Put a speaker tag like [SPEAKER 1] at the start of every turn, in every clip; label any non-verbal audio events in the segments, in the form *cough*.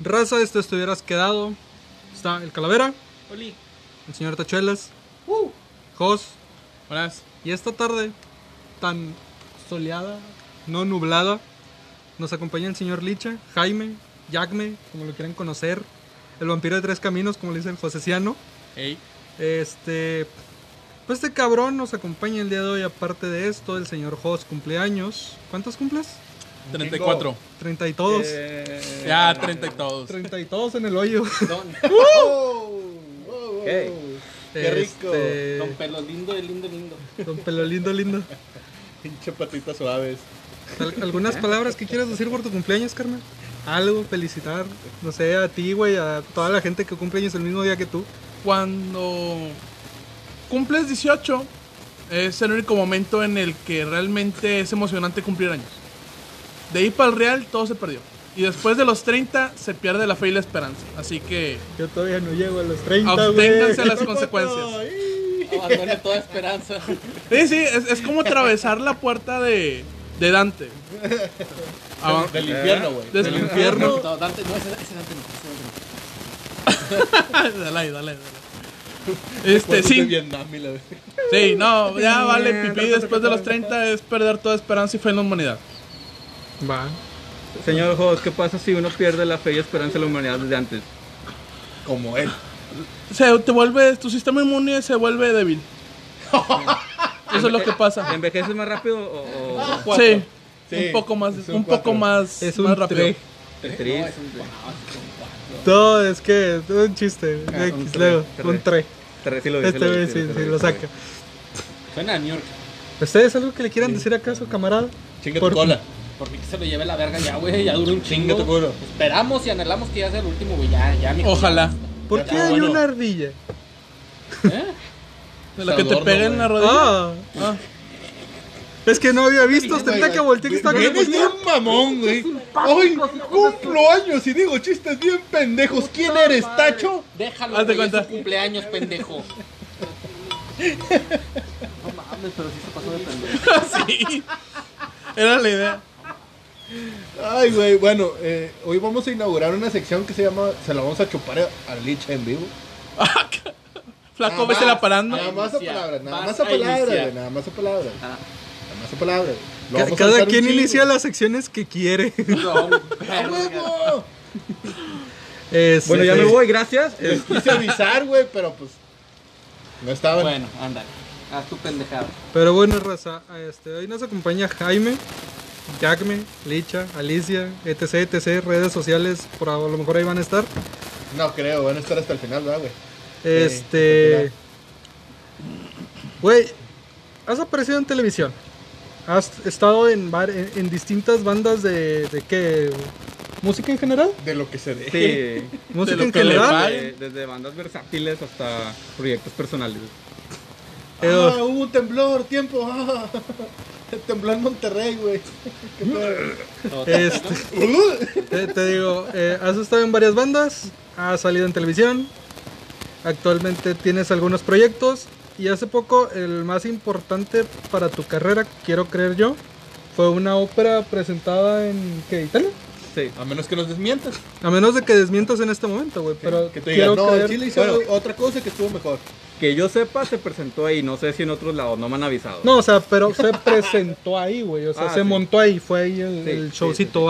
[SPEAKER 1] Raza, esto estuvieras quedado. Está el Calavera,
[SPEAKER 2] Oli.
[SPEAKER 1] el señor Tachuelas,
[SPEAKER 2] Uh.
[SPEAKER 1] Jos.
[SPEAKER 2] Buenas.
[SPEAKER 1] Y esta tarde tan soleada, no nublada, nos acompaña el señor Licha, Jaime, Jacme, como lo quieran conocer, el vampiro de tres caminos, como le dice el joseciano.
[SPEAKER 2] Hey.
[SPEAKER 1] Este. Pues este cabrón nos acompaña el día de hoy. Aparte de esto, el señor Jos cumpleaños. ¿Cuántos cumples?
[SPEAKER 2] 34.
[SPEAKER 1] Treinta y todos.
[SPEAKER 3] Eh.
[SPEAKER 4] Eh,
[SPEAKER 2] Ya,
[SPEAKER 4] ah,
[SPEAKER 2] 30 y todos.
[SPEAKER 1] Treinta y todos en el hoyo.
[SPEAKER 4] ah.
[SPEAKER 3] Ok.
[SPEAKER 1] Qué rico.
[SPEAKER 4] Don pelo lindo, de lindo, lindo.
[SPEAKER 1] Don Pelo Lindo Lindo.
[SPEAKER 4] Pinche patitas suaves.
[SPEAKER 1] Al-
[SPEAKER 2] ¿Eh?
[SPEAKER 1] ¿Algunas palabras que quieras decir por tu cumpleaños, Carmen? Algo, felicitar, no sé, a ti, güey, a toda la gente que cumple años el mismo día que tú.
[SPEAKER 2] Cuando cumples 18, es el único momento en el que realmente es emocionante cumplir años. De ahí para el real, todo se perdió. Y después de los 30, se pierde la fe y la esperanza. Así que
[SPEAKER 1] Yo todavía no llego a los 30,
[SPEAKER 2] absténganse a
[SPEAKER 1] *laughs*
[SPEAKER 2] las consecuencias.
[SPEAKER 4] Abandone toda esperanza.
[SPEAKER 2] Sí, sí, es, es como atravesar la puerta de, de
[SPEAKER 4] *laughs*
[SPEAKER 2] Dante. Ah,
[SPEAKER 4] Del infierno, güey.
[SPEAKER 2] Del infierno.
[SPEAKER 4] Eh.
[SPEAKER 2] *laughs*
[SPEAKER 4] No, Dante, no, ese, ese Dante no. Ese Dante no.
[SPEAKER 2] dale ahí, dale ahí, dale. Este,
[SPEAKER 4] Recuerdos de
[SPEAKER 2] sí,
[SPEAKER 4] Vietnam y la verga.
[SPEAKER 2] sí, no, ya vale pipí después de los 30 es perder toda esperanza y fe en la humanidad.
[SPEAKER 1] Va.
[SPEAKER 3] Señor Jos, ¿qué pasa si uno pierde la fe y esperanza de la humanidad desde antes?
[SPEAKER 4] Como él.
[SPEAKER 2] Se te vuelve, tu sistema inmune se vuelve
[SPEAKER 4] *laughs*
[SPEAKER 2] débil. Eso es lo que pasa.
[SPEAKER 3] ¿Envejeces más rápido o, o-
[SPEAKER 4] Cuatro.
[SPEAKER 2] Sí,
[SPEAKER 4] Sí,
[SPEAKER 2] un poco más,
[SPEAKER 4] es
[SPEAKER 2] un,
[SPEAKER 4] un
[SPEAKER 2] poco
[SPEAKER 4] cuatro.
[SPEAKER 2] más,
[SPEAKER 1] Es
[SPEAKER 2] más
[SPEAKER 1] un
[SPEAKER 2] rápido.
[SPEAKER 1] tre.
[SPEAKER 3] triste?
[SPEAKER 1] No, es que es un chiste.
[SPEAKER 4] Ah,
[SPEAKER 1] X,
[SPEAKER 3] tre,
[SPEAKER 1] luego,
[SPEAKER 3] tre.
[SPEAKER 1] un tre.
[SPEAKER 3] Tre- sí lo dice,
[SPEAKER 1] Este
[SPEAKER 3] lo
[SPEAKER 1] güey
[SPEAKER 3] dice,
[SPEAKER 1] sí,
[SPEAKER 3] lo
[SPEAKER 1] sí,
[SPEAKER 3] dice,
[SPEAKER 1] lo
[SPEAKER 3] dice.
[SPEAKER 1] saca.
[SPEAKER 4] Suena a New York.
[SPEAKER 1] ¿Ustedes algo que le quieran decir acaso, camarada?
[SPEAKER 4] Chinga
[SPEAKER 1] Por-
[SPEAKER 4] tu cola.
[SPEAKER 5] Porque que se lo lleve la verga ya, güey, ya dura un
[SPEAKER 4] Chinga
[SPEAKER 5] chingo.
[SPEAKER 4] tu culo.
[SPEAKER 5] Esperamos y anhelamos que ya sea el último, güey, ya, ya, mi
[SPEAKER 4] Oh.
[SPEAKER 2] Ojalá.
[SPEAKER 1] ¿Por
[SPEAKER 4] Ya,
[SPEAKER 1] qué hay
[SPEAKER 4] bueno.
[SPEAKER 1] una ardilla?
[SPEAKER 5] *laughs* ¿Eh?
[SPEAKER 2] De la que te
[SPEAKER 4] Adorno,
[SPEAKER 2] pega en la
[SPEAKER 4] güey.
[SPEAKER 2] rodilla.
[SPEAKER 1] Ah,
[SPEAKER 2] Ah,
[SPEAKER 1] es que no había visto, hasta ahorita que volteé que estaba con el
[SPEAKER 4] Vienes de
[SPEAKER 1] cuchillo.
[SPEAKER 4] un mamón, güey. Hoy
[SPEAKER 2] *laughs*
[SPEAKER 4] cumplo años y digo chistes bien pendejos. ¿Quién eres, Tacho?
[SPEAKER 5] Déjalo,
[SPEAKER 2] Hazte
[SPEAKER 5] güey,
[SPEAKER 2] cuenta.
[SPEAKER 5] es su cumpleaños,
[SPEAKER 4] *laughs*
[SPEAKER 5] pendejo.
[SPEAKER 2] sí. Era la idea.
[SPEAKER 4] Ay, güey, bueno, eh, hoy vamos a inaugurar una sección que se llama Se la vamos a chupar a a Licha en vivo.
[SPEAKER 2] Flaco, vete
[SPEAKER 4] Ah,
[SPEAKER 2] la parando.
[SPEAKER 4] Nada más a
[SPEAKER 5] iniciar.
[SPEAKER 4] palabras, nada
[SPEAKER 5] Vas
[SPEAKER 4] más a
[SPEAKER 5] a
[SPEAKER 4] palabras,
[SPEAKER 5] iniciar. Ah.
[SPEAKER 4] güey, nada más a palabras. Nada más a palabras. Lo
[SPEAKER 1] Ca-
[SPEAKER 4] vamos a
[SPEAKER 1] Cada
[SPEAKER 4] usar un
[SPEAKER 1] quien
[SPEAKER 4] chingo.
[SPEAKER 1] inicia las secciones que quiere.
[SPEAKER 5] *laughs* No,
[SPEAKER 4] ¡Ah, huevo!
[SPEAKER 1] Este,
[SPEAKER 3] Bueno, ya me voy, gracias.
[SPEAKER 4] Les quise avisar, güey, pero pues. No estaban.
[SPEAKER 5] bueno, ándale. Haz tu pendejada.
[SPEAKER 1] Pero bueno, raza, este, hoy nos acompaña Jaime, Jacme, Licha, Alicia, etc, etc, redes sociales, por a lo mejor ahí van a estar.
[SPEAKER 4] No creo, van a estar hasta el final, ¿verdad, güey?
[SPEAKER 1] Este... Güey, has aparecido en televisión, has estado en, var- en, en distintas bandas de, de qué... ¿Música en general?
[SPEAKER 4] De lo que se dé.
[SPEAKER 3] Sí.
[SPEAKER 1] ¿Música
[SPEAKER 2] lo
[SPEAKER 1] en
[SPEAKER 2] que le
[SPEAKER 1] general?
[SPEAKER 2] va.
[SPEAKER 3] Desde, desde bandas versátiles hasta proyectos personales.
[SPEAKER 1] Edo.
[SPEAKER 4] Ah, hubo un temblor, tiempo. Ah, *laughs* tembló en Monterrey, güey. *laughs* Qué
[SPEAKER 1] *laughs*
[SPEAKER 4] pedo.
[SPEAKER 1] Este, te, te digo, eh, has estado en varias bandas, has salido en televisión, actualmente tienes algunos proyectos y hace poco el más importante para tu carrera, quiero creer yo, fue una ópera presentada en ¿qué, Italia.
[SPEAKER 3] Sí.
[SPEAKER 4] A menos que nos desmientas.
[SPEAKER 1] A menos de que desmientas en este momento, güey, pero
[SPEAKER 4] Que te digan,
[SPEAKER 1] quiero
[SPEAKER 4] no,
[SPEAKER 1] creer-
[SPEAKER 4] el Chile hizo
[SPEAKER 3] Bueno.
[SPEAKER 4] otra cosa que estuvo mejor.
[SPEAKER 3] Que yo sepa, se presentó ahí. No sé si en otros lados, no me han avisado.
[SPEAKER 1] No, o sea, pero se *laughs* presentó ahí, güey, o sea,
[SPEAKER 3] Ah,
[SPEAKER 1] se
[SPEAKER 3] sí.
[SPEAKER 1] montó ahí, fue ahí el,
[SPEAKER 3] Sí,
[SPEAKER 1] el
[SPEAKER 3] sí,
[SPEAKER 1] showcito,
[SPEAKER 3] sí,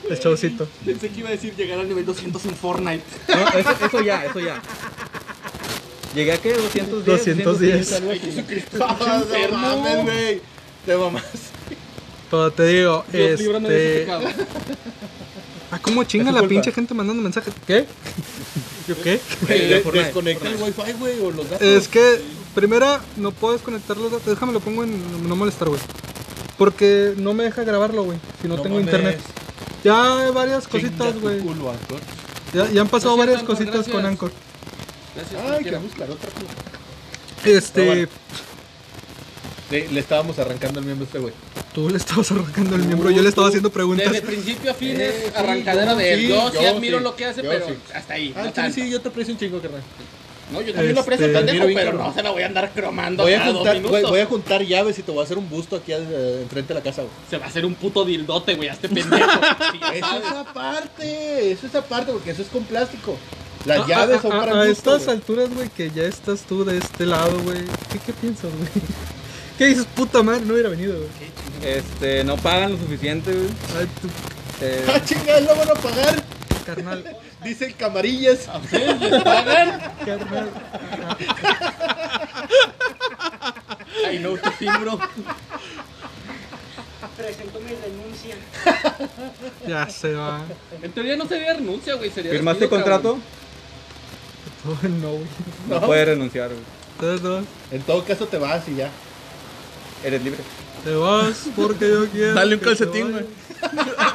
[SPEAKER 3] sí.
[SPEAKER 1] va, el showcito.
[SPEAKER 5] Pensé que iba a decir llegar al nivel 200 en Fortnite.
[SPEAKER 3] No, eso, eso ya, eso ya. Llegué a qué? 210.
[SPEAKER 1] 210.
[SPEAKER 3] algo así.
[SPEAKER 4] Ah, *laughs* no mames, güey. Te mamás.
[SPEAKER 1] Pero te digo,
[SPEAKER 5] Dios líbranos de ese
[SPEAKER 1] este...
[SPEAKER 5] pecado.
[SPEAKER 1] Ah, cómo chinga
[SPEAKER 4] Es su
[SPEAKER 1] la
[SPEAKER 4] culpa.
[SPEAKER 1] pinche gente mandando mensajes. ¿Qué? ¿Yo qué?
[SPEAKER 3] de
[SPEAKER 4] De-
[SPEAKER 3] Fortnite,
[SPEAKER 4] Desconecta eh, el wifi, güey, o los datos.
[SPEAKER 1] Es que, primera, no puedo desconectar los datos. Déjame lo pongo en no molestar, güey. Porque no me deja grabarlo, güey. Si no,
[SPEAKER 4] No
[SPEAKER 1] tengo
[SPEAKER 4] mames.
[SPEAKER 1] internet. Ya hay varias
[SPEAKER 4] Chinga
[SPEAKER 1] cositas,
[SPEAKER 4] tu
[SPEAKER 1] güey.
[SPEAKER 4] culo, Anchor.
[SPEAKER 1] Ya, ya han pasado
[SPEAKER 5] Así es,
[SPEAKER 1] varias
[SPEAKER 5] Anchor,
[SPEAKER 1] cositas con
[SPEAKER 5] gracias.
[SPEAKER 1] Anchor.
[SPEAKER 5] Gracias,
[SPEAKER 4] Ay, que
[SPEAKER 5] cualquiera.
[SPEAKER 4] buscar otra cosa.
[SPEAKER 1] Este,
[SPEAKER 4] Pero Ah, bueno. Sí, le estábamos arrancando el miembro a este güey.
[SPEAKER 1] tú le estabas arrancando el miembro. Yo le estaba haciendo preguntas.
[SPEAKER 5] Desde principio a fin
[SPEAKER 4] Eh,
[SPEAKER 5] es
[SPEAKER 4] sí,
[SPEAKER 5] arrancadera
[SPEAKER 4] yo
[SPEAKER 5] de él.
[SPEAKER 4] sí,
[SPEAKER 5] Yo, sí
[SPEAKER 4] yo
[SPEAKER 5] admiro
[SPEAKER 4] sí,
[SPEAKER 5] lo que hace,
[SPEAKER 4] yo
[SPEAKER 5] pero
[SPEAKER 4] sí.
[SPEAKER 5] hasta ahí.
[SPEAKER 4] Ah,
[SPEAKER 5] no
[SPEAKER 4] chile,
[SPEAKER 5] tanto.
[SPEAKER 4] sí, yo te aprecio un chingo, carnal.
[SPEAKER 5] No, yo también lo aprecio
[SPEAKER 1] Este,
[SPEAKER 5] pendejo,
[SPEAKER 4] miro bien
[SPEAKER 5] pero
[SPEAKER 4] cabrón.
[SPEAKER 5] no se la voy a andar cromando
[SPEAKER 4] Voy a,
[SPEAKER 5] cada dos
[SPEAKER 4] juntar,
[SPEAKER 5] minutos.
[SPEAKER 4] güey, voy a juntar llaves y te voy a hacer un busto aquí eh, enfrente de la casa, güey.
[SPEAKER 5] Se va a hacer un puto dildote, güey, a este
[SPEAKER 4] *laughs*
[SPEAKER 5] pendejo. Sí,
[SPEAKER 4] Eso es
[SPEAKER 5] ¿sabes?
[SPEAKER 4] aparte, eso es aparte, porque eso es con plástico. Las
[SPEAKER 1] A-
[SPEAKER 4] llaves son
[SPEAKER 1] a, a-
[SPEAKER 4] para
[SPEAKER 1] a
[SPEAKER 4] el gusto,
[SPEAKER 1] estas
[SPEAKER 4] güey.
[SPEAKER 1] alturas, güey, que ya estás tú de este lado, güey. ¿Qué, qué piensas, güey? *laughs* ¿Qué dices, puta madre? No hubiera venido, güey.
[SPEAKER 3] Este, no pagan lo suficiente, güey.
[SPEAKER 1] Ay, tu
[SPEAKER 4] *laughs*
[SPEAKER 3] Eh,
[SPEAKER 4] Ah, chingada, lo van a pagar.
[SPEAKER 1] carnal,
[SPEAKER 4] Dicen camarillas.
[SPEAKER 5] ¿A ustedes les pagan?
[SPEAKER 1] carnal.
[SPEAKER 5] I know tu timbro.
[SPEAKER 6] Presento mi renuncia.
[SPEAKER 1] Ya se va.
[SPEAKER 5] En teoría no sería renuncia, güey. Sería
[SPEAKER 3] ¿Firmaste
[SPEAKER 5] despido,
[SPEAKER 3] contrato?
[SPEAKER 5] cabrón.
[SPEAKER 1] Oh, no, güey.
[SPEAKER 3] No puedes renunciar, güey.
[SPEAKER 1] Ustedes dos.
[SPEAKER 4] *laughs* En todo caso te vas y ya.
[SPEAKER 3] Eres libre.
[SPEAKER 1] Te vas porque yo quiero.
[SPEAKER 2] Dale un
[SPEAKER 1] que te
[SPEAKER 2] calcetín, güey.
[SPEAKER 1] vayas.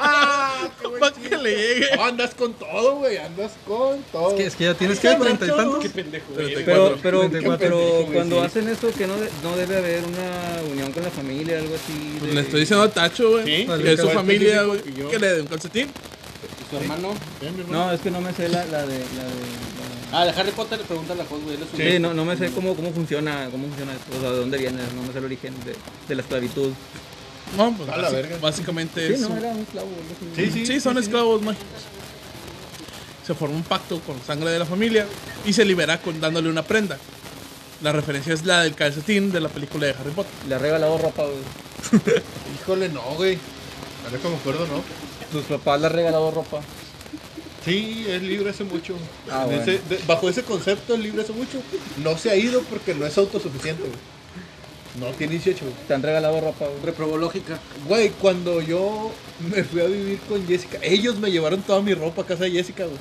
[SPEAKER 2] Para que le llegue.
[SPEAKER 4] No, andas con todo, güey, andas con todo.
[SPEAKER 1] Es que, es que ya tienes que treinta y tantos.
[SPEAKER 5] Qué pendejo, güey.
[SPEAKER 4] Pero-
[SPEAKER 3] Pero, pero,
[SPEAKER 1] 34,
[SPEAKER 3] pero
[SPEAKER 4] güey,
[SPEAKER 3] cuando
[SPEAKER 4] sí.
[SPEAKER 3] hacen eso, que no, de- no debe haber una unión con la familia, algo así.
[SPEAKER 2] Pues
[SPEAKER 3] de-
[SPEAKER 2] le estoy diciendo a Tacho, güey.
[SPEAKER 4] Sí,
[SPEAKER 2] que
[SPEAKER 1] vale,
[SPEAKER 2] es su
[SPEAKER 1] igual
[SPEAKER 2] familia,
[SPEAKER 4] específico
[SPEAKER 2] güey.
[SPEAKER 4] que yo.
[SPEAKER 2] Que le dé un calcetín.
[SPEAKER 5] ¿Y su hermano?
[SPEAKER 4] Ven, mi hermano.
[SPEAKER 3] No, es que no me sé la, la de. La de-
[SPEAKER 5] Ah, de Harry Potter, pregúntale a Jos, güey. él es un-
[SPEAKER 3] la- Sí, no, no me sé cómo, cómo funciona, cómo funciona esto, o sea, de dónde viene, no me sé el origen de, de la esclavitud.
[SPEAKER 2] No, pues
[SPEAKER 4] A la
[SPEAKER 2] basi-
[SPEAKER 4] verga.
[SPEAKER 2] básicamente
[SPEAKER 3] Sí,
[SPEAKER 2] es
[SPEAKER 3] no,
[SPEAKER 2] un-
[SPEAKER 3] era un esclavo. algo así.
[SPEAKER 4] Sí, sí.
[SPEAKER 2] Sí, son esclavos, güey. Se forma un pacto con sangre de la familia y se libera con, dándole una prenda. La referencia es la del calcetín de la película de Harry Potter.
[SPEAKER 3] Le ha regalado ropa, güey.
[SPEAKER 4] Híjole, no, güey. Ahora que me acuerdo, ¿no?
[SPEAKER 3] Tus papás le han regalado ropa.
[SPEAKER 4] Sí, es libre hace mucho.
[SPEAKER 3] Ah,
[SPEAKER 4] En
[SPEAKER 3] bueno.
[SPEAKER 4] ese- de- bajo ese concepto, es libre hace mucho. No se ha ido porque no es autosuficiente, güey. No tiene 18, güey.
[SPEAKER 3] Te han regalado ropa, güey.
[SPEAKER 5] Reprobó lógica.
[SPEAKER 4] Güey, cuando yo me fui a vivir con Jessica, ellos me llevaron toda mi ropa a casa de Jessica, güey.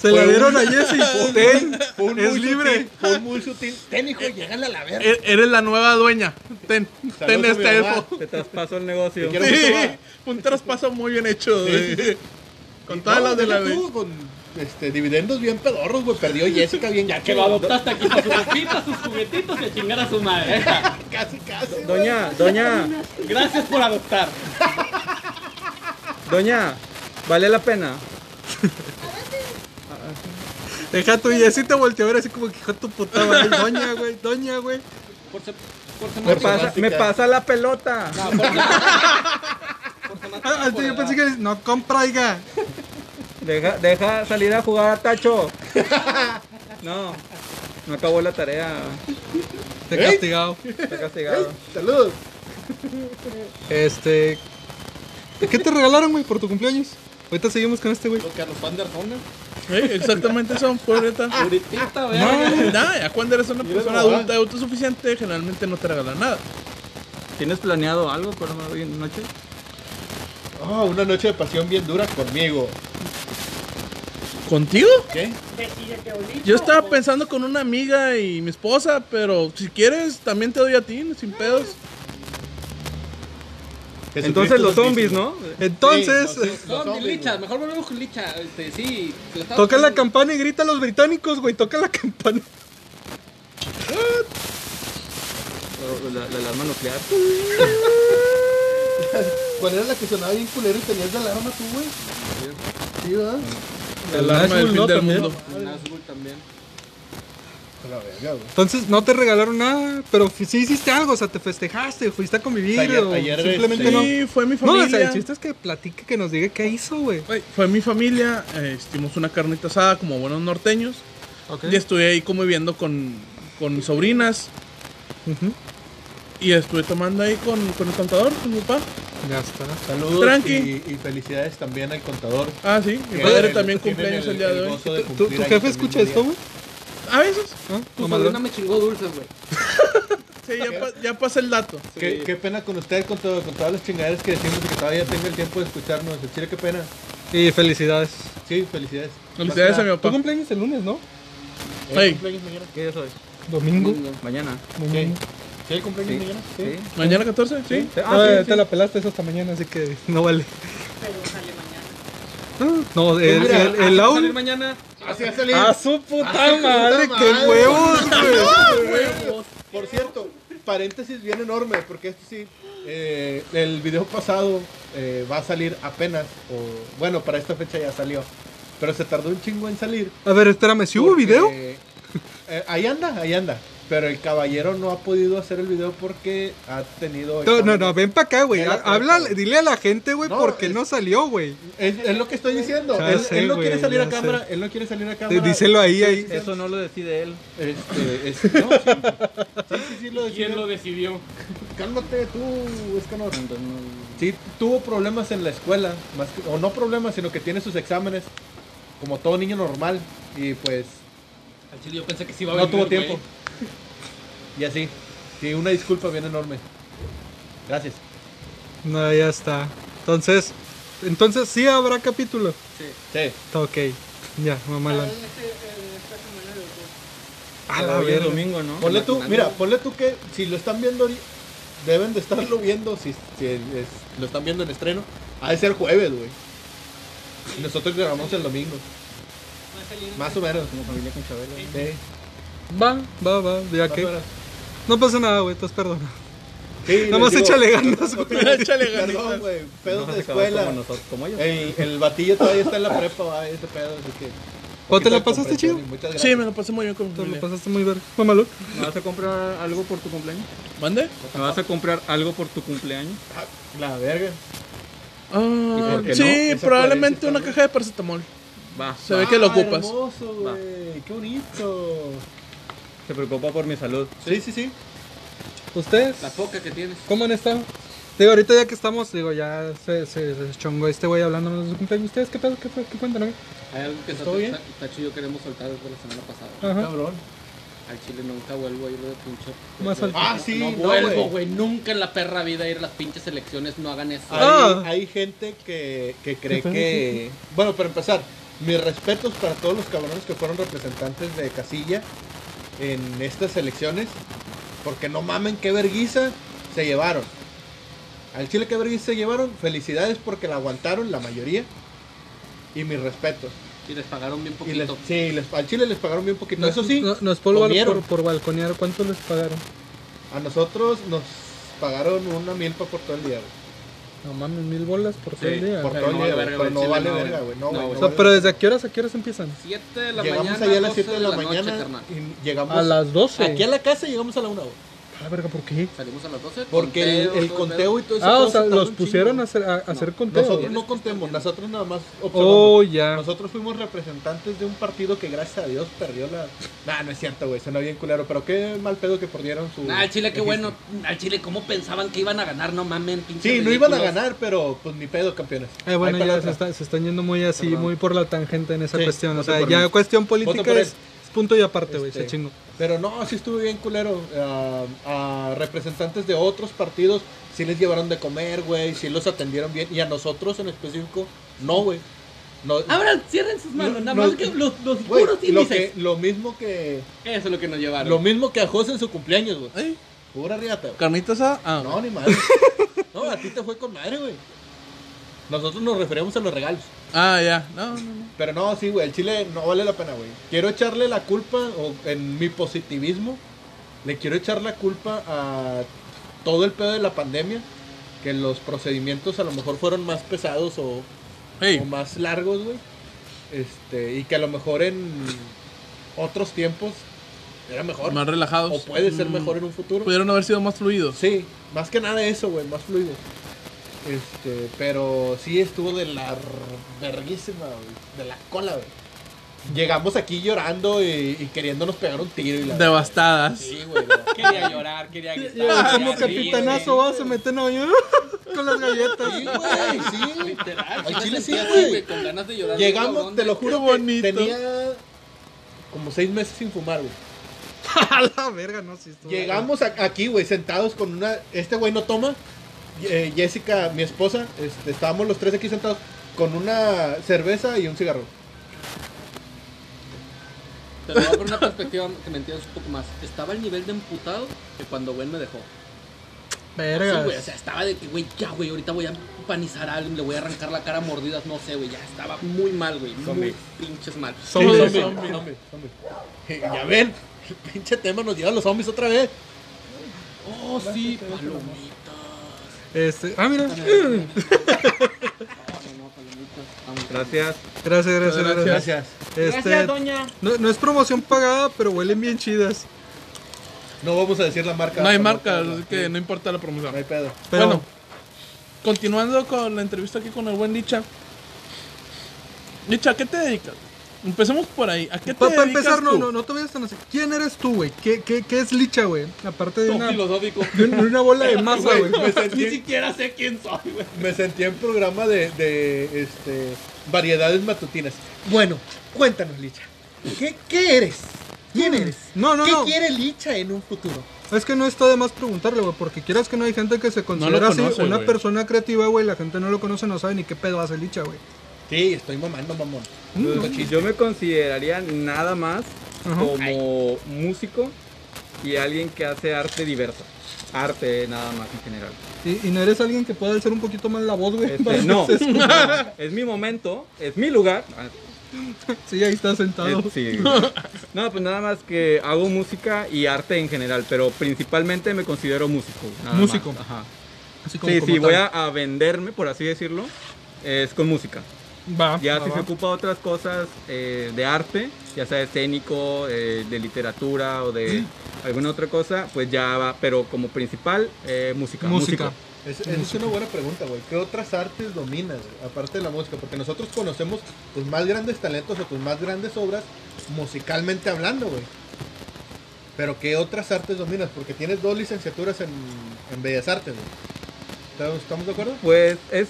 [SPEAKER 1] Se la
[SPEAKER 4] Fue
[SPEAKER 1] dieron
[SPEAKER 4] un-
[SPEAKER 1] a Jesse.
[SPEAKER 4] un-
[SPEAKER 1] Ten,
[SPEAKER 4] fue un
[SPEAKER 1] es
[SPEAKER 4] muy
[SPEAKER 1] libre.
[SPEAKER 4] sutil, fue un muy sutil. Ten, hijo, llégale a la verga.
[SPEAKER 2] E- eres la nueva dueña. Ten, ten
[SPEAKER 4] a mi
[SPEAKER 2] este
[SPEAKER 4] mamá.
[SPEAKER 2] elfo.
[SPEAKER 3] Te traspaso el negocio.
[SPEAKER 4] Te quiero-
[SPEAKER 2] Sí,
[SPEAKER 4] mamá.
[SPEAKER 2] un traspaso muy bien hecho. güey. Con todas
[SPEAKER 4] No,
[SPEAKER 2] las de la
[SPEAKER 4] deja
[SPEAKER 2] ley.
[SPEAKER 4] tú, Con este, dividendos bien pedorros, güey. Perdió Jessica bien
[SPEAKER 5] Ya que lo adoptaste aquí para sus ropitas, sus juguetitos y a chingar a su madre.
[SPEAKER 4] Casi, casi. güey.
[SPEAKER 3] Doña, doña,
[SPEAKER 5] Gracias por adoptar.
[SPEAKER 3] doña, ¿vale la pena?
[SPEAKER 1] Deja tu Jesse te volteó a ver así como que hijo de tu puta madre. Doña, güey. Doña, güey.
[SPEAKER 5] Por ser, por ser
[SPEAKER 3] Me
[SPEAKER 5] más
[SPEAKER 3] pasa, me pasa la pelota.
[SPEAKER 5] No, por ser- por ser más
[SPEAKER 1] Ah,
[SPEAKER 5] por
[SPEAKER 1] hasta yo
[SPEAKER 5] edad.
[SPEAKER 1] pensé que no compra, oiga.
[SPEAKER 3] Deja, deja salir a jugar a Tacho. No, no acabó la tarea.
[SPEAKER 1] Te
[SPEAKER 4] ¿Eh?
[SPEAKER 1] castigado.
[SPEAKER 3] Está castigado.
[SPEAKER 4] Saludos.
[SPEAKER 1] Este. ¿Qué te regalaron, güey, por tu cumpleaños? Ahorita seguimos con este, güey.
[SPEAKER 5] Los Carlos Van der Zona.
[SPEAKER 2] Sí, exactamente eso, fue neta.
[SPEAKER 5] Puritita, verga.
[SPEAKER 2] No, nada, ya cuando eres una persona
[SPEAKER 4] nomás.
[SPEAKER 2] adulta, autosuficiente, generalmente no te regalan nada.
[SPEAKER 3] ¿Tienes planeado algo para hoy en la noche?
[SPEAKER 4] Ah, una noche de pasión bien dura conmigo.
[SPEAKER 2] ¿Contigo?
[SPEAKER 4] ¿Qué?
[SPEAKER 6] Decídete ahorita.
[SPEAKER 2] Yo estaba pensando con una amiga y mi esposa, pero si quieres, también te doy a ti, sin pedos.
[SPEAKER 3] Entonces los zombies, ¿no?
[SPEAKER 1] Entonces,
[SPEAKER 4] Sí, no, sí.
[SPEAKER 5] Son
[SPEAKER 4] Los
[SPEAKER 5] mi
[SPEAKER 4] zombies,
[SPEAKER 5] licha,
[SPEAKER 4] güey.
[SPEAKER 5] mejor volvemos con licha. Este, sí. se lo estaba
[SPEAKER 1] toca la
[SPEAKER 5] poniendo.
[SPEAKER 1] campana y grita a los británicos, güey. Toca la *laughs* campana.
[SPEAKER 3] O La, la alarma nuclear.
[SPEAKER 4] ¿Cuál era la que sonaba bien culero y tenías de alarma tú, güey? Sí, ¿verdad?
[SPEAKER 2] El arma del
[SPEAKER 1] Nashville,
[SPEAKER 2] fin
[SPEAKER 1] ¿no?
[SPEAKER 2] del
[SPEAKER 1] También.
[SPEAKER 2] mundo.
[SPEAKER 5] Nazgul también.
[SPEAKER 4] A la verga, güey.
[SPEAKER 1] Entonces no te regalaron nada, pero f- sí hiciste algo, o sea, te festejaste, fuiste a convivir
[SPEAKER 4] Ayer-
[SPEAKER 1] o
[SPEAKER 4] ayer,
[SPEAKER 1] simplemente
[SPEAKER 4] este,
[SPEAKER 1] no.
[SPEAKER 2] Sí, fue mi
[SPEAKER 1] No,
[SPEAKER 2] familia.
[SPEAKER 1] o sea, el chiste es que platique, que nos diga qué hizo, güey.
[SPEAKER 2] Güey, Fue mi familia, eh, hicimos una carnita asada como buenos norteños. Y estuve ahí conviviendo con, con mis sobrinas.
[SPEAKER 1] Ujú.
[SPEAKER 2] Y estuve tomando ahí con, con el contador, con mi papá.
[SPEAKER 1] Ya está.
[SPEAKER 4] Saludos
[SPEAKER 2] Tranqui.
[SPEAKER 4] Y, y felicidades también al contador.
[SPEAKER 2] Ah, sí, mi
[SPEAKER 4] Que
[SPEAKER 2] padre
[SPEAKER 4] el-
[SPEAKER 2] también
[SPEAKER 4] tienen
[SPEAKER 2] cumpleaños el, día de hoy.
[SPEAKER 4] gozo de
[SPEAKER 1] ¿Tu,
[SPEAKER 4] cumplir
[SPEAKER 1] tu
[SPEAKER 4] años
[SPEAKER 1] jefe
[SPEAKER 4] el
[SPEAKER 1] escucha
[SPEAKER 4] mismo
[SPEAKER 1] esto,
[SPEAKER 4] día.
[SPEAKER 1] güey?
[SPEAKER 2] A veces,
[SPEAKER 1] ¿Ah?
[SPEAKER 5] Tu
[SPEAKER 1] Nomás
[SPEAKER 5] sobrina
[SPEAKER 1] lo-
[SPEAKER 5] me chingó dulces, güey.
[SPEAKER 2] sí, ya, pa- ya pasa el dato.
[SPEAKER 4] Qué, qué pena con usted, con, todo- con todas las chingaderas que decimos y que todavía tenga el tiempo de escucharnos. En Chile, qué pena.
[SPEAKER 1] Y felicidades.
[SPEAKER 4] Sí, felicidades.
[SPEAKER 2] Felicidades a mi
[SPEAKER 1] Tu
[SPEAKER 2] papá.
[SPEAKER 1] cumpleaños el lunes, ¿no?
[SPEAKER 2] Ey,
[SPEAKER 3] ¿Qué día es hoy?
[SPEAKER 1] Domingo.
[SPEAKER 3] Mañana.
[SPEAKER 1] Mañana.
[SPEAKER 4] ¿Sí hay cumpleaños
[SPEAKER 3] Sí. ¿Sí?
[SPEAKER 4] mañana?
[SPEAKER 2] ¿Mañana 14? Sí.
[SPEAKER 3] Ah,
[SPEAKER 1] Ah,
[SPEAKER 3] sí,
[SPEAKER 1] te
[SPEAKER 3] sí.
[SPEAKER 1] la pelaste eso hasta mañana, así que no vale.
[SPEAKER 6] Pero sale mañana.
[SPEAKER 1] Ah, No, el,
[SPEAKER 4] mira,
[SPEAKER 1] el, el
[SPEAKER 5] Vamos a
[SPEAKER 1] audio-
[SPEAKER 5] salir mañana.
[SPEAKER 4] Así ha salido.
[SPEAKER 1] A su puta
[SPEAKER 4] A Ah, su puta
[SPEAKER 1] madre, qué
[SPEAKER 4] madre.
[SPEAKER 1] huevos, güey.
[SPEAKER 4] Por cierto, paréntesis bien enorme, porque esto sí, eh, el video pasado eh, va a salir apenas, o bueno, para esta fecha ya salió, pero se tardó un chingo en salir.
[SPEAKER 1] A ver, espérame, ¿si hubo
[SPEAKER 4] porque-
[SPEAKER 1] video?
[SPEAKER 4] eh, ahí anda, ahí anda. Pero el caballero no ha podido hacer el video porque ha tenido.
[SPEAKER 1] No, no, no, ven para acá, güey.
[SPEAKER 4] Ya la
[SPEAKER 1] Ha- Habla,
[SPEAKER 4] cuenta, güey.
[SPEAKER 1] dile a la gente, güey,
[SPEAKER 4] No,
[SPEAKER 1] porque
[SPEAKER 4] es-
[SPEAKER 1] no salió, güey.
[SPEAKER 4] Es, es lo que estoy diciendo.
[SPEAKER 1] Ya
[SPEAKER 4] él,
[SPEAKER 1] sé,
[SPEAKER 4] él no
[SPEAKER 1] güey,
[SPEAKER 4] quiere salir a
[SPEAKER 1] ya sé.
[SPEAKER 4] cámara. Él no quiere salir a cámara.
[SPEAKER 1] Díselo ahí, ahí.
[SPEAKER 3] Eso no lo decide él.
[SPEAKER 4] Este, *laughs* es, no, sí. Sí, sí, sí, lo
[SPEAKER 5] ¿Quién
[SPEAKER 4] decidió.
[SPEAKER 5] lo decidió?
[SPEAKER 4] Cálmate tú, Escanor. Sí, tuvo problemas en la escuela, más que- o no problemas, sino que tiene sus exámenes, como todo niño normal, y pues
[SPEAKER 5] Al chile yo pensé que sí iba a
[SPEAKER 4] no
[SPEAKER 5] venir,
[SPEAKER 4] tuvo
[SPEAKER 5] güey.
[SPEAKER 4] tiempo. *laughs* Y así, sí, una disculpa bien enorme. Gracias.
[SPEAKER 1] No, ya está. Entonces, entonces sí habrá capítulo.
[SPEAKER 4] Sí,
[SPEAKER 1] Está Ok, ya, mamalón.
[SPEAKER 6] Este, eh, esta
[SPEAKER 1] A
[SPEAKER 6] semana los dos.
[SPEAKER 3] Pero
[SPEAKER 1] la
[SPEAKER 3] hoy es
[SPEAKER 1] verga.
[SPEAKER 3] domingo, ¿no?
[SPEAKER 4] ponle tú, mira, ponle tú que si lo están viendo, ahorita, deben de estarlo viendo, si, si es- lo están viendo en estreno, ha de ser jueves, güey. Y Nosotros grabamos el domingo,
[SPEAKER 5] Va a salir
[SPEAKER 4] más o menos.
[SPEAKER 3] Como familia con Chabelo.
[SPEAKER 4] Sí,
[SPEAKER 1] Va, va, va. Ya
[SPEAKER 4] más o
[SPEAKER 1] que.
[SPEAKER 4] menos.
[SPEAKER 1] No pasa nada, güey, estás perdonado.
[SPEAKER 4] Sí,
[SPEAKER 1] Nada más
[SPEAKER 4] les digo,
[SPEAKER 1] échale ganas,
[SPEAKER 4] *laughs*
[SPEAKER 1] güey.
[SPEAKER 2] Échale
[SPEAKER 4] Perdón,
[SPEAKER 2] ganitas.
[SPEAKER 4] güey, pedos
[SPEAKER 3] Vamos
[SPEAKER 4] de
[SPEAKER 3] a acabar
[SPEAKER 4] escuela.
[SPEAKER 3] Como, nosotros, como ellos.
[SPEAKER 4] El, el batillo todavía está en la prepa, va, ese pedo, así que...
[SPEAKER 1] ¿O te la
[SPEAKER 4] poquito de
[SPEAKER 1] pasaste chido?
[SPEAKER 4] comprensión y Muchas gracias.
[SPEAKER 2] Sí, me lo pasé muy bien con mi
[SPEAKER 1] Te lo
[SPEAKER 2] familia.
[SPEAKER 1] pasaste muy verga. Mamalón.
[SPEAKER 3] ¿Me vas a comprar algo por tu cumpleaños?
[SPEAKER 2] ¿Mande?
[SPEAKER 3] ¿Me vas a comprar algo por tu cumpleaños?
[SPEAKER 4] Ah, La verga.
[SPEAKER 2] Ah,
[SPEAKER 3] por qué no?
[SPEAKER 2] sí,
[SPEAKER 4] Esa
[SPEAKER 2] probablemente
[SPEAKER 4] coherencia
[SPEAKER 2] una
[SPEAKER 4] está
[SPEAKER 2] caja de paracetamol.
[SPEAKER 3] Va.
[SPEAKER 2] Se ve que lo
[SPEAKER 4] Ah,
[SPEAKER 2] ocupas.
[SPEAKER 4] hermoso,
[SPEAKER 3] Va.
[SPEAKER 4] güey, qué bonito.
[SPEAKER 3] Se preocupa por mi salud.
[SPEAKER 4] Sí, sí, sí.
[SPEAKER 1] ¿Ustedes?
[SPEAKER 5] la poca que tienes.
[SPEAKER 1] ¿Cómo han estado? Digo, ahorita ya que estamos, digo, ya se, se, se chongó este güey hablando de su cumpleaños. ¿Ustedes qué pedo? ¿Qué, fue? ¿Qué cuentan, güey?
[SPEAKER 5] Hay algo que
[SPEAKER 4] ¿Todo bien? Ah.
[SPEAKER 5] Tacho, Tacho y yo queremos soltar desde la semana pasada.
[SPEAKER 1] Ajá.
[SPEAKER 4] Cabrón.
[SPEAKER 5] Al chile nunca vuelvo a ir de pinche.
[SPEAKER 1] Más al-
[SPEAKER 4] Ah, sí,
[SPEAKER 5] no,
[SPEAKER 4] no,
[SPEAKER 5] vuelvo,
[SPEAKER 4] güey.
[SPEAKER 5] güey. Nunca en la perra vida ir a las pinches elecciones. No hagan eso.
[SPEAKER 4] Hay,
[SPEAKER 1] Ah.
[SPEAKER 4] hay gente que, que cree que... Bueno, para empezar, mis respetos para todos los cabrones que fueron representantes de casilla en estas elecciones. Porque no mamen, qué verguiza se llevaron. Al Chile qué vergüenza se llevaron. Felicidades porque la aguantaron la mayoría. Y mis respetos.
[SPEAKER 5] Y les pagaron bien
[SPEAKER 4] Y les,
[SPEAKER 5] poquito.
[SPEAKER 4] sí, les- al Chile les pagaron bien poquito.
[SPEAKER 1] No,
[SPEAKER 4] Eso sí,
[SPEAKER 1] No, no es polvo
[SPEAKER 4] comieron.
[SPEAKER 1] por, por balconear. ¿Cuánto les pagaron?
[SPEAKER 4] a nosotros nos pagaron una milpa por todo el día. güey.
[SPEAKER 1] No mames, mil bolas por todo
[SPEAKER 5] Sí,
[SPEAKER 1] el día.
[SPEAKER 4] Por
[SPEAKER 5] Pero
[SPEAKER 4] todo el
[SPEAKER 5] no
[SPEAKER 4] día,
[SPEAKER 5] vale
[SPEAKER 4] güey,
[SPEAKER 5] verga,
[SPEAKER 4] pero
[SPEAKER 5] güey,
[SPEAKER 4] no
[SPEAKER 5] Chile
[SPEAKER 4] vale
[SPEAKER 5] no,
[SPEAKER 4] verga,
[SPEAKER 5] güey.
[SPEAKER 4] güey. No,
[SPEAKER 5] No,
[SPEAKER 4] güey,
[SPEAKER 5] güey.
[SPEAKER 1] O
[SPEAKER 4] no
[SPEAKER 1] sea,
[SPEAKER 4] vale
[SPEAKER 1] pero
[SPEAKER 4] verga.
[SPEAKER 1] ¿desde a qué horas a qué horas empiezan?
[SPEAKER 5] 7 de la
[SPEAKER 4] Llegamos
[SPEAKER 5] mañana.
[SPEAKER 4] allá a las
[SPEAKER 5] 12
[SPEAKER 4] 7 de la, mañana
[SPEAKER 5] noche, carnal.
[SPEAKER 4] y llegamos
[SPEAKER 1] A las 12.
[SPEAKER 4] Pues, aquí a la casa y llegamos a la 1, güey.
[SPEAKER 1] Ah, verga, ¿por qué?
[SPEAKER 5] Salimos a las 12.
[SPEAKER 4] Porque el-
[SPEAKER 5] conteo,
[SPEAKER 4] el,
[SPEAKER 5] todo
[SPEAKER 4] conteo y todo eso.
[SPEAKER 1] Ah, o sea, los pusieron a hacer, a, a hacer conteo.
[SPEAKER 4] Nosotros no contemos, nosotros nada más observamos.
[SPEAKER 1] Oh, ya.
[SPEAKER 4] Nosotros fuimos representantes de un partido que gracias a Dios perdió la... Nah, no es cierto, güey, suena bien culero, pero qué mal pedo que perdieron su...
[SPEAKER 5] pedo. Nah, Ah, al chile, qué
[SPEAKER 4] registro.
[SPEAKER 5] bueno. Al chile, ¿cómo pensaban que iban a ganar? No mamen, pinche.
[SPEAKER 4] Sí, no iban a
[SPEAKER 5] ridículos.
[SPEAKER 4] ganar, pero pues ni pedo, campeones.
[SPEAKER 1] Eh, bueno,
[SPEAKER 4] Ahí
[SPEAKER 1] ya
[SPEAKER 4] para la
[SPEAKER 1] se,
[SPEAKER 4] otra.
[SPEAKER 1] está- se están yendo muy así,
[SPEAKER 4] Perdón.
[SPEAKER 1] muy por la tangente en esa
[SPEAKER 4] Sí,
[SPEAKER 1] cuestión. O
[SPEAKER 4] voto
[SPEAKER 1] sea,
[SPEAKER 4] por
[SPEAKER 1] ya
[SPEAKER 4] mí.
[SPEAKER 1] cuestión
[SPEAKER 4] Voto
[SPEAKER 1] política
[SPEAKER 4] por
[SPEAKER 1] es,
[SPEAKER 4] él.
[SPEAKER 1] es punto y aparte, güey. Se
[SPEAKER 4] Este,
[SPEAKER 1] chingo.
[SPEAKER 4] Pero no, sí estuvo bien culero. A, a representantes de otros partidos sí les llevaron de comer, güey, sí los atendieron bien. Y a nosotros en específico, no, güey. No,
[SPEAKER 5] Abran, cierren sus manos.
[SPEAKER 4] No,
[SPEAKER 5] nada
[SPEAKER 4] no,
[SPEAKER 5] más que los, los
[SPEAKER 4] güey,
[SPEAKER 5] Ah, puros
[SPEAKER 4] lo,
[SPEAKER 5] índices.
[SPEAKER 4] que, lo mismo que
[SPEAKER 5] Eso es lo que nos llevaron.
[SPEAKER 4] lo mismo que a José en su cumpleaños, güey.
[SPEAKER 2] ¿Eh?
[SPEAKER 4] Pura riata, güey.
[SPEAKER 2] ¿Carnita asada? Ah,
[SPEAKER 4] No, ni madre. No, a ti te fue con madre, güey. Nosotros nos referimos a los regalos.
[SPEAKER 2] ah ya. No, no, no.
[SPEAKER 4] Pero no, sí, güey, el Chile no vale la pena, güey. Quiero echarle la culpa, o en mi positivismo, le quiero echar la culpa a todo el pedo de la pandemia, que los procedimientos a lo mejor fueron más pesados o, o
[SPEAKER 2] Hey,
[SPEAKER 4] más largos, güey. Este, y que a lo mejor en otros tiempos era mejor.
[SPEAKER 2] más relajados.
[SPEAKER 4] o puede ser
[SPEAKER 2] Mm,
[SPEAKER 4] mejor en un futuro.
[SPEAKER 2] Pudieron haber sido más fluidos.
[SPEAKER 4] Sí, más que nada eso, güey, más fluido. Este, pero sí estuvo de la r- verguísima, güey, de la cola, güey. Llegamos aquí llorando y, y queriéndonos pegar un tiro y la
[SPEAKER 2] Devastadas.
[SPEAKER 4] Sí, güey. no.
[SPEAKER 5] Quería llorar, quería gritar.
[SPEAKER 1] Ya,
[SPEAKER 5] quería
[SPEAKER 1] como
[SPEAKER 5] reír,
[SPEAKER 1] capitanazo vas a meter a bañar *laughs* con las galletas.
[SPEAKER 4] Sí, güey, sí.
[SPEAKER 5] *laughs* Literal,
[SPEAKER 4] Al
[SPEAKER 5] me
[SPEAKER 4] chile sí,
[SPEAKER 5] sentía así,
[SPEAKER 4] güey.
[SPEAKER 5] Con ganas de llorar.
[SPEAKER 4] Llegamos,
[SPEAKER 5] cabrón,
[SPEAKER 4] te
[SPEAKER 5] de-
[SPEAKER 4] lo juro,
[SPEAKER 2] Qué
[SPEAKER 4] que
[SPEAKER 2] bonito.
[SPEAKER 4] tenía como seis meses sin fumar, güey.
[SPEAKER 1] *laughs* A la verga, no, si estuvo.
[SPEAKER 4] Llegamos a- aquí, güey, sentados con una. Este güey no toma. eh, Jessica, mi esposa, este, estábamos los tres aquí sentados con una cerveza y un cigarro.
[SPEAKER 5] Te lo voy a poner
[SPEAKER 4] *laughs*
[SPEAKER 5] una perspectiva que me entiendas un poco más. Estaba al nivel de emputado que cuando Gwen me dejó. Sí,
[SPEAKER 1] Vergas.
[SPEAKER 5] güey, o sea, estaba de que, güey, ya, güey, ahorita voy a panizar a alguien, le voy a arrancar la cara a mordidas, no sé, güey, ya estaba muy mal, güey, muy
[SPEAKER 3] Zombie.
[SPEAKER 5] pinches mal.
[SPEAKER 1] Zombie,
[SPEAKER 5] Sí,
[SPEAKER 1] zombie.
[SPEAKER 5] zombie, zombie.
[SPEAKER 4] Ya ven, el *laughs* pinche tema nos lleva a los zombies otra vez.
[SPEAKER 5] Oh, sí, palomitas.
[SPEAKER 1] Este, ah, mira.
[SPEAKER 5] No, no, no, palomitas. Vamos.
[SPEAKER 3] Gracias.
[SPEAKER 1] Gracias, gracias, gracias.
[SPEAKER 4] Gracias.
[SPEAKER 1] Este,
[SPEAKER 7] Gracias, doña.
[SPEAKER 1] no, no es promoción pagada, pero huelen bien chidas.
[SPEAKER 4] No vamos a decir la marca.
[SPEAKER 2] No hay
[SPEAKER 4] para
[SPEAKER 2] marcas,
[SPEAKER 4] matarla.
[SPEAKER 2] así que no importa la
[SPEAKER 4] No
[SPEAKER 2] promoción.
[SPEAKER 4] hay pedo.
[SPEAKER 1] Pero
[SPEAKER 2] Bueno, continuando con la entrevista aquí con el buen Licha. Licha, ¿a qué te dedicas? Empecemos por ahí. ¿A qué te
[SPEAKER 1] para
[SPEAKER 2] dedicas
[SPEAKER 1] empezar, no,
[SPEAKER 2] tú?
[SPEAKER 1] no, no te vayas tan así. ¿Quién eres tú, güey? ¿Qué, qué, qué es Licha, güey? Aparte de
[SPEAKER 4] Tú,
[SPEAKER 1] una,
[SPEAKER 4] *laughs* filosófico.
[SPEAKER 1] de un- de una bola de masa, güey.
[SPEAKER 4] Güey,
[SPEAKER 2] pues.
[SPEAKER 4] me
[SPEAKER 5] Ni
[SPEAKER 4] sentí,
[SPEAKER 5] siquiera sé quién soy, güey.
[SPEAKER 4] me sentí en programa de, de, este, variedades matutinas. Bueno, cuéntanos, Licha. ¿Qué, qué eres? ¿Quién eres?
[SPEAKER 1] No, no,
[SPEAKER 4] ¿Qué
[SPEAKER 1] no.
[SPEAKER 4] quiere Licha en un futuro?
[SPEAKER 1] Es que no está de más preguntarle, güey, porque quieras que no hay gente que se considera así.
[SPEAKER 2] conoce,
[SPEAKER 1] Una
[SPEAKER 2] güey.
[SPEAKER 1] persona creativa, güey, la gente no lo conoce, no sabe ni qué pedo hace Licha, güey.
[SPEAKER 4] Sí, estoy mamando, mamón.
[SPEAKER 3] Yo me consideraría nada más
[SPEAKER 1] Mm. Ajá.
[SPEAKER 3] como músico y alguien que hace arte diverso. Arte nada más en general.
[SPEAKER 1] Y, y no eres alguien que pueda alzar un poquito más la voz, güey.
[SPEAKER 3] Este, no, no, es mi momento, es mi lugar. Ah,
[SPEAKER 1] *laughs* Sí, ahí está sentado.
[SPEAKER 3] eh,
[SPEAKER 1] *laughs*
[SPEAKER 3] sí. No, pues nada más que hago música y arte en general, pero principalmente me considero músico. nada más.
[SPEAKER 1] Músico.
[SPEAKER 3] Ajá.
[SPEAKER 1] Así como-
[SPEAKER 3] Sí,
[SPEAKER 1] como
[SPEAKER 3] sí, voy
[SPEAKER 1] tal.
[SPEAKER 3] a, a venderme, por así decirlo, es con música.
[SPEAKER 1] Va,
[SPEAKER 3] Ya
[SPEAKER 1] va,
[SPEAKER 3] si
[SPEAKER 1] va.
[SPEAKER 3] se ocupa otras cosas eh, de arte, ya sea escénico, eh, de literatura o de alguna otra cosa, pues ya va, pero como principal, eh, música.
[SPEAKER 1] Música.
[SPEAKER 3] músico.
[SPEAKER 4] Es, esa es una buena pregunta, güey. ¿Qué otras artes dominas, güey? aparte de la música? Porque nosotros conocemos tus más grandes talentos o tus más grandes obras musicalmente hablando, güey. Pero ¿qué otras artes dominas? Porque tienes dos licenciaturas en, en Bellas Artes, güey. ¿Estamos, estamos de acuerdo?
[SPEAKER 3] Pues es,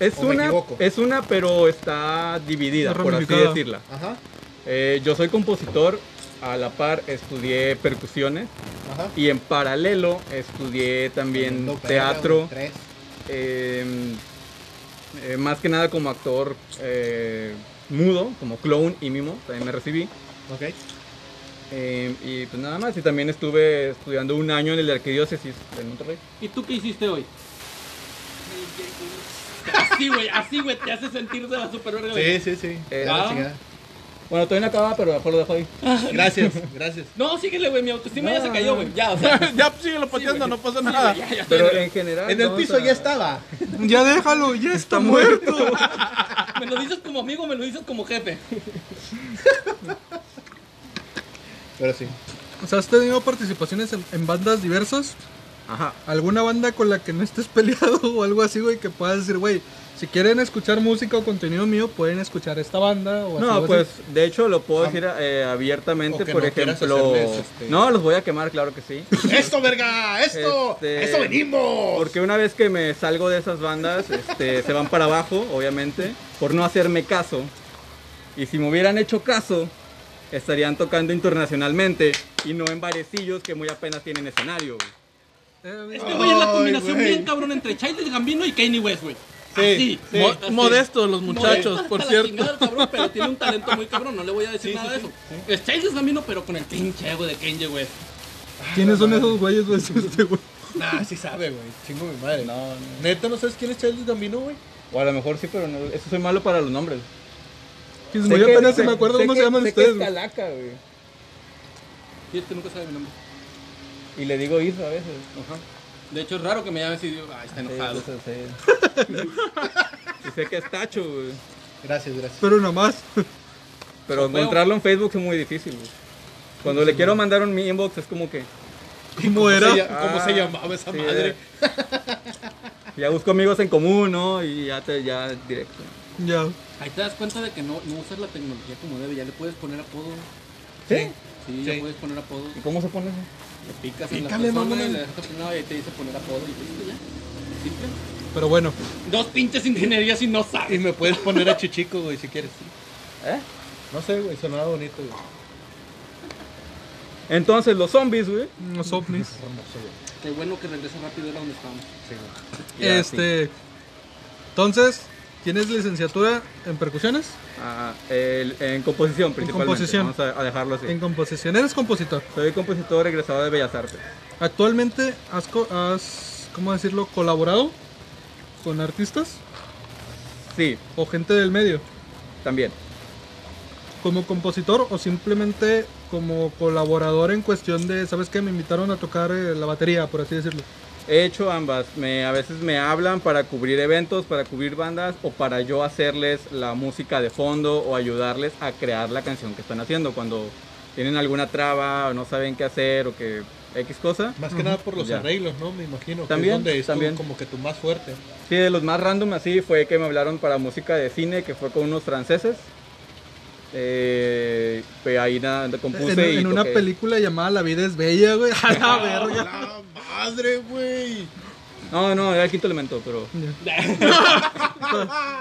[SPEAKER 3] es,
[SPEAKER 4] ¿O me
[SPEAKER 3] una,
[SPEAKER 4] equivoco?
[SPEAKER 3] es una, pero está dividida,
[SPEAKER 1] Está
[SPEAKER 3] por así
[SPEAKER 1] ramificada.
[SPEAKER 3] decirla.
[SPEAKER 4] Ajá,
[SPEAKER 3] Eh, yo soy compositor, a la par estudié percusiones
[SPEAKER 4] ajá.
[SPEAKER 3] y en paralelo estudié también
[SPEAKER 4] Tremendo perra, güey,
[SPEAKER 3] teatro.
[SPEAKER 4] tres.
[SPEAKER 3] eh, eh, más que nada como actor eh, mudo, como clown y mimo, también me recibí.
[SPEAKER 4] Ok.
[SPEAKER 3] Eh, y pues nada más, y también estuve estudiando un año en el de arquidiócesis en Monterrey.
[SPEAKER 5] ¿Y tú qué hiciste hoy? Así, güey, así, güey, te hace sentir de la superverga, güey.
[SPEAKER 4] Sí, sí, sí.
[SPEAKER 3] Eh,
[SPEAKER 4] Ya la
[SPEAKER 5] ah.
[SPEAKER 4] chingada.
[SPEAKER 3] Bueno, todavía no acababa, pero mejor lo dejo
[SPEAKER 4] *laughs*
[SPEAKER 3] ahí.
[SPEAKER 4] Gracias, gracias.
[SPEAKER 5] No, síguele, güey, mi autoestima ya se cayó, güey. Ya, o sea. *laughs* sí,
[SPEAKER 2] *laughs* ya, pues, síguelo pateando,
[SPEAKER 5] güey.
[SPEAKER 2] no pasa
[SPEAKER 5] güey,
[SPEAKER 2] nada.
[SPEAKER 5] ya, ya,
[SPEAKER 3] Pero
[SPEAKER 5] ya,
[SPEAKER 3] en general...
[SPEAKER 4] En el
[SPEAKER 3] vamos
[SPEAKER 4] piso
[SPEAKER 3] a-
[SPEAKER 4] ya estaba.
[SPEAKER 1] Ya déjalo, ya está muerto.
[SPEAKER 5] Me lo dices como amigo, me lo dices como jefe.
[SPEAKER 4] Pero sí.
[SPEAKER 1] O sea, has tenido participaciones en, en bandas diversas.
[SPEAKER 3] Ajá.
[SPEAKER 1] ¿Alguna banda con la que no estés *laughs* peleado o algo así, güey, que puedas decir, güey, si quieren escuchar música o contenido mío, pueden escuchar esta banda o así, o
[SPEAKER 3] No,
[SPEAKER 1] así?
[SPEAKER 3] pues de hecho lo puedo
[SPEAKER 4] Ah.
[SPEAKER 3] decir eh, abiertamente,
[SPEAKER 4] O que
[SPEAKER 3] por
[SPEAKER 4] no quieras
[SPEAKER 3] ejemplo...
[SPEAKER 4] hacerles, este-
[SPEAKER 3] No, los voy a quemar, claro que sí.
[SPEAKER 4] ¡Esto, verga! ¡Esto!
[SPEAKER 3] Este-
[SPEAKER 4] ¡Eso venimos!
[SPEAKER 3] Porque una vez que me salgo de esas bandas, este, se van para abajo, obviamente, por no hacerme caso. Y si me hubieran hecho caso, estarían tocando internacionalmente y no en barecillos que muy apenas tienen escenario. güey.
[SPEAKER 1] Eh,
[SPEAKER 5] Este güey es la
[SPEAKER 4] Ay,
[SPEAKER 5] combinación
[SPEAKER 4] güey.
[SPEAKER 5] bien cabrón entre Childish Gambino y Kanye West, güey.
[SPEAKER 4] Sí,
[SPEAKER 5] Así.
[SPEAKER 4] sí.
[SPEAKER 2] Mo-
[SPEAKER 5] así.
[SPEAKER 2] modestos los
[SPEAKER 5] Modesto
[SPEAKER 2] muchachos,
[SPEAKER 5] hasta
[SPEAKER 2] por
[SPEAKER 5] la
[SPEAKER 2] cierto.
[SPEAKER 5] chingada el cabrón, pero tiene un talento muy cabrón, no le voy a decir nada de eso. Es Childish Gambino, pero con el pinche ego de Kanye West.
[SPEAKER 1] ¿Quiénes son esos güeyes, güey? *laughs* Este, güey?
[SPEAKER 4] Nah, sí sabe, güey. Chingo mi madre. Neta, ¿no sabes quién es Charles Gambino, güey?
[SPEAKER 3] O a lo mejor sí, pero no, eso soy malo para los nombres.
[SPEAKER 1] Que Muy
[SPEAKER 3] Sé que-
[SPEAKER 1] apenas se
[SPEAKER 3] sé-
[SPEAKER 1] me acuerdo
[SPEAKER 3] sé
[SPEAKER 1] cómo
[SPEAKER 3] que-
[SPEAKER 1] se llaman
[SPEAKER 3] sé que
[SPEAKER 1] ustedes,
[SPEAKER 3] es
[SPEAKER 1] güey.
[SPEAKER 3] Calaca, güey.
[SPEAKER 5] Y este nunca sabe mi nombre.
[SPEAKER 3] Y le digo Isa a veces. Ajá.
[SPEAKER 5] De hecho, es raro que me llames y digo, ay, está enojado.
[SPEAKER 3] Sí, sí. y sé que es Tacho, güey.
[SPEAKER 4] Gracias, gracias.
[SPEAKER 1] Pero
[SPEAKER 3] *laughs*
[SPEAKER 1] nomás.
[SPEAKER 3] Pero
[SPEAKER 5] Son feo.
[SPEAKER 3] encontrarlo en Facebook es muy difícil, güey. Cuando le quiero mandar un mi inbox es como que...
[SPEAKER 1] ¿Cómo
[SPEAKER 4] ¿Cómo, se,
[SPEAKER 1] era?
[SPEAKER 4] lla- cómo se
[SPEAKER 3] Ah,
[SPEAKER 4] llamaba esa
[SPEAKER 3] sí, eh.
[SPEAKER 4] madre?
[SPEAKER 3] Ya busco amigos en común, ¿no? Y ya te, ya directo.
[SPEAKER 1] Ya.
[SPEAKER 5] Ahí te das cuenta de que no, no usas la tecnología como debe, ya le puedes poner apodo.
[SPEAKER 3] ¿Sí?
[SPEAKER 5] Sí,
[SPEAKER 4] Sí.
[SPEAKER 5] ya puedes poner apodo.
[SPEAKER 3] ¿Y cómo se pone eso?
[SPEAKER 5] Le picas en la
[SPEAKER 4] Pícale,
[SPEAKER 5] persona
[SPEAKER 4] mamona.
[SPEAKER 5] y le dejas aprendido y te dice poner apodo y listo ya. Simple.
[SPEAKER 1] Pero bueno,
[SPEAKER 5] Dos pinches ingenierías y no
[SPEAKER 4] Y
[SPEAKER 5] sabes.
[SPEAKER 4] me puedes poner a Chichico, güey, si quieres.
[SPEAKER 3] ¿Eh?
[SPEAKER 4] No sé, güey, sonaba bonito, güey.
[SPEAKER 3] Entonces, los zombies, güey.
[SPEAKER 1] los ovnis.
[SPEAKER 4] Hermoso, güey.
[SPEAKER 5] Qué bueno que regresa rápido era donde estábamos.
[SPEAKER 4] Sí, güey.
[SPEAKER 3] Ya, sí.
[SPEAKER 1] este. Entonces, ¿tienes licenciatura en percusiones?
[SPEAKER 3] Ah, el- en composición, principalmente.
[SPEAKER 1] composición.
[SPEAKER 3] Vamos a, a dejarlo así.
[SPEAKER 1] En composición. Eres compositor.
[SPEAKER 3] Soy compositor egresado de Bellas Artes.
[SPEAKER 1] Actualmente has, co- has, ¿cómo decirlo? Colaborado con artistas
[SPEAKER 3] Sí,
[SPEAKER 1] o gente del medio.
[SPEAKER 3] también.
[SPEAKER 1] Como compositor o simplemente como colaborador en cuestión de, ¿sabes qué? Me invitaron a tocar eh, la batería, por así decirlo.
[SPEAKER 3] He hecho ambas. Me, a veces me hablan para cubrir eventos, para cubrir bandas o para yo hacerles la música de fondo o ayudarles a crear la canción que están haciendo cuando tienen alguna traba o no saben qué hacer o que X cosa.
[SPEAKER 4] Más que nada por los
[SPEAKER 3] Ya.
[SPEAKER 4] arreglos, ¿no? Me imagino. que es
[SPEAKER 3] También,
[SPEAKER 4] donde es tu-
[SPEAKER 3] también.
[SPEAKER 4] como que tu más fuerte.
[SPEAKER 3] Sí, de los más random así fue que me hablaron para música de cine, que fue con unos franceses. Eh, pues ahí nada, compuse
[SPEAKER 1] En,
[SPEAKER 3] y
[SPEAKER 1] en una
[SPEAKER 3] toqué.
[SPEAKER 1] película llamada La vida es bella, güey. *laughs* A la verga.
[SPEAKER 4] ¡La madre, güey!
[SPEAKER 3] No, no, era el quinto elemento, pero...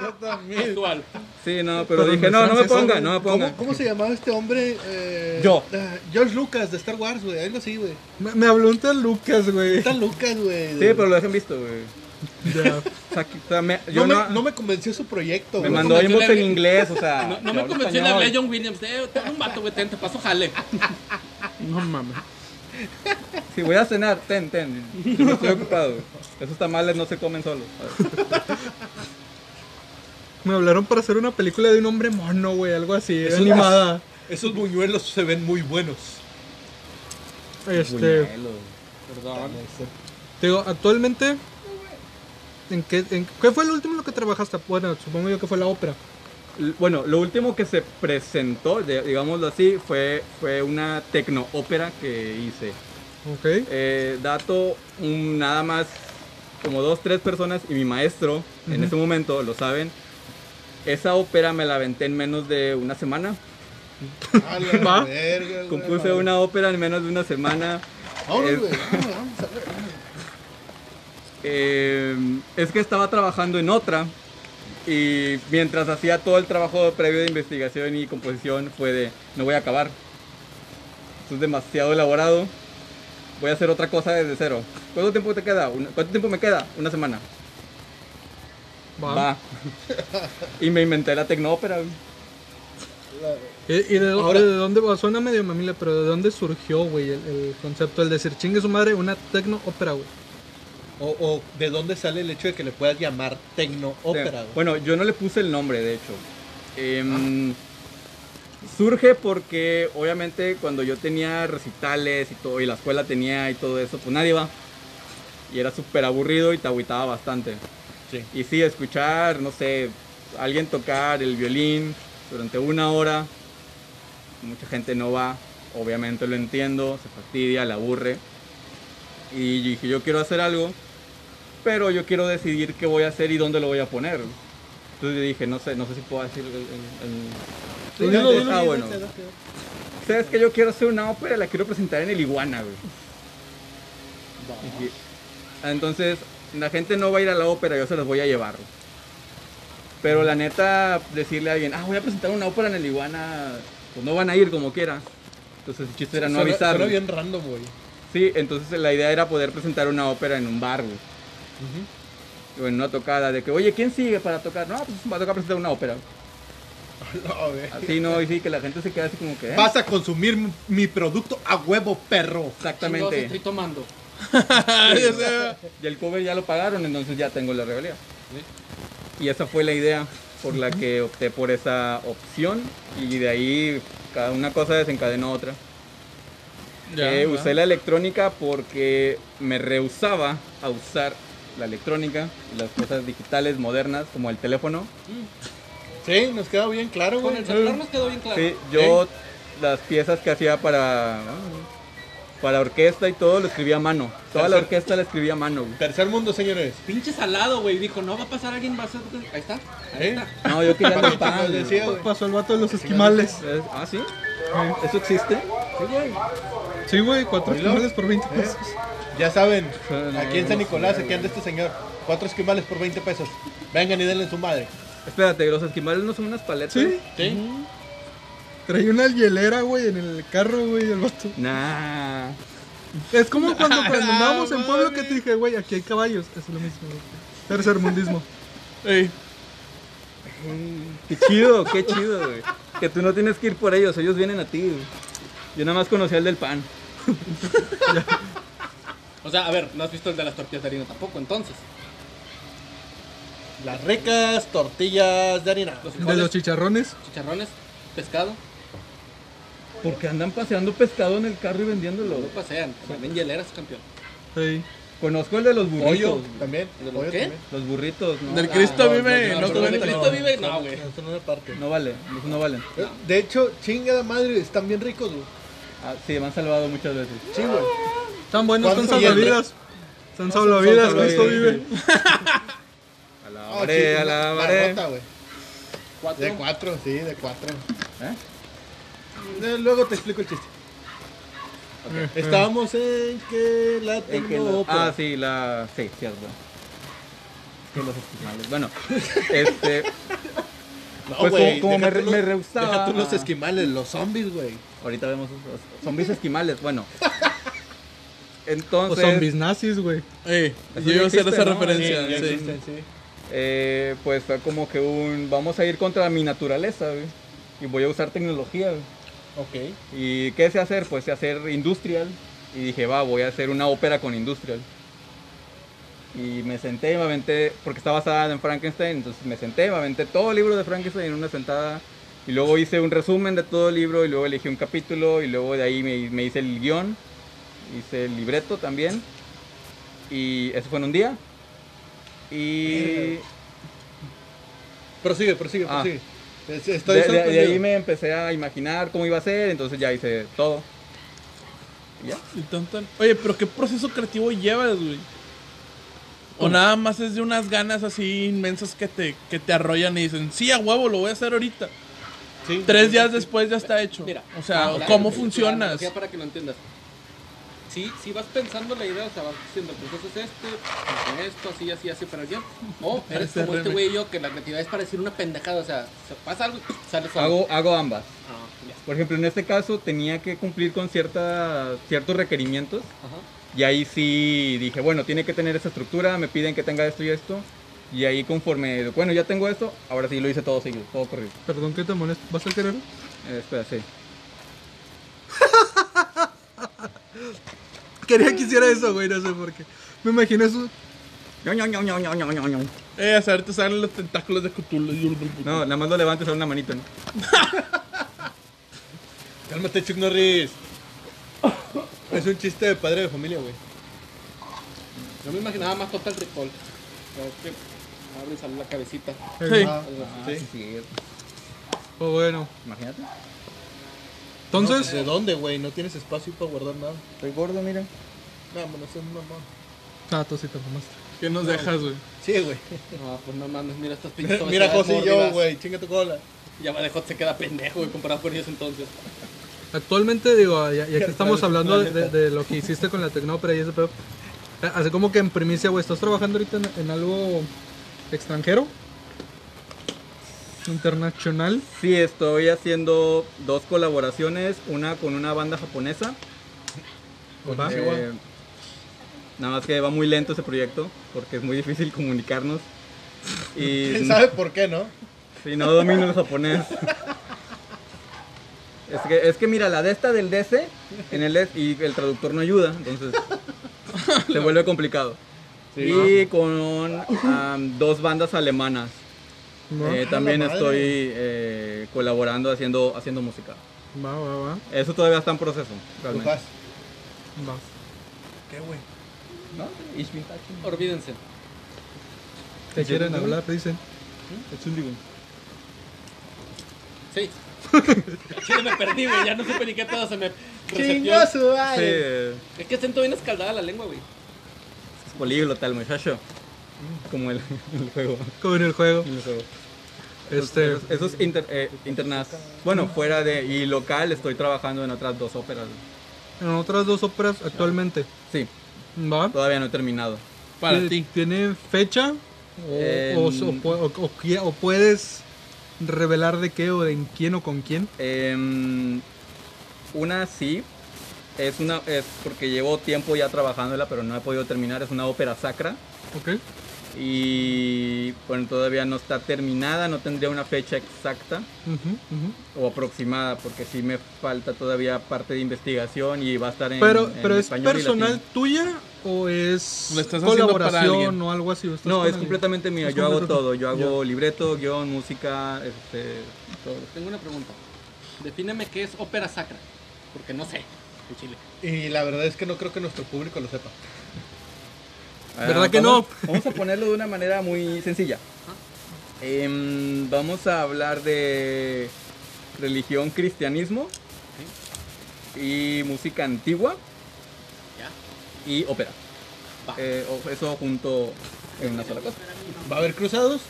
[SPEAKER 4] Yo también.
[SPEAKER 5] Actual.
[SPEAKER 3] Sí, no, pero
[SPEAKER 1] Pero
[SPEAKER 3] dije,
[SPEAKER 1] los
[SPEAKER 3] no, no me
[SPEAKER 1] franceses son-
[SPEAKER 3] pongan, no me pongan.
[SPEAKER 4] ¿Cómo, cómo se llamaba este hombre? Eh,
[SPEAKER 3] Yo.
[SPEAKER 4] eh, George Lucas de Star Wars, güey. Algo así, güey.
[SPEAKER 1] Me, me habló un tal Lucas,
[SPEAKER 4] *laughs*
[SPEAKER 1] güey.
[SPEAKER 4] Está Lucas, güey.
[SPEAKER 3] Sí, pero lo dejan visto, güey.
[SPEAKER 1] Ya.
[SPEAKER 3] O sea, que- o sea, me,
[SPEAKER 4] No
[SPEAKER 3] yo
[SPEAKER 4] me,
[SPEAKER 3] no,
[SPEAKER 4] no me convenció su proyecto,
[SPEAKER 3] me
[SPEAKER 4] güey.
[SPEAKER 3] mandó
[SPEAKER 5] convenció
[SPEAKER 3] inbox
[SPEAKER 5] la-
[SPEAKER 3] en inglés, o *laughs* sea...
[SPEAKER 5] No, no
[SPEAKER 3] yo
[SPEAKER 5] me
[SPEAKER 3] hablo
[SPEAKER 5] convenció la
[SPEAKER 3] español. Ah,
[SPEAKER 5] hablé a John Williams. Eh, tengo un vato, güey, ten, te paso jale.
[SPEAKER 2] No mames.
[SPEAKER 3] Si voy a cenar, ten, ten. Yo no estoy ocupado. Esos tamales no se comen solos.
[SPEAKER 1] Me hablaron para hacer una película de un hombre mono, güey. Algo así, animada.
[SPEAKER 4] Esos buñuelos se ven muy buenos.
[SPEAKER 1] Este,
[SPEAKER 3] Buñuelos.
[SPEAKER 5] Perdón.
[SPEAKER 1] te digo, actualmente. ¿En qué, en, ¿Qué fue lo último en lo que trabajaste? Bueno, supongo yo que fue la ópera.
[SPEAKER 3] L- Bueno, lo último que se presentó, de- digámoslo así, fue, fue una tecno ópera que hice.
[SPEAKER 1] Ok.
[SPEAKER 3] Eh, dato, un- nada más como dos, tres personas y mi maestro, en
[SPEAKER 1] Ujú.
[SPEAKER 3] ese momento, lo saben. Esa ópera me la aventé en menos de una semana.
[SPEAKER 4] A la
[SPEAKER 1] ¿Va?
[SPEAKER 4] verga, güey.
[SPEAKER 3] Compuse una ópera en menos de una semana.
[SPEAKER 4] Vámonos,
[SPEAKER 3] Es-
[SPEAKER 4] güey. Vámonos, vámonos, a ver.
[SPEAKER 3] Eh, es que estaba trabajando en otra y mientras hacía todo el trabajo previo de investigación y composición fue de no voy a acabar. Esto es demasiado elaborado. Voy a hacer otra cosa desde cero. ¿Cuánto tiempo te queda? Una- ¿Cuánto tiempo me queda? Una semana.
[SPEAKER 4] Ah.
[SPEAKER 1] Va.
[SPEAKER 4] *laughs*
[SPEAKER 3] Va. y me inventé la tecnópera. güey.
[SPEAKER 1] ¿Y, y de, dó-
[SPEAKER 3] Ahora-
[SPEAKER 1] de dónde? bueno, Suena medio mamila, pero ¿de dónde surgió, güey, el, el concepto? El decir, chingue su madre, una tecno ópera, güey.
[SPEAKER 4] O, o de dónde sale el hecho de que le puedas llamar tecno ópera, güey. Ah.
[SPEAKER 3] Bueno, yo no le puse el nombre, de hecho. Em, Surge porque, obviamente, cuando yo tenía recitales y todo, y la escuela tenía y todo eso, pues nadie va. Y era súper aburrido y te agüitaba bastante.
[SPEAKER 4] Sí.
[SPEAKER 3] Y sí, escuchar, no sé, alguien tocar el violín durante una hora, mucha gente no va, obviamente lo entiendo, se fastidia, le aburre. Y dije, yo quiero hacer algo, pero yo quiero decidir qué voy a hacer y dónde lo voy a poner. Entonces yo dije, no sé, no sé si puedo decir el... el- el-
[SPEAKER 1] Sí, dilo, dilo,
[SPEAKER 3] ah, bueno. ¿Sabes que yo quiero hacer una ópera? La quiero presentar en el Iguana, güey. Y- Entonces, la gente no va a ir a la ópera, yo se las voy a llevar. Pero la neta, decirle a alguien, ah, voy a presentar una ópera en el Iguana, pues no van a ir como quiera. Entonces, el chiste era no
[SPEAKER 4] Suena-
[SPEAKER 3] avisar.
[SPEAKER 4] Suena bien random, güey.
[SPEAKER 3] Sí, entonces la idea era poder presentar una ópera en un bar, güey. O en una tocada, de que, oye, ¿quién sigue para tocar? No, pues va a tocar presentar una ópera.
[SPEAKER 4] *laughs* No, güey.
[SPEAKER 3] Así no, y sí, que la gente se queda así como que. ¿eh?
[SPEAKER 4] Vas a consumir m- mi producto a huevo, perro.
[SPEAKER 5] Chingados,
[SPEAKER 3] Exactamente.
[SPEAKER 5] estoy tomando.
[SPEAKER 3] Y el cover ya lo pagaron, entonces ya tengo la regalía. Y esa fue la idea por la que opté por esa opción y de ahí cada una cosa desencadenó otra. Eh, usé la electrónica porque me rehusaba a usar la electrónica y las cosas digitales modernas como el teléfono.
[SPEAKER 4] Sí, nos queda bien claro,
[SPEAKER 5] Con
[SPEAKER 4] güey. Eh,
[SPEAKER 5] el celular nos quedó bien claro.
[SPEAKER 3] Sí, yo las piezas que hacía para para orquesta y todo lo escribía a mano. Toda la orquesta la escribía a mano. güey.
[SPEAKER 4] Tercer mundo, señores.
[SPEAKER 5] Pinche salado, güey. Dijo, no va a pasar alguien, va a ser. Ahí está. Ahí
[SPEAKER 4] ¿Eh?
[SPEAKER 5] está.
[SPEAKER 3] No, yo
[SPEAKER 4] *laughs*
[SPEAKER 3] quería los
[SPEAKER 4] Como les
[SPEAKER 3] pan.
[SPEAKER 4] decía, güey.
[SPEAKER 1] Pasó el vato de los esquimales.
[SPEAKER 3] Es- Ah, sí. ¿Eso existe?
[SPEAKER 1] Sí, güey, cuatro
[SPEAKER 4] Oílo.
[SPEAKER 1] esquimales por 20 pesos.
[SPEAKER 4] Ya saben,
[SPEAKER 3] Suena
[SPEAKER 4] aquí en San
[SPEAKER 3] bien,
[SPEAKER 4] Nicolás,
[SPEAKER 3] güey.
[SPEAKER 4] aquí anda este señor. Cuatro esquimales por 20 pesos. Vengan y denle su madre.
[SPEAKER 3] Espérate, los esquimales no son unas paletas.
[SPEAKER 1] Sí,
[SPEAKER 4] ¿Sí?
[SPEAKER 1] traía una hielera, güey, en el carro, güey, el vato.
[SPEAKER 3] Nah.
[SPEAKER 1] Es como cuando, cuando
[SPEAKER 4] la
[SPEAKER 1] andábamos en pueblo
[SPEAKER 4] madre.
[SPEAKER 1] que te dije, güey, aquí hay caballos. Es lo mismo, güey. Tercer *laughs* mundismo.
[SPEAKER 2] Ey,
[SPEAKER 3] Qué chido, qué chido, güey. Que tú no tienes que ir por ellos, ellos vienen a ti. güey. Yo nada más conocía el del pan.
[SPEAKER 5] O sea, a ver, no has visto el de las tortillas de harina tampoco, entonces.
[SPEAKER 4] Las ricas tortillas de harina.
[SPEAKER 5] Los
[SPEAKER 1] De los
[SPEAKER 5] frijoles,
[SPEAKER 1] chicharrones.
[SPEAKER 5] chicharrones, pescado,
[SPEAKER 3] Porque andan paseando pescado en el carro y vendiéndolo.
[SPEAKER 5] no pasean. Venden hieleras, eh, campeón.
[SPEAKER 1] Sí.
[SPEAKER 3] Conozco el de los burritos.
[SPEAKER 4] Pollo
[SPEAKER 3] güey.
[SPEAKER 4] también.
[SPEAKER 5] ¿De los
[SPEAKER 4] pollo
[SPEAKER 5] qué?
[SPEAKER 4] también.
[SPEAKER 3] Los burritos, ¿no?
[SPEAKER 2] Del Cristo
[SPEAKER 4] Ah,
[SPEAKER 5] no,
[SPEAKER 2] vive,
[SPEAKER 5] no,
[SPEAKER 2] no,
[SPEAKER 5] no,
[SPEAKER 2] come
[SPEAKER 5] no,
[SPEAKER 2] ni
[SPEAKER 5] no,
[SPEAKER 2] Cristo.
[SPEAKER 5] Cristo vive, no, güey.
[SPEAKER 4] Esto no me parte.
[SPEAKER 3] No vale, esos no valen.
[SPEAKER 4] Eh, De hecho, chingada madre, están bien ricos, güey.
[SPEAKER 3] Ah, sí, me han salvado muchas veces.
[SPEAKER 4] Sí, güey.
[SPEAKER 1] Están buenos, son
[SPEAKER 4] ¿Cuántos llevan?
[SPEAKER 1] salvavidas. Son salvavidas,
[SPEAKER 4] son
[SPEAKER 1] Cristo vive.
[SPEAKER 3] salvavidas.
[SPEAKER 4] Ah,
[SPEAKER 3] Alabaré,
[SPEAKER 4] sí,
[SPEAKER 3] alabaré.
[SPEAKER 4] barbota, güey.
[SPEAKER 5] Cuatro.
[SPEAKER 4] De cuatro, sí, de cuatro.
[SPEAKER 3] ¿Eh?
[SPEAKER 4] Eh, Luego te explico el chiste. Estábamos en que la
[SPEAKER 3] En que
[SPEAKER 4] tengo.
[SPEAKER 3] lo- ah, sí, la. Sí, cierto. Que los esquimales. Bueno, *laughs* este.
[SPEAKER 4] No,
[SPEAKER 3] Pues,
[SPEAKER 4] güey,
[SPEAKER 3] como- como
[SPEAKER 4] deja
[SPEAKER 3] me-
[SPEAKER 4] tú los-
[SPEAKER 3] me rehusaba.
[SPEAKER 4] Deja tú los
[SPEAKER 3] Ah.
[SPEAKER 4] esquimales, los zombies, güey.
[SPEAKER 3] Ahorita vemos. los Zombies esquimales, bueno.
[SPEAKER 1] O
[SPEAKER 3] Entonces.
[SPEAKER 1] zombies nazis, güey.
[SPEAKER 2] Ey,
[SPEAKER 3] Eso
[SPEAKER 2] yo
[SPEAKER 3] ya
[SPEAKER 2] iba a hacer
[SPEAKER 3] existe,
[SPEAKER 2] esa
[SPEAKER 3] ¿no?
[SPEAKER 2] referencia.
[SPEAKER 3] Sí,
[SPEAKER 2] Sí,
[SPEAKER 3] ya
[SPEAKER 4] existen, sí.
[SPEAKER 3] Eh, pues fue como que un. Vamos a ir contra mi naturaleza, güey. Y voy a usar tecnología, güey.
[SPEAKER 4] Ok.
[SPEAKER 3] ¿Y qué sé hacer? Pues sé hacer industrial. Y dije, va, voy a hacer una ópera con industrial. Y me senté y me aventé, porque está basada en Frankenstein, entonces me senté, me aventé todo el libro de Frankenstein en una sentada. Y luego hice un resumen de todo el libro, y luego elegí un capítulo, y luego de ahí me, me hice el guión, hice el libreto también. Y eso fue en un día. Y
[SPEAKER 4] Prosigue, prosigue,
[SPEAKER 3] Ah.
[SPEAKER 4] prosigue. Es-
[SPEAKER 3] de,
[SPEAKER 4] Estoy
[SPEAKER 3] de- de
[SPEAKER 4] sorprendido.
[SPEAKER 3] ahí me empecé a imaginar cómo iba a ser, entonces ya hice todo. Y ya.
[SPEAKER 2] Y tan, tan. Oye, pero ¿qué proceso creativo llevas, güey? O nada más es de unas ganas así inmensas que te, que te arrollan y dicen, sí, a huevo, lo voy a hacer ahorita.
[SPEAKER 4] Sí.
[SPEAKER 2] Tres días después ya está hecho.
[SPEAKER 5] Mira,
[SPEAKER 2] o sea,
[SPEAKER 5] la-
[SPEAKER 2] ¿cómo
[SPEAKER 5] la-
[SPEAKER 2] funcionas?
[SPEAKER 5] la- para que lo entiendas. Si, si vas pensando la idea, o sea, vas diciendo, pues haces esto, haces esto, así, así, así para el guión. O eres
[SPEAKER 2] Parece
[SPEAKER 5] como este
[SPEAKER 2] remix.
[SPEAKER 5] güey y yo, que la creatividad es para decir una pendejada, o sea, se pasa algo y sale solo.
[SPEAKER 3] Hago, hago ambas.
[SPEAKER 5] Ah, ya.
[SPEAKER 3] Por ejemplo, en este caso tenía que cumplir con cierta, ciertos requerimientos
[SPEAKER 5] Ajá.
[SPEAKER 3] y ahí sí dije, bueno, tiene que tener esa estructura, me piden que tenga esto y esto. Y ahí conforme, bueno, ya tengo esto, ahora sí lo hice todo seguido, todo corrido.
[SPEAKER 1] Perdón que te molesto. ¿Vas a querer?
[SPEAKER 3] Eh, espera, sí.
[SPEAKER 1] *laughs* Quería que hiciera eso, güey, no sé por qué. Me imagino eso.
[SPEAKER 3] Ño, ño, ño, ño, ño, ño, ño, ño.
[SPEAKER 2] Eh, hasta ahorita salen los tentáculos de Cthulhu.
[SPEAKER 3] No, nada más lo levantes a una manito, ¿no?
[SPEAKER 4] Cálmate, Chuck Norris. Es un chiste de padre de familia, güey.
[SPEAKER 5] Yo me imaginaba más Total Recall. Ya ves que Abre y sale la cabecita.
[SPEAKER 2] Sí.
[SPEAKER 4] Ah, sí.
[SPEAKER 3] sí,
[SPEAKER 1] O Oh, bueno.
[SPEAKER 3] imagínate.
[SPEAKER 1] Entonces,
[SPEAKER 4] pues, ¿De dónde, güey? No tienes espacio para guardar nada.
[SPEAKER 3] Estoy gordo, mira.
[SPEAKER 4] No, no es un mamón.
[SPEAKER 1] ah, tú sí te mamaste.
[SPEAKER 2] ¿Qué nos dejas, güey?
[SPEAKER 4] Sí, güey.
[SPEAKER 5] No, pues no mames, mira estas pinches
[SPEAKER 4] *laughs* Mira,
[SPEAKER 5] obesidades
[SPEAKER 4] José y yo,
[SPEAKER 5] mórbidas.
[SPEAKER 4] güey. Chinga tu cola.
[SPEAKER 5] Ya me dejó, se queda pendejo, güey, comparado con ellos entonces.
[SPEAKER 1] Actualmente, digo, y, y aquí estamos
[SPEAKER 4] Vale,
[SPEAKER 1] hablando de,
[SPEAKER 4] vale,
[SPEAKER 1] de- de lo que hiciste con la Tecnópera y ese pedo. Eh, Así como que en primicia, güey, ¿estás trabajando ahorita en, en algo extranjero? ¿Internacional?
[SPEAKER 3] Sí, estoy haciendo dos colaboraciones, una con una banda japonesa.
[SPEAKER 1] ¿Va?
[SPEAKER 3] Eh, nada más que va muy lento ese proyecto porque es muy difícil comunicarnos. Y
[SPEAKER 4] ¿Quién sabe por qué, no?
[SPEAKER 3] si no domino el japonés. Es que, es que mira, la de esta del DC en el es- y el traductor no ayuda,
[SPEAKER 4] *laughs*
[SPEAKER 3] entonces se vuelve complicado. y con am, dos bandas
[SPEAKER 1] ¿Va?
[SPEAKER 3] alemanas.
[SPEAKER 1] *laughs*
[SPEAKER 3] Eh,
[SPEAKER 4] la
[SPEAKER 3] también
[SPEAKER 4] madre.
[SPEAKER 3] estoy eh, colaborando haciendo, haciendo música.
[SPEAKER 1] va, va, va,
[SPEAKER 3] Eso todavía está en proceso,
[SPEAKER 4] Tú
[SPEAKER 3] realmente.
[SPEAKER 4] vas.
[SPEAKER 1] va.
[SPEAKER 4] ¿Qué, güey?
[SPEAKER 3] ¿No? Ich bin Tachi.
[SPEAKER 5] Olvídense.
[SPEAKER 1] Te quieren hablar, dicen.
[SPEAKER 5] *laughs* Sí. Chile, me perdí, güey. Ya no supe ni qué pedo se me reseteó.
[SPEAKER 4] Chinga su
[SPEAKER 3] Sí,
[SPEAKER 4] madre.
[SPEAKER 3] eh,
[SPEAKER 5] Es que siento bien escaldada la lengua, güey.
[SPEAKER 3] Es políglota el muchacho. Como el, *laughs* el juego.
[SPEAKER 1] Como en el juego.
[SPEAKER 3] el juego.
[SPEAKER 1] Este,
[SPEAKER 3] Esos, esos inter- eh, internas. Bueno, fuera de. Y local estoy trabajando en otras dos óperas.
[SPEAKER 1] en otras dos óperas actualmente.
[SPEAKER 3] Sí,
[SPEAKER 1] ¿Va?
[SPEAKER 3] todavía no he terminado.
[SPEAKER 2] Para
[SPEAKER 1] ¿Tiene-
[SPEAKER 2] ti.
[SPEAKER 1] ¿Tiene fecha? O,
[SPEAKER 3] En-
[SPEAKER 1] o- o pu- o- o qui- o puedes revelar de qué o de en quién o con quién?
[SPEAKER 3] Em, una sí. Es una. Es porque llevo tiempo ya trabajándola, pero no he podido terminar. Es una ópera sacra.
[SPEAKER 1] ¿Ok?
[SPEAKER 3] Y bueno, todavía no está terminada. No tendría una fecha exacta.
[SPEAKER 1] Ujú, ujú.
[SPEAKER 3] o aproximada, porque sí me falta todavía parte de investigación y va a estar en.
[SPEAKER 1] Pero,
[SPEAKER 3] en
[SPEAKER 1] pero es
[SPEAKER 3] español y
[SPEAKER 1] personal
[SPEAKER 3] latín.
[SPEAKER 1] tuya o es
[SPEAKER 2] Lo estás haciendo para
[SPEAKER 1] colaboración
[SPEAKER 2] alguien.
[SPEAKER 1] o algo así. ¿O estás
[SPEAKER 3] No,
[SPEAKER 1] con
[SPEAKER 3] es
[SPEAKER 1] alguien?
[SPEAKER 3] completamente mío.
[SPEAKER 1] Es
[SPEAKER 3] Yo hago
[SPEAKER 1] completo.
[SPEAKER 3] todo. Yo hago libreto, guión, música, este, todo.
[SPEAKER 5] Tengo una pregunta. Defíneme qué es ópera sacra. Porque no sé. En Chile.
[SPEAKER 4] Y la verdad es que no creo que nuestro público lo sepa.
[SPEAKER 3] Ah,
[SPEAKER 1] ¿Verdad que
[SPEAKER 3] vamos-
[SPEAKER 1] no?
[SPEAKER 3] Vamos a ponerlo de una manera muy sencilla. Em, vamos a hablar de religión, cristianismo y música antigua
[SPEAKER 5] Ya.
[SPEAKER 3] y ópera.
[SPEAKER 5] Va.
[SPEAKER 3] Eh, o- eso junto en una sola cosa.
[SPEAKER 4] ¿Va a haber cruzados?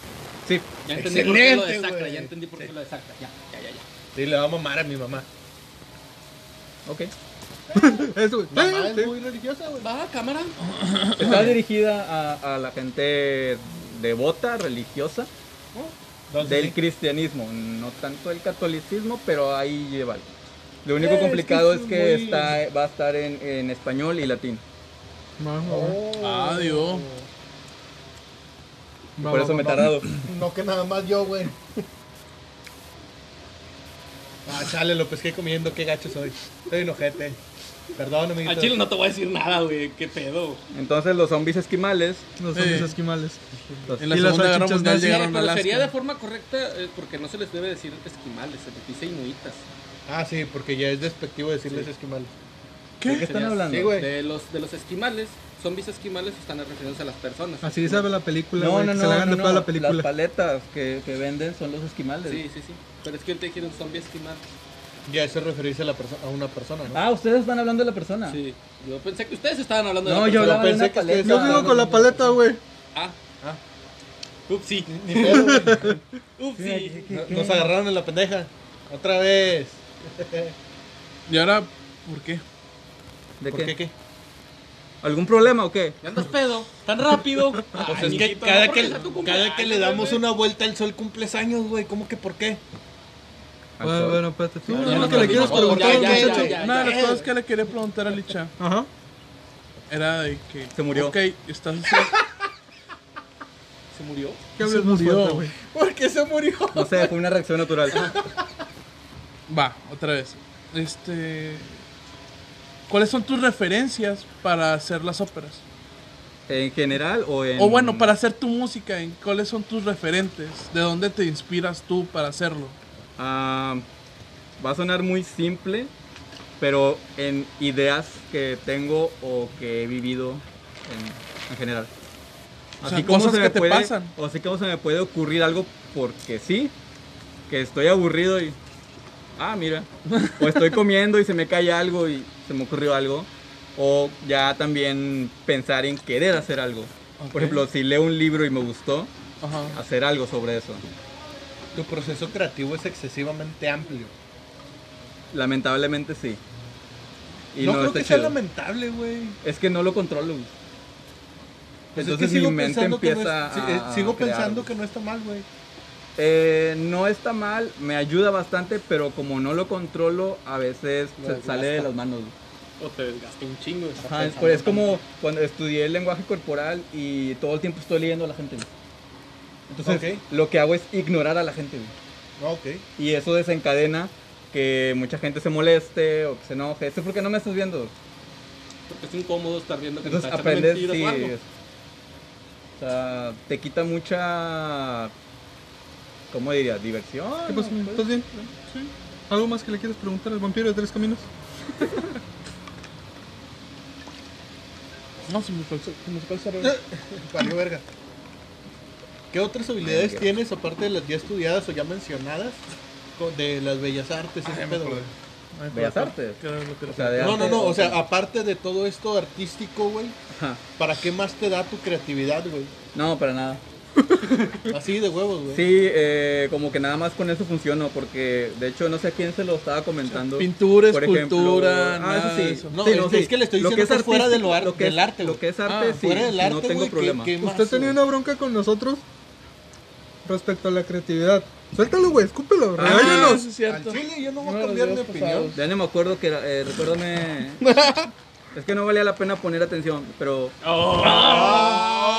[SPEAKER 3] Sí,
[SPEAKER 5] Ya entendí por qué lo de
[SPEAKER 4] Excelente,
[SPEAKER 5] Sacra,
[SPEAKER 4] güey.
[SPEAKER 5] ya entendí por qué lo de Sacra. Ya, ya, ya, ya.
[SPEAKER 4] Sí, le va a mamar a mi mamá.
[SPEAKER 3] ok.
[SPEAKER 1] Eso, güey.
[SPEAKER 4] Mamá
[SPEAKER 1] Sí,
[SPEAKER 4] es
[SPEAKER 1] sí.
[SPEAKER 4] muy religiosa, güey.
[SPEAKER 5] Va, cámara.
[SPEAKER 3] Está dirigida a, a la gente devota, religiosa,
[SPEAKER 4] Entonces,
[SPEAKER 3] del
[SPEAKER 4] Ah, sí.
[SPEAKER 3] cristianismo. No tanto el catolicismo, pero ahí lleva algo. Lo único
[SPEAKER 4] Eh, es que
[SPEAKER 3] complicado
[SPEAKER 4] es
[SPEAKER 3] es que
[SPEAKER 4] muy-
[SPEAKER 3] está, va a estar en, en español y latín.
[SPEAKER 1] Va, va, va.
[SPEAKER 4] Oh.
[SPEAKER 2] Ah, Dios.
[SPEAKER 1] Va,
[SPEAKER 3] Por
[SPEAKER 1] va,
[SPEAKER 3] eso
[SPEAKER 1] va,
[SPEAKER 3] me he
[SPEAKER 1] va.
[SPEAKER 3] tardado.
[SPEAKER 4] No que nada más yo, güey. Ah, chale, lo pesqué comiendo, qué gacho soy. Estoy enojete. Perdón, amiguito.
[SPEAKER 5] Al chile no te voy a decir nada, güey. ¿Qué pedo?
[SPEAKER 3] Entonces los zombies esquimales,
[SPEAKER 1] Los zombies
[SPEAKER 2] Sí.
[SPEAKER 1] esquimales.
[SPEAKER 3] los-
[SPEAKER 2] En la
[SPEAKER 1] Y las
[SPEAKER 2] Segunda Guerra
[SPEAKER 1] salchichas
[SPEAKER 2] Mundial
[SPEAKER 1] nazis.
[SPEAKER 5] Sí,
[SPEAKER 2] llegaron a
[SPEAKER 5] pero sería de
[SPEAKER 2] Alaska.
[SPEAKER 5] forma correcta eh, porque no se les debe decir esquimales, se les dice inuitas.
[SPEAKER 4] Ah, sí, porque ya es despectivo decirles esquimales.
[SPEAKER 3] ¿De qué están
[SPEAKER 5] Sería-
[SPEAKER 3] hablando?
[SPEAKER 4] Sí, güey.
[SPEAKER 5] De los, de los esquimales, zombies esquimales están refiriéndose a las personas.
[SPEAKER 1] Así sabe la película,
[SPEAKER 3] No,
[SPEAKER 1] güey,
[SPEAKER 3] no,
[SPEAKER 1] que
[SPEAKER 3] no,
[SPEAKER 1] se la hagan
[SPEAKER 3] no,
[SPEAKER 1] de toda la
[SPEAKER 3] no, Las
[SPEAKER 1] película.
[SPEAKER 3] paletas que, que venden son los esquimales.
[SPEAKER 5] Sí, sí, sí. Pero es que él te quiere un zombie esquimal.
[SPEAKER 4] Ya eso es referirse a, la perso- a una persona, ¿no?
[SPEAKER 3] Ah, ustedes están hablando de la persona.
[SPEAKER 5] Sí. Yo pensé que ustedes estaban hablando de
[SPEAKER 3] Ah. No,
[SPEAKER 5] la
[SPEAKER 3] yo
[SPEAKER 5] persona.
[SPEAKER 3] hablaba de
[SPEAKER 4] pensé
[SPEAKER 3] una
[SPEAKER 4] que ustedes
[SPEAKER 3] paleta.
[SPEAKER 1] Yo vivo con la paleta, güey.
[SPEAKER 5] Ah.
[SPEAKER 4] Ah.
[SPEAKER 5] Upsi.
[SPEAKER 4] Ni pedo, güey.
[SPEAKER 5] Upsi.
[SPEAKER 4] No- Nos agarraron en la pendeja. Otra vez.
[SPEAKER 2] Y ahora, ¿por qué?
[SPEAKER 3] ¿De
[SPEAKER 4] ¿Por qué
[SPEAKER 3] qué?
[SPEAKER 4] qué?
[SPEAKER 3] ¿Algún problema o qué?
[SPEAKER 5] ¿Ya andas pedo?
[SPEAKER 3] *laughs*
[SPEAKER 5] ¿Tan rápido?
[SPEAKER 4] Pues
[SPEAKER 5] Ay,
[SPEAKER 4] es que
[SPEAKER 5] mijito,
[SPEAKER 4] cada
[SPEAKER 5] no,
[SPEAKER 4] que,
[SPEAKER 5] porque sea tu
[SPEAKER 4] cada que le
[SPEAKER 5] cumpleaños,
[SPEAKER 4] damos
[SPEAKER 5] güey.
[SPEAKER 4] una vuelta al sol cumples años, güey. ¿Cómo que por qué?
[SPEAKER 3] Al
[SPEAKER 1] Bueno,
[SPEAKER 3] sol.
[SPEAKER 1] bueno, espérate. Tú,
[SPEAKER 5] Ya,
[SPEAKER 1] ¿no
[SPEAKER 5] ya
[SPEAKER 1] es lo
[SPEAKER 5] no
[SPEAKER 1] que le quieres
[SPEAKER 5] hablamos.
[SPEAKER 1] preguntar
[SPEAKER 5] Ya,
[SPEAKER 1] al
[SPEAKER 5] ya, ya,
[SPEAKER 1] muchacho?
[SPEAKER 5] ya,
[SPEAKER 2] Una de las
[SPEAKER 5] ya.
[SPEAKER 2] cosas que le quería preguntar a Licha
[SPEAKER 1] Ajá.
[SPEAKER 2] era de que.
[SPEAKER 3] Se murió.
[SPEAKER 2] Ok, estás. haciendo-
[SPEAKER 5] ¿Se murió?
[SPEAKER 1] ¿Qué
[SPEAKER 2] Se
[SPEAKER 1] hables más
[SPEAKER 2] murió.
[SPEAKER 1] fuerte, güey?
[SPEAKER 4] ¿Por qué se murió?
[SPEAKER 3] No sé, fue una reacción natural.
[SPEAKER 2] Va, otra vez. Este. ¿Cuáles son tus referencias para hacer las óperas?
[SPEAKER 3] ¿En general o en.?
[SPEAKER 2] O bueno, para hacer tu música, ¿en ¿cuáles son tus referentes? ¿De dónde te inspiras tú para hacerlo?
[SPEAKER 3] Ah, va a sonar muy simple, pero en ideas que tengo o que he vivido en, en general.
[SPEAKER 2] O sea, cosas que te
[SPEAKER 3] puede,
[SPEAKER 2] pasan.
[SPEAKER 3] O así como se me puede ocurrir algo porque sí, que estoy aburrido y. Ah, mira. O estoy comiendo y se me cae algo y se me ocurrió algo. O ya también pensar en querer hacer algo.
[SPEAKER 2] Ok.
[SPEAKER 3] Por ejemplo, si leo un libro y me gustó,
[SPEAKER 2] Ajá.
[SPEAKER 3] hacer algo sobre eso.
[SPEAKER 4] Tu proceso creativo es excesivamente amplio.
[SPEAKER 3] Lamentablemente sí. Y
[SPEAKER 4] no,
[SPEAKER 3] no,
[SPEAKER 4] creo
[SPEAKER 3] está
[SPEAKER 4] que sea
[SPEAKER 3] chido.
[SPEAKER 4] lamentable, güey.
[SPEAKER 3] Es que no lo controlo. güey.
[SPEAKER 4] Pues es
[SPEAKER 3] Entonces
[SPEAKER 4] que sigo
[SPEAKER 3] mi mente
[SPEAKER 4] pensando que no es-
[SPEAKER 3] empieza
[SPEAKER 4] sí,
[SPEAKER 3] a-
[SPEAKER 4] eh,
[SPEAKER 3] a
[SPEAKER 4] Sigo
[SPEAKER 3] crear,
[SPEAKER 4] pensando
[SPEAKER 3] güey.
[SPEAKER 4] que no está mal, güey.
[SPEAKER 3] Eh, no está mal, me ayuda bastante, pero como no lo controlo, a veces
[SPEAKER 5] Lo
[SPEAKER 3] se
[SPEAKER 5] desgasta.
[SPEAKER 3] sale de las manos. güey.
[SPEAKER 5] O te desgastó un chingo. estás
[SPEAKER 3] Ajá, es,
[SPEAKER 5] pensando
[SPEAKER 3] es como cuando estudié el lenguaje corporal y todo el tiempo estoy leyendo a la gente. güey. Entonces,
[SPEAKER 4] Ok.
[SPEAKER 3] lo que hago es ignorar a la gente. güey.
[SPEAKER 4] No, ok.
[SPEAKER 3] Y eso desencadena que mucha gente se moleste o que se enoje. Esto es porque no me estás viendo.
[SPEAKER 5] Porque es incómodo estar viendo que
[SPEAKER 3] Entonces
[SPEAKER 5] estás
[SPEAKER 3] aprendes
[SPEAKER 5] mentiras
[SPEAKER 3] sí,
[SPEAKER 5] o algo.
[SPEAKER 3] es- o sea, te quita mucha ¿cómo diría? diversión.
[SPEAKER 1] ¿Qué pasó,
[SPEAKER 3] ¿no?
[SPEAKER 1] mi? ¿Estás bien? Sí. ¿Algo más que le quieres preguntar al vampiro de tres caminos?
[SPEAKER 2] No, se me fue, el- se me fue el cerebro.
[SPEAKER 4] Valió verga. ¿Qué otras habilidades tienes aparte de las ya estudiadas o ya mencionadas? Con- De las bellas artes, y ese pedo, güey.
[SPEAKER 2] Ay,
[SPEAKER 3] Bellas
[SPEAKER 2] perdón.
[SPEAKER 3] Artes.
[SPEAKER 2] ¿Qué era lo que
[SPEAKER 3] O sea, de
[SPEAKER 4] No, no,
[SPEAKER 3] arte,
[SPEAKER 4] no. O sea, aparte de todo esto artístico, güey,
[SPEAKER 3] Ajá.
[SPEAKER 4] ¿para qué más te da tu creatividad, güey?
[SPEAKER 3] No, para nada.
[SPEAKER 4] Así de huevos, güey.
[SPEAKER 3] Sí, eh, como que nada más con eso funciono, porque de hecho no sé a quién se lo estaba comentando.
[SPEAKER 2] Pintura,
[SPEAKER 3] Por ejemplo,
[SPEAKER 2] escultura,
[SPEAKER 3] ah,
[SPEAKER 2] nada
[SPEAKER 3] eso sí.
[SPEAKER 2] de eso.
[SPEAKER 4] No,
[SPEAKER 3] Sí,
[SPEAKER 4] es,
[SPEAKER 3] no,
[SPEAKER 4] que-
[SPEAKER 3] sí.
[SPEAKER 4] es que le estoy
[SPEAKER 3] Lo
[SPEAKER 4] diciendo
[SPEAKER 3] que
[SPEAKER 4] que
[SPEAKER 3] es
[SPEAKER 4] es fuera de lo ar-
[SPEAKER 3] artístico, lo que
[SPEAKER 4] del
[SPEAKER 3] es-
[SPEAKER 4] arte,
[SPEAKER 3] Lo
[SPEAKER 4] güey.
[SPEAKER 3] que es arte,
[SPEAKER 2] Ah,
[SPEAKER 3] sí,
[SPEAKER 4] fuera del arte,
[SPEAKER 3] no tengo
[SPEAKER 4] güey, ¿qué-
[SPEAKER 3] problema.
[SPEAKER 4] qué más,
[SPEAKER 1] ¿Usted tenía
[SPEAKER 4] güey?
[SPEAKER 1] una bronca con nosotros respecto a la creatividad? Suéltalo, güey, escúpelo,
[SPEAKER 2] Ah,
[SPEAKER 1] regáñanos.
[SPEAKER 2] eso es cierto.
[SPEAKER 4] Al chile yo no voy
[SPEAKER 2] No,
[SPEAKER 4] a
[SPEAKER 2] los
[SPEAKER 4] cambiar de
[SPEAKER 2] días
[SPEAKER 4] opinión.
[SPEAKER 2] pasados.
[SPEAKER 3] Ya no me acuerdo que era, eh,
[SPEAKER 1] *laughs*
[SPEAKER 3] recuérdame. es que no valía la pena poner atención, pero
[SPEAKER 1] Ah,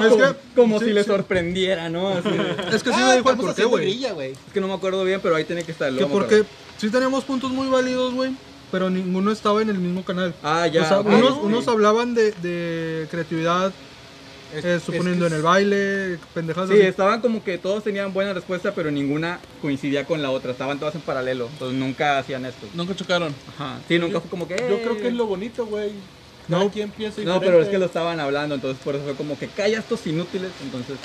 [SPEAKER 1] Es
[SPEAKER 3] como,
[SPEAKER 1] que,
[SPEAKER 3] como
[SPEAKER 1] sí,
[SPEAKER 3] si le
[SPEAKER 1] sí.
[SPEAKER 3] sorprendiera, ¿no? Así de-
[SPEAKER 1] Es que sí
[SPEAKER 4] Ah,
[SPEAKER 1] me dijo el por
[SPEAKER 4] estamos
[SPEAKER 1] qué,
[SPEAKER 4] haciendo
[SPEAKER 1] güey.
[SPEAKER 4] grilla, güey.
[SPEAKER 3] Es que no me acuerdo bien, pero ahí tiene que estar.
[SPEAKER 1] Que
[SPEAKER 3] luego me
[SPEAKER 1] porque
[SPEAKER 3] acuerdo.
[SPEAKER 1] sí teníamos puntos muy válidos, güey, pero ninguno estaba en el mismo canal.
[SPEAKER 3] Ah, ya.
[SPEAKER 1] o sea,
[SPEAKER 3] ok,
[SPEAKER 1] unos,
[SPEAKER 3] sí.
[SPEAKER 1] unos hablaban de, de creatividad,
[SPEAKER 4] Es-
[SPEAKER 1] eh,
[SPEAKER 4] es
[SPEAKER 1] suponiendo en
[SPEAKER 4] que es-
[SPEAKER 1] el baile, pendejadas
[SPEAKER 3] Sí,
[SPEAKER 1] así.
[SPEAKER 3] estaban como que todos tenían buena respuesta, pero ninguna coincidía con la otra. Estaban todas en paralelo. Entonces nunca hacían esto.
[SPEAKER 2] Nunca chocaron.
[SPEAKER 3] Ajá. Sí, nunca fue como que.
[SPEAKER 4] Yo creo que es
[SPEAKER 3] "Eh".
[SPEAKER 4] lo bonito, güey. Cada
[SPEAKER 1] No.
[SPEAKER 4] quien piensa
[SPEAKER 3] No, pero es
[SPEAKER 4] diferente.
[SPEAKER 3] que lo estaban hablando, entonces por eso fue como que calla estos inútiles, entonces.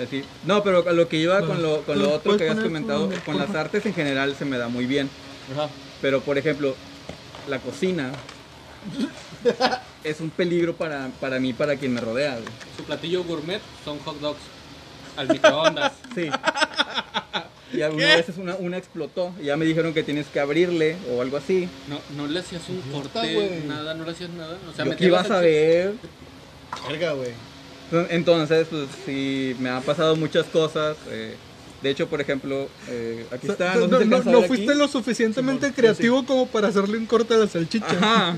[SPEAKER 3] Así. No, pero a lo que iba con lo, con lo
[SPEAKER 1] Bueno,
[SPEAKER 3] otro que
[SPEAKER 1] ¿puedes
[SPEAKER 3] habías
[SPEAKER 1] poner
[SPEAKER 3] comentado,
[SPEAKER 1] tu-
[SPEAKER 3] con
[SPEAKER 1] por
[SPEAKER 3] las
[SPEAKER 1] favor?
[SPEAKER 3] artes en general se me da muy bien.
[SPEAKER 4] Ajá.
[SPEAKER 3] Pero por ejemplo, la cocina es un peligro para, para mí, para quien me rodea. güey.
[SPEAKER 5] Su platillo gourmet son hot dogs al microondas. *laughs*
[SPEAKER 3] Sí. *laughs* Y alguna vez una, una explotó y ya me dijeron que tienes que abrirle o algo así.
[SPEAKER 5] No, no le hacías un
[SPEAKER 4] Idiota,
[SPEAKER 5] corte,
[SPEAKER 4] güey.
[SPEAKER 5] nada, no le hacías nada. O sea,
[SPEAKER 3] Yo que
[SPEAKER 5] metías
[SPEAKER 3] ibas
[SPEAKER 5] la
[SPEAKER 3] a
[SPEAKER 5] salchicha-
[SPEAKER 3] ver.
[SPEAKER 4] Verga, güey.
[SPEAKER 3] Entonces, pues sí, me han pasado muchas cosas. eh, de hecho, por ejemplo, eh, aquí
[SPEAKER 1] O sea,
[SPEAKER 3] está.
[SPEAKER 1] No,
[SPEAKER 3] No,
[SPEAKER 1] no-
[SPEAKER 3] sé si
[SPEAKER 1] no-
[SPEAKER 3] alcanza a
[SPEAKER 1] no
[SPEAKER 3] ver
[SPEAKER 1] fuiste
[SPEAKER 3] aquí.
[SPEAKER 1] lo suficientemente creativo como para hacerle un corte a la salchicha. *laughs*
[SPEAKER 3] Ajá.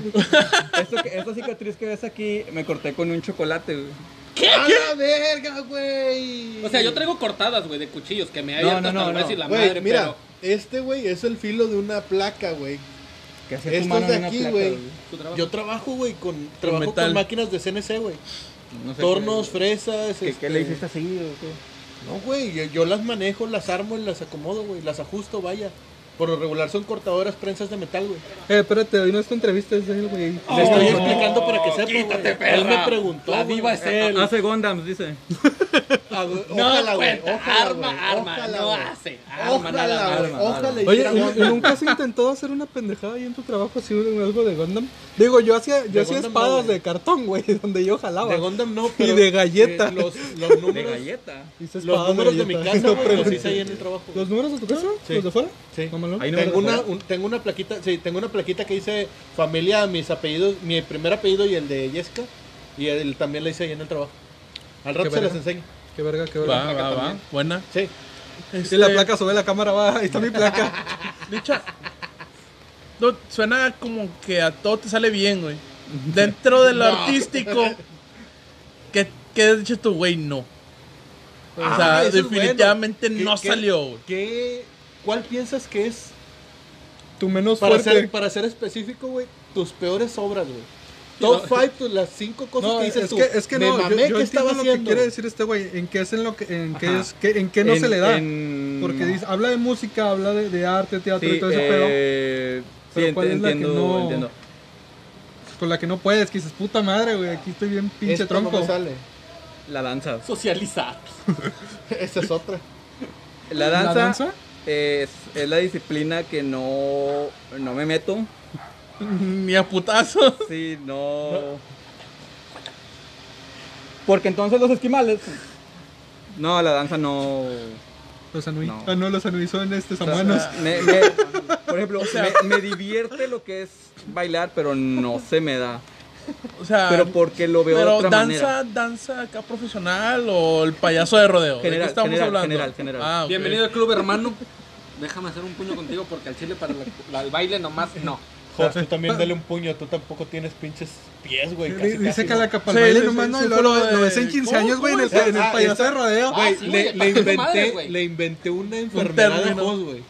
[SPEAKER 3] Esto que- esta cicatriz que ves aquí me corté con un chocolate. güey.
[SPEAKER 4] ¡A la verga, güey!
[SPEAKER 5] O sea, yo traigo cortadas, güey, de cuchillos que me hay
[SPEAKER 3] No,
[SPEAKER 5] hartas
[SPEAKER 3] no, no,
[SPEAKER 5] hasta el
[SPEAKER 3] no.
[SPEAKER 5] brazo y la
[SPEAKER 4] Güey,
[SPEAKER 5] madre,
[SPEAKER 4] mira, este güey es el filo de una placa, güey.
[SPEAKER 3] Que hacía tu
[SPEAKER 4] Estos
[SPEAKER 3] mano
[SPEAKER 4] de
[SPEAKER 3] en una
[SPEAKER 4] aquí,
[SPEAKER 3] placa,
[SPEAKER 4] güey.
[SPEAKER 3] güey.
[SPEAKER 5] pero tu trabajo.
[SPEAKER 4] Yo trabajo, güey, con, trabajo
[SPEAKER 3] metal.
[SPEAKER 4] con máquinas de CNC, güey.
[SPEAKER 3] No sé
[SPEAKER 4] Tornos,
[SPEAKER 3] qué-
[SPEAKER 4] fresas.
[SPEAKER 3] ¿Qué,
[SPEAKER 4] este-
[SPEAKER 3] qué le hiciste seguido? o qué?
[SPEAKER 4] No, güey, yo, yo las manejo, las armo y las acomodo, güey. Las ajusto, vaya. Por lo regular son cortadoras, prensas de metal, güey.
[SPEAKER 1] Eh, espérate, hoy no es tu entrevista, es de él, güey.
[SPEAKER 4] Le estoy
[SPEAKER 5] Oh,
[SPEAKER 4] explicando para que sepa, güey. Él me preguntó.
[SPEAKER 5] La
[SPEAKER 4] güey.
[SPEAKER 5] diva es él.
[SPEAKER 3] Ah, Hace Gondams, dice.
[SPEAKER 4] Ah, güey,
[SPEAKER 5] No
[SPEAKER 4] Ojalá, güey.
[SPEAKER 5] cuenta,
[SPEAKER 4] Ojalá,
[SPEAKER 5] arma,
[SPEAKER 4] güey,
[SPEAKER 5] arma,
[SPEAKER 4] ojalá,
[SPEAKER 5] no
[SPEAKER 4] güey.
[SPEAKER 5] hace, arma, nada
[SPEAKER 4] Ojalá,
[SPEAKER 5] más.
[SPEAKER 4] güey.
[SPEAKER 3] Arma,
[SPEAKER 4] Ojalá. y
[SPEAKER 1] Oye,
[SPEAKER 4] sea
[SPEAKER 1] ¿y-
[SPEAKER 4] Gundam.
[SPEAKER 1] ¿y nunca has intentado hacer una pendejada ahí en tu trabajo así un- algo de Gundam? Digo, yo hacía,
[SPEAKER 4] De
[SPEAKER 1] yo hacía
[SPEAKER 4] Gundam no,
[SPEAKER 1] espadas
[SPEAKER 4] güey.
[SPEAKER 1] de cartón, güey, *laughs* donde yo jalaba.
[SPEAKER 4] De Gundam
[SPEAKER 1] *laughs*
[SPEAKER 4] no,
[SPEAKER 1] Y
[SPEAKER 4] pero...
[SPEAKER 1] de galleta.
[SPEAKER 4] eh, los, los
[SPEAKER 3] De
[SPEAKER 4] números,
[SPEAKER 3] galleta.
[SPEAKER 1] Hice
[SPEAKER 4] los
[SPEAKER 1] espadas
[SPEAKER 4] números de mi
[SPEAKER 1] galleta.
[SPEAKER 4] casa,
[SPEAKER 1] No
[SPEAKER 4] güey, los
[SPEAKER 1] preguntes.
[SPEAKER 4] hice ahí en el trabajo. güey.
[SPEAKER 1] ¿Los números de tu casa?
[SPEAKER 4] Sí.
[SPEAKER 1] ¿Los de fuera?
[SPEAKER 4] Sí.
[SPEAKER 1] Tómalo.
[SPEAKER 3] Ahí no
[SPEAKER 4] Tengo
[SPEAKER 3] me
[SPEAKER 4] una,
[SPEAKER 3] recuerdo.
[SPEAKER 4] un- tengo una plaquita, sí, tengo una plaquita que dice familia, mis apellidos, mi primer apellido y el de Yesca. Y él también la hice ahí en el trabajo. Al rato
[SPEAKER 1] Qué
[SPEAKER 4] se las
[SPEAKER 1] verga.
[SPEAKER 4] enseño.
[SPEAKER 1] Qué verga, qué verga.
[SPEAKER 2] Va, va, va. Buena.
[SPEAKER 4] Sí.
[SPEAKER 1] Y la
[SPEAKER 2] Este,
[SPEAKER 1] placa sube la cámara, va, ahí está mi placa.
[SPEAKER 2] Dicha. No, suena como que a todo te sale bien, güey. Dentro de lo artístico. ¿Qué, qué has dicho tú, güey? No. O sea,
[SPEAKER 4] Ah, eso es
[SPEAKER 2] definitivamente
[SPEAKER 4] bueno.
[SPEAKER 2] no
[SPEAKER 4] ¿Qué- qué-
[SPEAKER 2] salió, güey.
[SPEAKER 4] ¿Qué, ¿Cuál piensas que es,
[SPEAKER 1] Tu menos
[SPEAKER 4] para
[SPEAKER 1] fuerte.
[SPEAKER 4] ser, para ser específico, güey, tus peores obras, güey? Top 5, las 5 cosas
[SPEAKER 1] No,
[SPEAKER 4] que
[SPEAKER 1] es
[SPEAKER 4] dices tú.
[SPEAKER 1] que, es que
[SPEAKER 4] me
[SPEAKER 1] no, yo,
[SPEAKER 4] mamé,
[SPEAKER 1] yo
[SPEAKER 4] ¿qué
[SPEAKER 1] entiendo
[SPEAKER 4] estaba
[SPEAKER 1] lo que
[SPEAKER 4] haciendo?
[SPEAKER 1] quiere decir este güey, en qué es en lo que, en qué
[SPEAKER 3] Ajá.
[SPEAKER 1] es, que, en qué no
[SPEAKER 3] En-
[SPEAKER 1] se le da.
[SPEAKER 3] en-
[SPEAKER 1] Porque dice, habla de música, habla de, de arte, teatro
[SPEAKER 3] Sí,
[SPEAKER 1] y todo ese
[SPEAKER 3] eh, sí,
[SPEAKER 1] Pero
[SPEAKER 3] ent-
[SPEAKER 1] ¿cuál es la que
[SPEAKER 3] entiendo,
[SPEAKER 1] no?
[SPEAKER 3] entiendo.
[SPEAKER 1] pedo. pues, Con la que no puedes, que dices, puta madre, güey, aquí estoy bien pinche
[SPEAKER 4] Esto no
[SPEAKER 1] tronco.
[SPEAKER 4] me sale. *laughs*
[SPEAKER 3] La danza.
[SPEAKER 5] Socializar.
[SPEAKER 4] Esa es otra.
[SPEAKER 3] La
[SPEAKER 1] ¿La
[SPEAKER 3] danza,
[SPEAKER 1] danza?
[SPEAKER 3] Es, es la disciplina que no, no me meto.
[SPEAKER 2] *laughs* Ni a putazo.
[SPEAKER 3] Sí, no. Porque entonces los esquimales. No, la danza no.
[SPEAKER 1] Los anuí.
[SPEAKER 3] No.
[SPEAKER 1] Ah, no, los anuí son este,
[SPEAKER 3] o sea,
[SPEAKER 1] samuanos.
[SPEAKER 3] me- me-
[SPEAKER 1] *laughs*
[SPEAKER 3] por ejemplo, me, me divierte lo que es bailar, pero no se me da.
[SPEAKER 2] O sea,
[SPEAKER 1] Ah,
[SPEAKER 3] Pero porque lo veo de
[SPEAKER 2] pero
[SPEAKER 3] otra
[SPEAKER 2] danza,
[SPEAKER 3] manera.
[SPEAKER 2] danza acá profesional o el payaso de rodeo. ¿De qué
[SPEAKER 3] General,
[SPEAKER 2] estamos
[SPEAKER 3] general,
[SPEAKER 2] hablando?
[SPEAKER 3] general, general.
[SPEAKER 2] Ah, ok.
[SPEAKER 5] Bienvenido al club, hermano. Déjame hacer un puño contigo porque al chile para la- la- el baile nomás no.
[SPEAKER 4] Jos, tú
[SPEAKER 2] *laughs*
[SPEAKER 4] también dale un puño, tú tampoco tienes pinches pies, güey.
[SPEAKER 1] Di-
[SPEAKER 4] casi, casi,
[SPEAKER 1] Dice que
[SPEAKER 4] ¿no?
[SPEAKER 1] la capa
[SPEAKER 2] Sí,
[SPEAKER 1] baile
[SPEAKER 2] sí,
[SPEAKER 1] nomás,
[SPEAKER 2] sí,
[SPEAKER 1] ¿no?
[SPEAKER 2] sí,
[SPEAKER 1] Y luego lo,
[SPEAKER 2] fue lo
[SPEAKER 1] lo ves
[SPEAKER 2] de-
[SPEAKER 1] en 15 años, güey, en el,
[SPEAKER 4] ¿Cómo, cómo
[SPEAKER 1] en el
[SPEAKER 4] es? Ah,
[SPEAKER 1] payaso de
[SPEAKER 4] esa-
[SPEAKER 1] rodeo.
[SPEAKER 5] Ah,
[SPEAKER 4] Güey,
[SPEAKER 5] sí,
[SPEAKER 4] le,
[SPEAKER 5] güey,
[SPEAKER 4] le
[SPEAKER 5] pa' tu madre,
[SPEAKER 4] inventé,
[SPEAKER 5] güey.
[SPEAKER 4] le inventé una enfermedad a
[SPEAKER 2] término.
[SPEAKER 4] Jos, güey.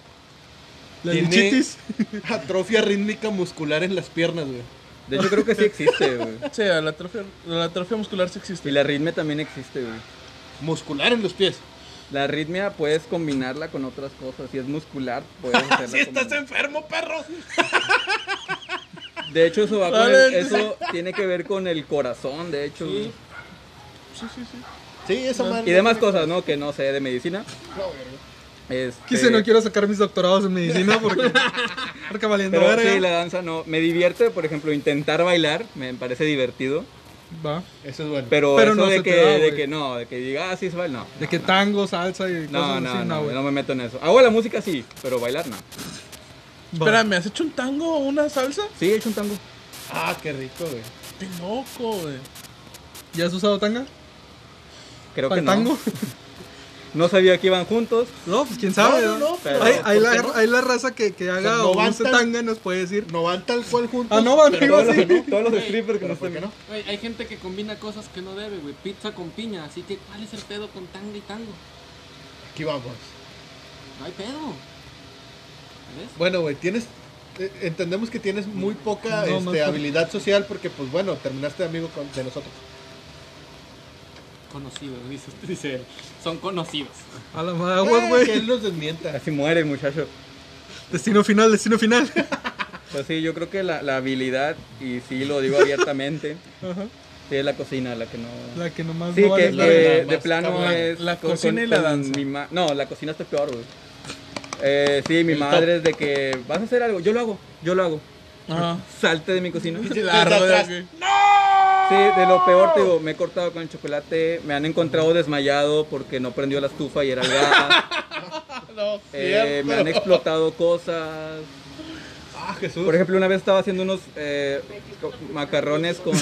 [SPEAKER 1] La
[SPEAKER 4] tiene-
[SPEAKER 1] lichitis.
[SPEAKER 4] *laughs* Atrofia rítmica muscular en las piernas, güey.
[SPEAKER 3] De hecho, creo que sí existe, güey.
[SPEAKER 2] Sí, la atrofia, la atrofia muscular sí existe.
[SPEAKER 3] Y la ritmia también existe, güey.
[SPEAKER 4] Muscular en los pies.
[SPEAKER 3] La arritmia puedes combinarla con otras cosas. Si es muscular,
[SPEAKER 1] *laughs*
[SPEAKER 3] puedes hacerla.
[SPEAKER 2] Si estás
[SPEAKER 3] como-
[SPEAKER 2] enfermo, perro.
[SPEAKER 3] De hecho, eso, va con
[SPEAKER 2] Vale.
[SPEAKER 3] el- eso tiene que ver con el corazón, de hecho. güey.
[SPEAKER 2] Sí, sí, sí.
[SPEAKER 4] Sí, esa madre.
[SPEAKER 3] Y demás cosas, ¿no? Que no sé, de medicina. Este,
[SPEAKER 1] Quise, no quiero sacar mis doctorados en medicina porque. Porque valiendo
[SPEAKER 3] Pero sí, la
[SPEAKER 1] verga.
[SPEAKER 3] danza no. Me divierte, por ejemplo, intentar bailar. Me parece divertido.
[SPEAKER 1] Va.
[SPEAKER 4] Eso es bueno.
[SPEAKER 3] Pero,
[SPEAKER 1] Pero
[SPEAKER 3] eso
[SPEAKER 1] no
[SPEAKER 3] de,
[SPEAKER 1] se
[SPEAKER 3] que,
[SPEAKER 1] te da,
[SPEAKER 3] de
[SPEAKER 1] güey.
[SPEAKER 3] que no, de que diga, ah, sí, se baila. No.
[SPEAKER 1] De
[SPEAKER 3] no,
[SPEAKER 1] que
[SPEAKER 3] no.
[SPEAKER 1] tango, salsa y
[SPEAKER 3] No,
[SPEAKER 1] cosas
[SPEAKER 3] no,
[SPEAKER 1] así,
[SPEAKER 3] no,
[SPEAKER 1] no, güey.
[SPEAKER 3] no me meto en eso. Hago la música sí, pero bailar no.
[SPEAKER 1] Va.
[SPEAKER 2] Espera, ¿me has hecho un tango o una salsa?
[SPEAKER 3] Sí, he hecho un tango.
[SPEAKER 4] Ah, qué rico, güey.
[SPEAKER 2] Qué loco, güey.
[SPEAKER 1] ¿Ya has usado tanga?
[SPEAKER 3] Creo
[SPEAKER 1] ¿Para
[SPEAKER 3] que
[SPEAKER 1] el tango?
[SPEAKER 3] *laughs* no. No sabía que iban juntos.
[SPEAKER 1] No, pues quién sabe.
[SPEAKER 4] No, no, no,
[SPEAKER 1] ¿no?
[SPEAKER 3] pero
[SPEAKER 1] Hay, hay
[SPEAKER 4] ¿por
[SPEAKER 1] la,
[SPEAKER 4] qué no?
[SPEAKER 1] hay la raza que, que haga
[SPEAKER 4] no
[SPEAKER 1] o
[SPEAKER 4] van
[SPEAKER 1] use
[SPEAKER 4] tan-
[SPEAKER 1] tanga nos puede decir.
[SPEAKER 4] No van tal cual juntos.
[SPEAKER 1] Ah, no van,
[SPEAKER 4] pero
[SPEAKER 1] digo,
[SPEAKER 4] bueno,
[SPEAKER 1] sí.
[SPEAKER 4] ¿no?
[SPEAKER 3] Todos los strippers que
[SPEAKER 4] Pero
[SPEAKER 3] nos
[SPEAKER 4] ¿por qué no?
[SPEAKER 5] Güey, hay gente que combina cosas que no debe, güey. Pizza con piña, así que ¿cuál es el pedo con tango y tango?
[SPEAKER 4] Aquí vamos.
[SPEAKER 5] No hay pedo. ¿Ves?
[SPEAKER 4] Bueno, güey, tienes. eh, Entendemos que tienes muy poca
[SPEAKER 1] No,
[SPEAKER 4] este,
[SPEAKER 1] más por-
[SPEAKER 4] habilidad social porque, pues bueno, terminaste de amigo con, de nosotros.
[SPEAKER 5] Conocidos, dice, *laughs* dice él. Son conocidos.
[SPEAKER 1] A la madre, aguas,
[SPEAKER 4] Eh,
[SPEAKER 1] *laughs* güey.
[SPEAKER 4] Que él nos desmienta.
[SPEAKER 3] Así muere, muchacho.
[SPEAKER 1] Destino final, *laughs* destino final.
[SPEAKER 3] Pues sí, yo creo que la, la habilidad, y sí
[SPEAKER 2] *laughs*
[SPEAKER 3] lo digo abiertamente,
[SPEAKER 1] Ajá.
[SPEAKER 3] sí, es la cocina la que no...
[SPEAKER 1] La que nomás
[SPEAKER 3] Sí,
[SPEAKER 1] no vale
[SPEAKER 3] que,
[SPEAKER 1] la
[SPEAKER 3] que
[SPEAKER 1] pena.
[SPEAKER 3] de,
[SPEAKER 2] más
[SPEAKER 3] plano
[SPEAKER 2] cabrón.
[SPEAKER 3] es...
[SPEAKER 2] La cocina y la danza.
[SPEAKER 3] mi ma- no, la cocina está peor, güey. Eh, sí, mi madre es de que vas a hacer algo, yo lo hago, yo lo hago.
[SPEAKER 2] *laughs* Ajá.
[SPEAKER 3] Salte de
[SPEAKER 2] *laughs*
[SPEAKER 3] mi cocina.
[SPEAKER 2] Y la rueda, güey.
[SPEAKER 3] Sí, de lo peor, te digo, me he cortado con el chocolate, me han encontrado desmayado porque no prendió la estufa y era el gas,
[SPEAKER 4] *laughs* No,
[SPEAKER 3] eh, me han explotado cosas.
[SPEAKER 4] Ah, Jesús.
[SPEAKER 3] Por ejemplo, una vez estaba haciendo unos eh, co- macarrones
[SPEAKER 4] *laughs*
[SPEAKER 3] con...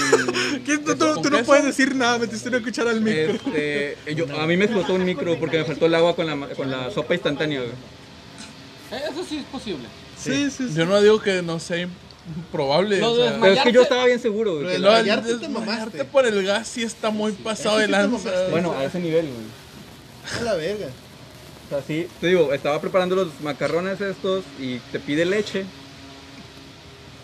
[SPEAKER 1] ¿Qué? Tú, tú-
[SPEAKER 3] con
[SPEAKER 1] tú no
[SPEAKER 3] queso.
[SPEAKER 1] puedes decir nada, metiste una cuchara al micro.
[SPEAKER 3] Este, yo- a mí me explotó un micro porque me faltó el agua con la, ma- con la sopa instantánea. güey.
[SPEAKER 5] Eh, Eso sí es posible.
[SPEAKER 1] sí, sí, sí.
[SPEAKER 2] Yo no digo que no sé, probable.
[SPEAKER 5] Lo
[SPEAKER 2] o sea,
[SPEAKER 5] desmayé.
[SPEAKER 3] Pero es que yo estaba bien seguro. güey, que
[SPEAKER 4] Pero
[SPEAKER 2] lo
[SPEAKER 3] la-
[SPEAKER 2] al
[SPEAKER 4] Desmayarte te
[SPEAKER 2] desmayarte
[SPEAKER 4] mamaste.
[SPEAKER 2] por el gas sí está muy pasado
[SPEAKER 4] Eso
[SPEAKER 2] de
[SPEAKER 4] sí te
[SPEAKER 2] lanza.
[SPEAKER 4] mamaste.
[SPEAKER 3] bueno, a ese nivel, güey.
[SPEAKER 4] A la *laughs* verga.
[SPEAKER 3] O sea, sí, te digo, estaba preparando los macarrones estos y te pide leche.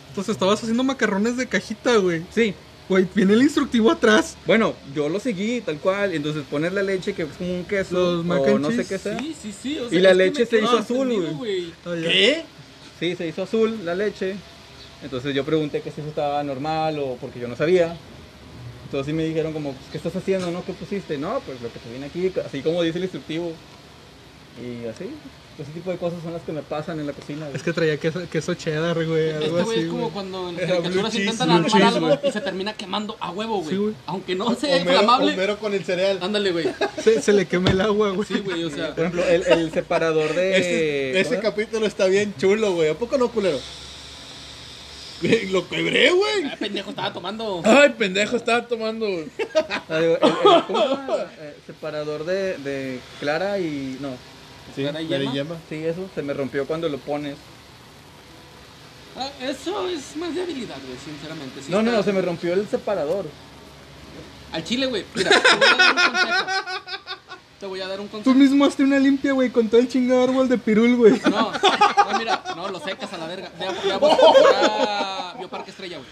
[SPEAKER 1] Entonces Pues, estabas haciendo macarrones de cajita, güey.
[SPEAKER 3] Sí,
[SPEAKER 1] Güey, viene el instructivo atrás.
[SPEAKER 3] Bueno, yo lo seguí tal cual, entonces poner la leche que es como un queso
[SPEAKER 1] Los mac
[SPEAKER 3] o
[SPEAKER 1] and
[SPEAKER 3] no sé
[SPEAKER 1] cheese,
[SPEAKER 3] qué sea. Sí.
[SPEAKER 5] Sí, sí, sí. o
[SPEAKER 3] Y
[SPEAKER 5] sea,
[SPEAKER 3] la
[SPEAKER 5] es que
[SPEAKER 3] leche
[SPEAKER 5] me
[SPEAKER 3] se
[SPEAKER 5] quedé
[SPEAKER 3] hizo azul,
[SPEAKER 5] sorprendido,
[SPEAKER 1] Ah, ya.
[SPEAKER 4] ¿Qué?
[SPEAKER 3] se hizo azul la leche. Entonces yo pregunté que si eso estaba normal o porque yo no sabía. Entonces sí me dijeron como, pues, ¿qué estás haciendo? ¿No? ¿Qué pusiste? No, pues lo que te viene aquí, así como dice el instructivo. Y así, ese tipo de cosas son las que me pasan en la cocina. güey.
[SPEAKER 1] Es que traía queso, queso cheddar, güey.
[SPEAKER 5] Este
[SPEAKER 1] Algo
[SPEAKER 5] güey
[SPEAKER 1] así,
[SPEAKER 5] es como
[SPEAKER 1] güey.
[SPEAKER 5] cuando en las
[SPEAKER 2] Era blue
[SPEAKER 5] caricaturas
[SPEAKER 2] cheese,
[SPEAKER 5] intentan
[SPEAKER 2] blue
[SPEAKER 5] armar
[SPEAKER 2] cheese,
[SPEAKER 5] algo
[SPEAKER 2] güey.
[SPEAKER 5] y se termina quemando a huevo, güey.
[SPEAKER 1] Sí, güey.
[SPEAKER 5] Aunque no sea
[SPEAKER 4] Homero,
[SPEAKER 5] inflamable.
[SPEAKER 4] Homero con el cereal.
[SPEAKER 5] Ándale, güey.
[SPEAKER 1] Se, se le quema el agua, güey.
[SPEAKER 5] Sí, güey, o sea.
[SPEAKER 3] Por ejemplo, el, el separador de...
[SPEAKER 4] Ese, ese
[SPEAKER 3] Eh, ¿cómo era?
[SPEAKER 4] capítulo está bien chulo, güey. ¿A poco no, culero? Güey, Lo quebré, güey.
[SPEAKER 5] ah, pendejo, estaba tomando.
[SPEAKER 2] Ay, pendejo, estaba tomando. *laughs*
[SPEAKER 3] Ah, digo, el- el- ¿cómo se llama? Eh, separador de, de clara y... No,
[SPEAKER 4] Sí,
[SPEAKER 5] ¿Clara y
[SPEAKER 4] la de
[SPEAKER 5] yema?
[SPEAKER 4] yema.
[SPEAKER 3] sí, eso se me rompió cuando lo pones.
[SPEAKER 5] Ah, eso es más de habilidad, güey, sinceramente. sí
[SPEAKER 3] No, no,
[SPEAKER 5] está-
[SPEAKER 3] no, se me rompió el separador.
[SPEAKER 5] Al chile, güey. Mira, te voy a dar un consejo. Te voy a dar un
[SPEAKER 1] Tú
[SPEAKER 5] consejo.
[SPEAKER 1] mismo hazte una limpia, güey, con todo el chingado árbol de pirul, güey.
[SPEAKER 5] No, no, mira, no, lo secas a la verga. Ve a, ve a buscar a Bioparque Estrella, güey.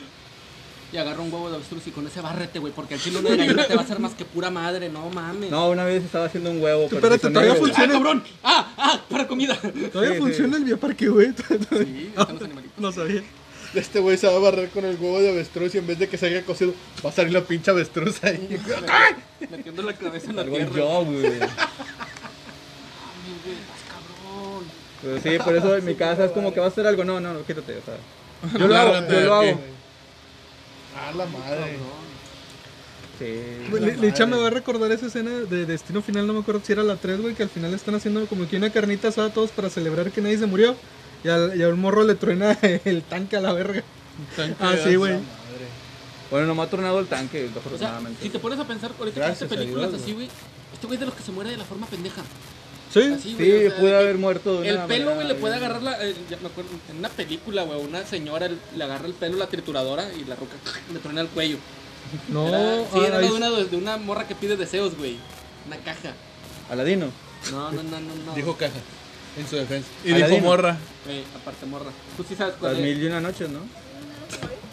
[SPEAKER 5] Y agarra un huevo de avestruz y con ese bárrete, güey, porque al chile uno de gallina te va a hacer más que pura madre, no mames.
[SPEAKER 3] No, una vez estaba haciendo un huevo. pero
[SPEAKER 1] Espérate,
[SPEAKER 3] se hizo
[SPEAKER 1] todavía
[SPEAKER 3] negro.
[SPEAKER 1] funciona.
[SPEAKER 5] ¡Cabrón! ¡Ah! ¡Ah! ¡Para comida!
[SPEAKER 1] Todavía
[SPEAKER 3] Sí, sí.
[SPEAKER 1] funciona el bioparque, güey.
[SPEAKER 5] Sí, están los animalitos.
[SPEAKER 1] No sabía.
[SPEAKER 4] Este güey se va a barrer con el huevo de avestruz y en vez de que salga cocido, va a salir la pinche avestruz ahí.
[SPEAKER 5] Metiendo la cabeza en la
[SPEAKER 3] Algo en
[SPEAKER 5] tierra.
[SPEAKER 3] yo, güey.
[SPEAKER 5] Ay, güey, estás cabrón.
[SPEAKER 3] Pero sí, por eso en mi casa es como que vas a hacer algo. No, no, no, quítate. O sea, yo lo hago, yo lo
[SPEAKER 2] ok.
[SPEAKER 3] hago.
[SPEAKER 4] Ah, la madre.
[SPEAKER 3] Sí.
[SPEAKER 1] Güey,
[SPEAKER 4] La
[SPEAKER 1] Li- Licha me
[SPEAKER 4] madre.
[SPEAKER 1] va a recordar esa escena de Destino Final, no me acuerdo si era la 3, güey, que al final están haciendo como que una carnita asada todos para celebrar que nadie se murió. Y al, y a un morro le truena *laughs* el tanque a la verga. Ah, sí, güey.
[SPEAKER 3] Bueno, no me ha tronado el tanque,
[SPEAKER 5] O sea,
[SPEAKER 3] desafortunadamente.
[SPEAKER 5] si te pones a pensar, ahorita que
[SPEAKER 4] Gracias
[SPEAKER 5] hace
[SPEAKER 4] a
[SPEAKER 5] películas
[SPEAKER 4] Dios,
[SPEAKER 5] así, güey, este güey es de los que se muere de la forma pendeja.
[SPEAKER 1] Sí,
[SPEAKER 5] Así, güey,
[SPEAKER 3] Sí,
[SPEAKER 5] o sea,
[SPEAKER 3] pude
[SPEAKER 5] de que
[SPEAKER 3] haber muerto de
[SPEAKER 5] El
[SPEAKER 3] una
[SPEAKER 5] pelo, güey,
[SPEAKER 3] manera
[SPEAKER 5] le puede agarrar la. eh, ya me acuerdo, en una película, güey, una señora el- le agarra el pelo, la trituradora y la roca le truena el cuello.
[SPEAKER 1] no,
[SPEAKER 5] Era- sí, era
[SPEAKER 1] ah,
[SPEAKER 5] de
[SPEAKER 1] ahí-
[SPEAKER 5] una, de una morra que pide deseos, güey. Una caja.
[SPEAKER 3] Aladino.
[SPEAKER 5] No, no, no, no. no.
[SPEAKER 4] Dijo caja. En su defensa.
[SPEAKER 2] Y dijo
[SPEAKER 3] Aladino.
[SPEAKER 2] morra.
[SPEAKER 5] Güey, aparte, morra. Tú Pues sí sabes cuál
[SPEAKER 3] Las
[SPEAKER 5] es.
[SPEAKER 3] mil y una noches, ¿no?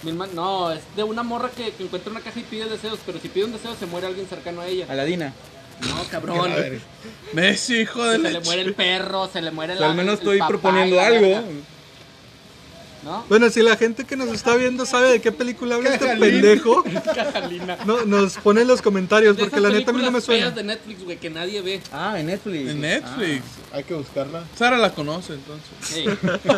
[SPEAKER 5] Milman- no, es de una morra que, que encuentra una caja y pide deseos, pero si pide un deseo se muere alguien cercano a ella.
[SPEAKER 3] Aladina.
[SPEAKER 5] No, cabrón.
[SPEAKER 4] A ver.
[SPEAKER 2] Messi, hijo de
[SPEAKER 5] Se
[SPEAKER 2] la
[SPEAKER 5] le muere el perro, se le muere
[SPEAKER 3] O
[SPEAKER 5] la.
[SPEAKER 3] sea, al menos
[SPEAKER 5] el
[SPEAKER 3] estoy
[SPEAKER 5] papá y
[SPEAKER 3] proponiendo
[SPEAKER 5] la
[SPEAKER 3] algo.
[SPEAKER 5] verga,
[SPEAKER 1] *laughs*
[SPEAKER 5] ¿No?
[SPEAKER 1] Bueno, si la gente que nos está viendo sabe de qué película habla este
[SPEAKER 4] Cajalín.
[SPEAKER 1] pendejo,
[SPEAKER 5] Cajalina.
[SPEAKER 1] no, nos pone en los comentarios,
[SPEAKER 5] De
[SPEAKER 1] porque
[SPEAKER 5] esas
[SPEAKER 1] la neta a mí no me
[SPEAKER 5] películas
[SPEAKER 1] suena.
[SPEAKER 5] feas de Netflix, güey, que nadie ve.
[SPEAKER 3] Ah, en Netflix.
[SPEAKER 2] En
[SPEAKER 3] Ah.
[SPEAKER 2] Netflix.
[SPEAKER 4] Hay que buscarla.
[SPEAKER 2] Sara la conoce, entonces.
[SPEAKER 5] Sí.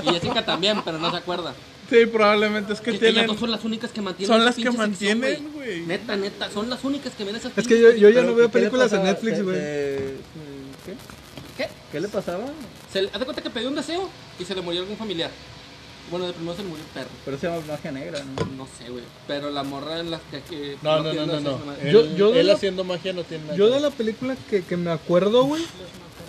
[SPEAKER 5] Y Jessica también, pero no se acuerda.
[SPEAKER 2] Sí, probablemente es que
[SPEAKER 5] Que, que
[SPEAKER 2] tienen.
[SPEAKER 5] ellas dos son las únicas que mantienen.
[SPEAKER 2] Son
[SPEAKER 5] esa
[SPEAKER 2] las que
[SPEAKER 5] pinche sección,
[SPEAKER 2] mantienen, güey.
[SPEAKER 5] Neta, neta, son las únicas que ven esas
[SPEAKER 1] Es que
[SPEAKER 5] pinches
[SPEAKER 1] yo, yo ya
[SPEAKER 3] Pero,
[SPEAKER 1] no veo
[SPEAKER 3] ¿qué le
[SPEAKER 1] películas en
[SPEAKER 3] pasaba?
[SPEAKER 1] Netflix,
[SPEAKER 3] De-
[SPEAKER 1] güey.
[SPEAKER 3] de- ¿Qué?
[SPEAKER 5] ¿Qué?
[SPEAKER 3] ¿Qué le pasaba?
[SPEAKER 5] Se le- haz de cuenta que pidió un deseo y se le murió algún familiar. Bueno, de primero se le murió el perro.
[SPEAKER 3] Pero se llama magia negra, ¿no?
[SPEAKER 5] No sé, güey. Pero la morra en las que. que
[SPEAKER 4] No, no,
[SPEAKER 5] tiene
[SPEAKER 4] no, no.
[SPEAKER 5] deseos,
[SPEAKER 4] no. Eh,
[SPEAKER 5] nomás-
[SPEAKER 4] Él,
[SPEAKER 1] Yo- yo de
[SPEAKER 4] él
[SPEAKER 1] la-
[SPEAKER 4] haciendo magia no tiene nada.
[SPEAKER 1] Yo
[SPEAKER 4] que
[SPEAKER 1] de
[SPEAKER 4] ver.
[SPEAKER 1] la película que, que me acuerdo, güey,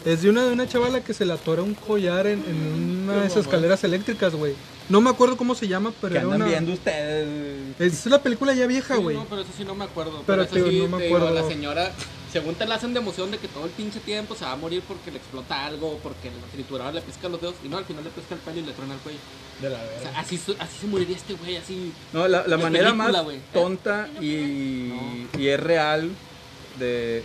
[SPEAKER 1] es de una de una chavala que se le atora un collar en, en una de esas escaleras eléctricas, güey. No me acuerdo cómo se llama, pero
[SPEAKER 3] Que
[SPEAKER 1] era
[SPEAKER 3] andan
[SPEAKER 1] una...
[SPEAKER 3] viendo ustedes.
[SPEAKER 1] Es una película ya vieja,
[SPEAKER 5] Sí,
[SPEAKER 1] güey.
[SPEAKER 5] No, pero eso sí no me acuerdo.
[SPEAKER 1] Pero
[SPEAKER 5] Pero,
[SPEAKER 1] te digo,
[SPEAKER 5] eso sí,
[SPEAKER 1] no me
[SPEAKER 5] te digo,
[SPEAKER 1] acuerdo.
[SPEAKER 5] la señora, según te la hacen de emoción de que todo el pinche tiempo se va a morir porque le explota algo, porque la trituradora le pesca los dedos, y no, al final le pesca el pelo y le truena el cuello.
[SPEAKER 4] De la
[SPEAKER 5] O
[SPEAKER 4] verga.
[SPEAKER 5] sea, así, su- así se moriría este güey, así.
[SPEAKER 3] No, la, la
[SPEAKER 5] De
[SPEAKER 3] manera
[SPEAKER 5] película,
[SPEAKER 3] más
[SPEAKER 5] güey.
[SPEAKER 3] tonta
[SPEAKER 1] Eh.
[SPEAKER 3] y, y es real de...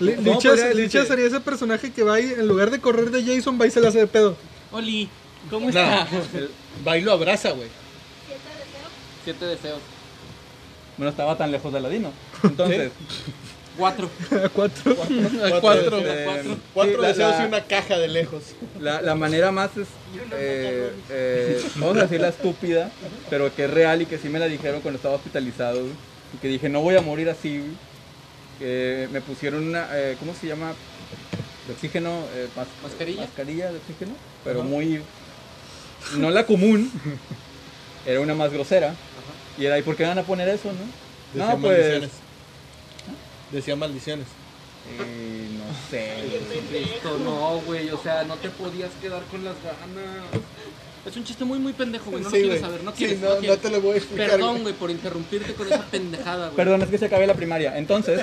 [SPEAKER 1] Li-
[SPEAKER 3] ¿Cómo
[SPEAKER 1] Licha,
[SPEAKER 3] podría
[SPEAKER 1] Licha
[SPEAKER 3] decirse?
[SPEAKER 1] sería ese personaje que va y en lugar de correr de Jason, va y se la hace de pedo.
[SPEAKER 5] Oli, ¿Cómo está?
[SPEAKER 4] Bailo abraza, güey.
[SPEAKER 7] ¿Siete deseos?
[SPEAKER 5] Siete deseos.
[SPEAKER 3] Bueno, estaba tan lejos de *laughs* Aladino. Entonces,
[SPEAKER 5] Cuatro.
[SPEAKER 1] Cuatro.
[SPEAKER 2] Cuatro. Cuatro.
[SPEAKER 3] este,
[SPEAKER 5] cuatro.
[SPEAKER 4] Cuatro
[SPEAKER 3] sí, la-
[SPEAKER 4] deseos y una caja de lejos.
[SPEAKER 3] La, la manera más, es- eh, eh, vamos a decirla estúpida, pero que es real y que sí me la dijeron cuando estaba hospitalizado, güey, y que dije, no voy a morir así, güey". que me pusieron una, eh, ¿cómo se llama? De oxígeno, eh, mas-
[SPEAKER 5] ¿Mascarilla?
[SPEAKER 3] mascarilla de oxígeno, pero muy, no la común, era una más grosera, y era, ¿y por qué van a poner eso, no?
[SPEAKER 4] Decía
[SPEAKER 3] No, pues,
[SPEAKER 4] maldiciones. Decía maldiciones.
[SPEAKER 3] eh, no sé, güey.
[SPEAKER 5] Cristo, no, güey. O sea, no te podías quedar con las ganas. Es un chiste muy, muy pendejo, güey. Pues No
[SPEAKER 4] Sí,
[SPEAKER 5] lo quieres
[SPEAKER 4] güey.
[SPEAKER 5] saber. No
[SPEAKER 4] Sí,
[SPEAKER 5] quieres.
[SPEAKER 4] no,
[SPEAKER 5] no
[SPEAKER 4] no
[SPEAKER 5] quieres.
[SPEAKER 4] te lo voy a explicar,
[SPEAKER 5] Perdón,
[SPEAKER 4] güey.
[SPEAKER 5] güey, por interrumpirte con esa pendejada, güey.
[SPEAKER 3] Perdón, es que se acabé la primaria, entonces,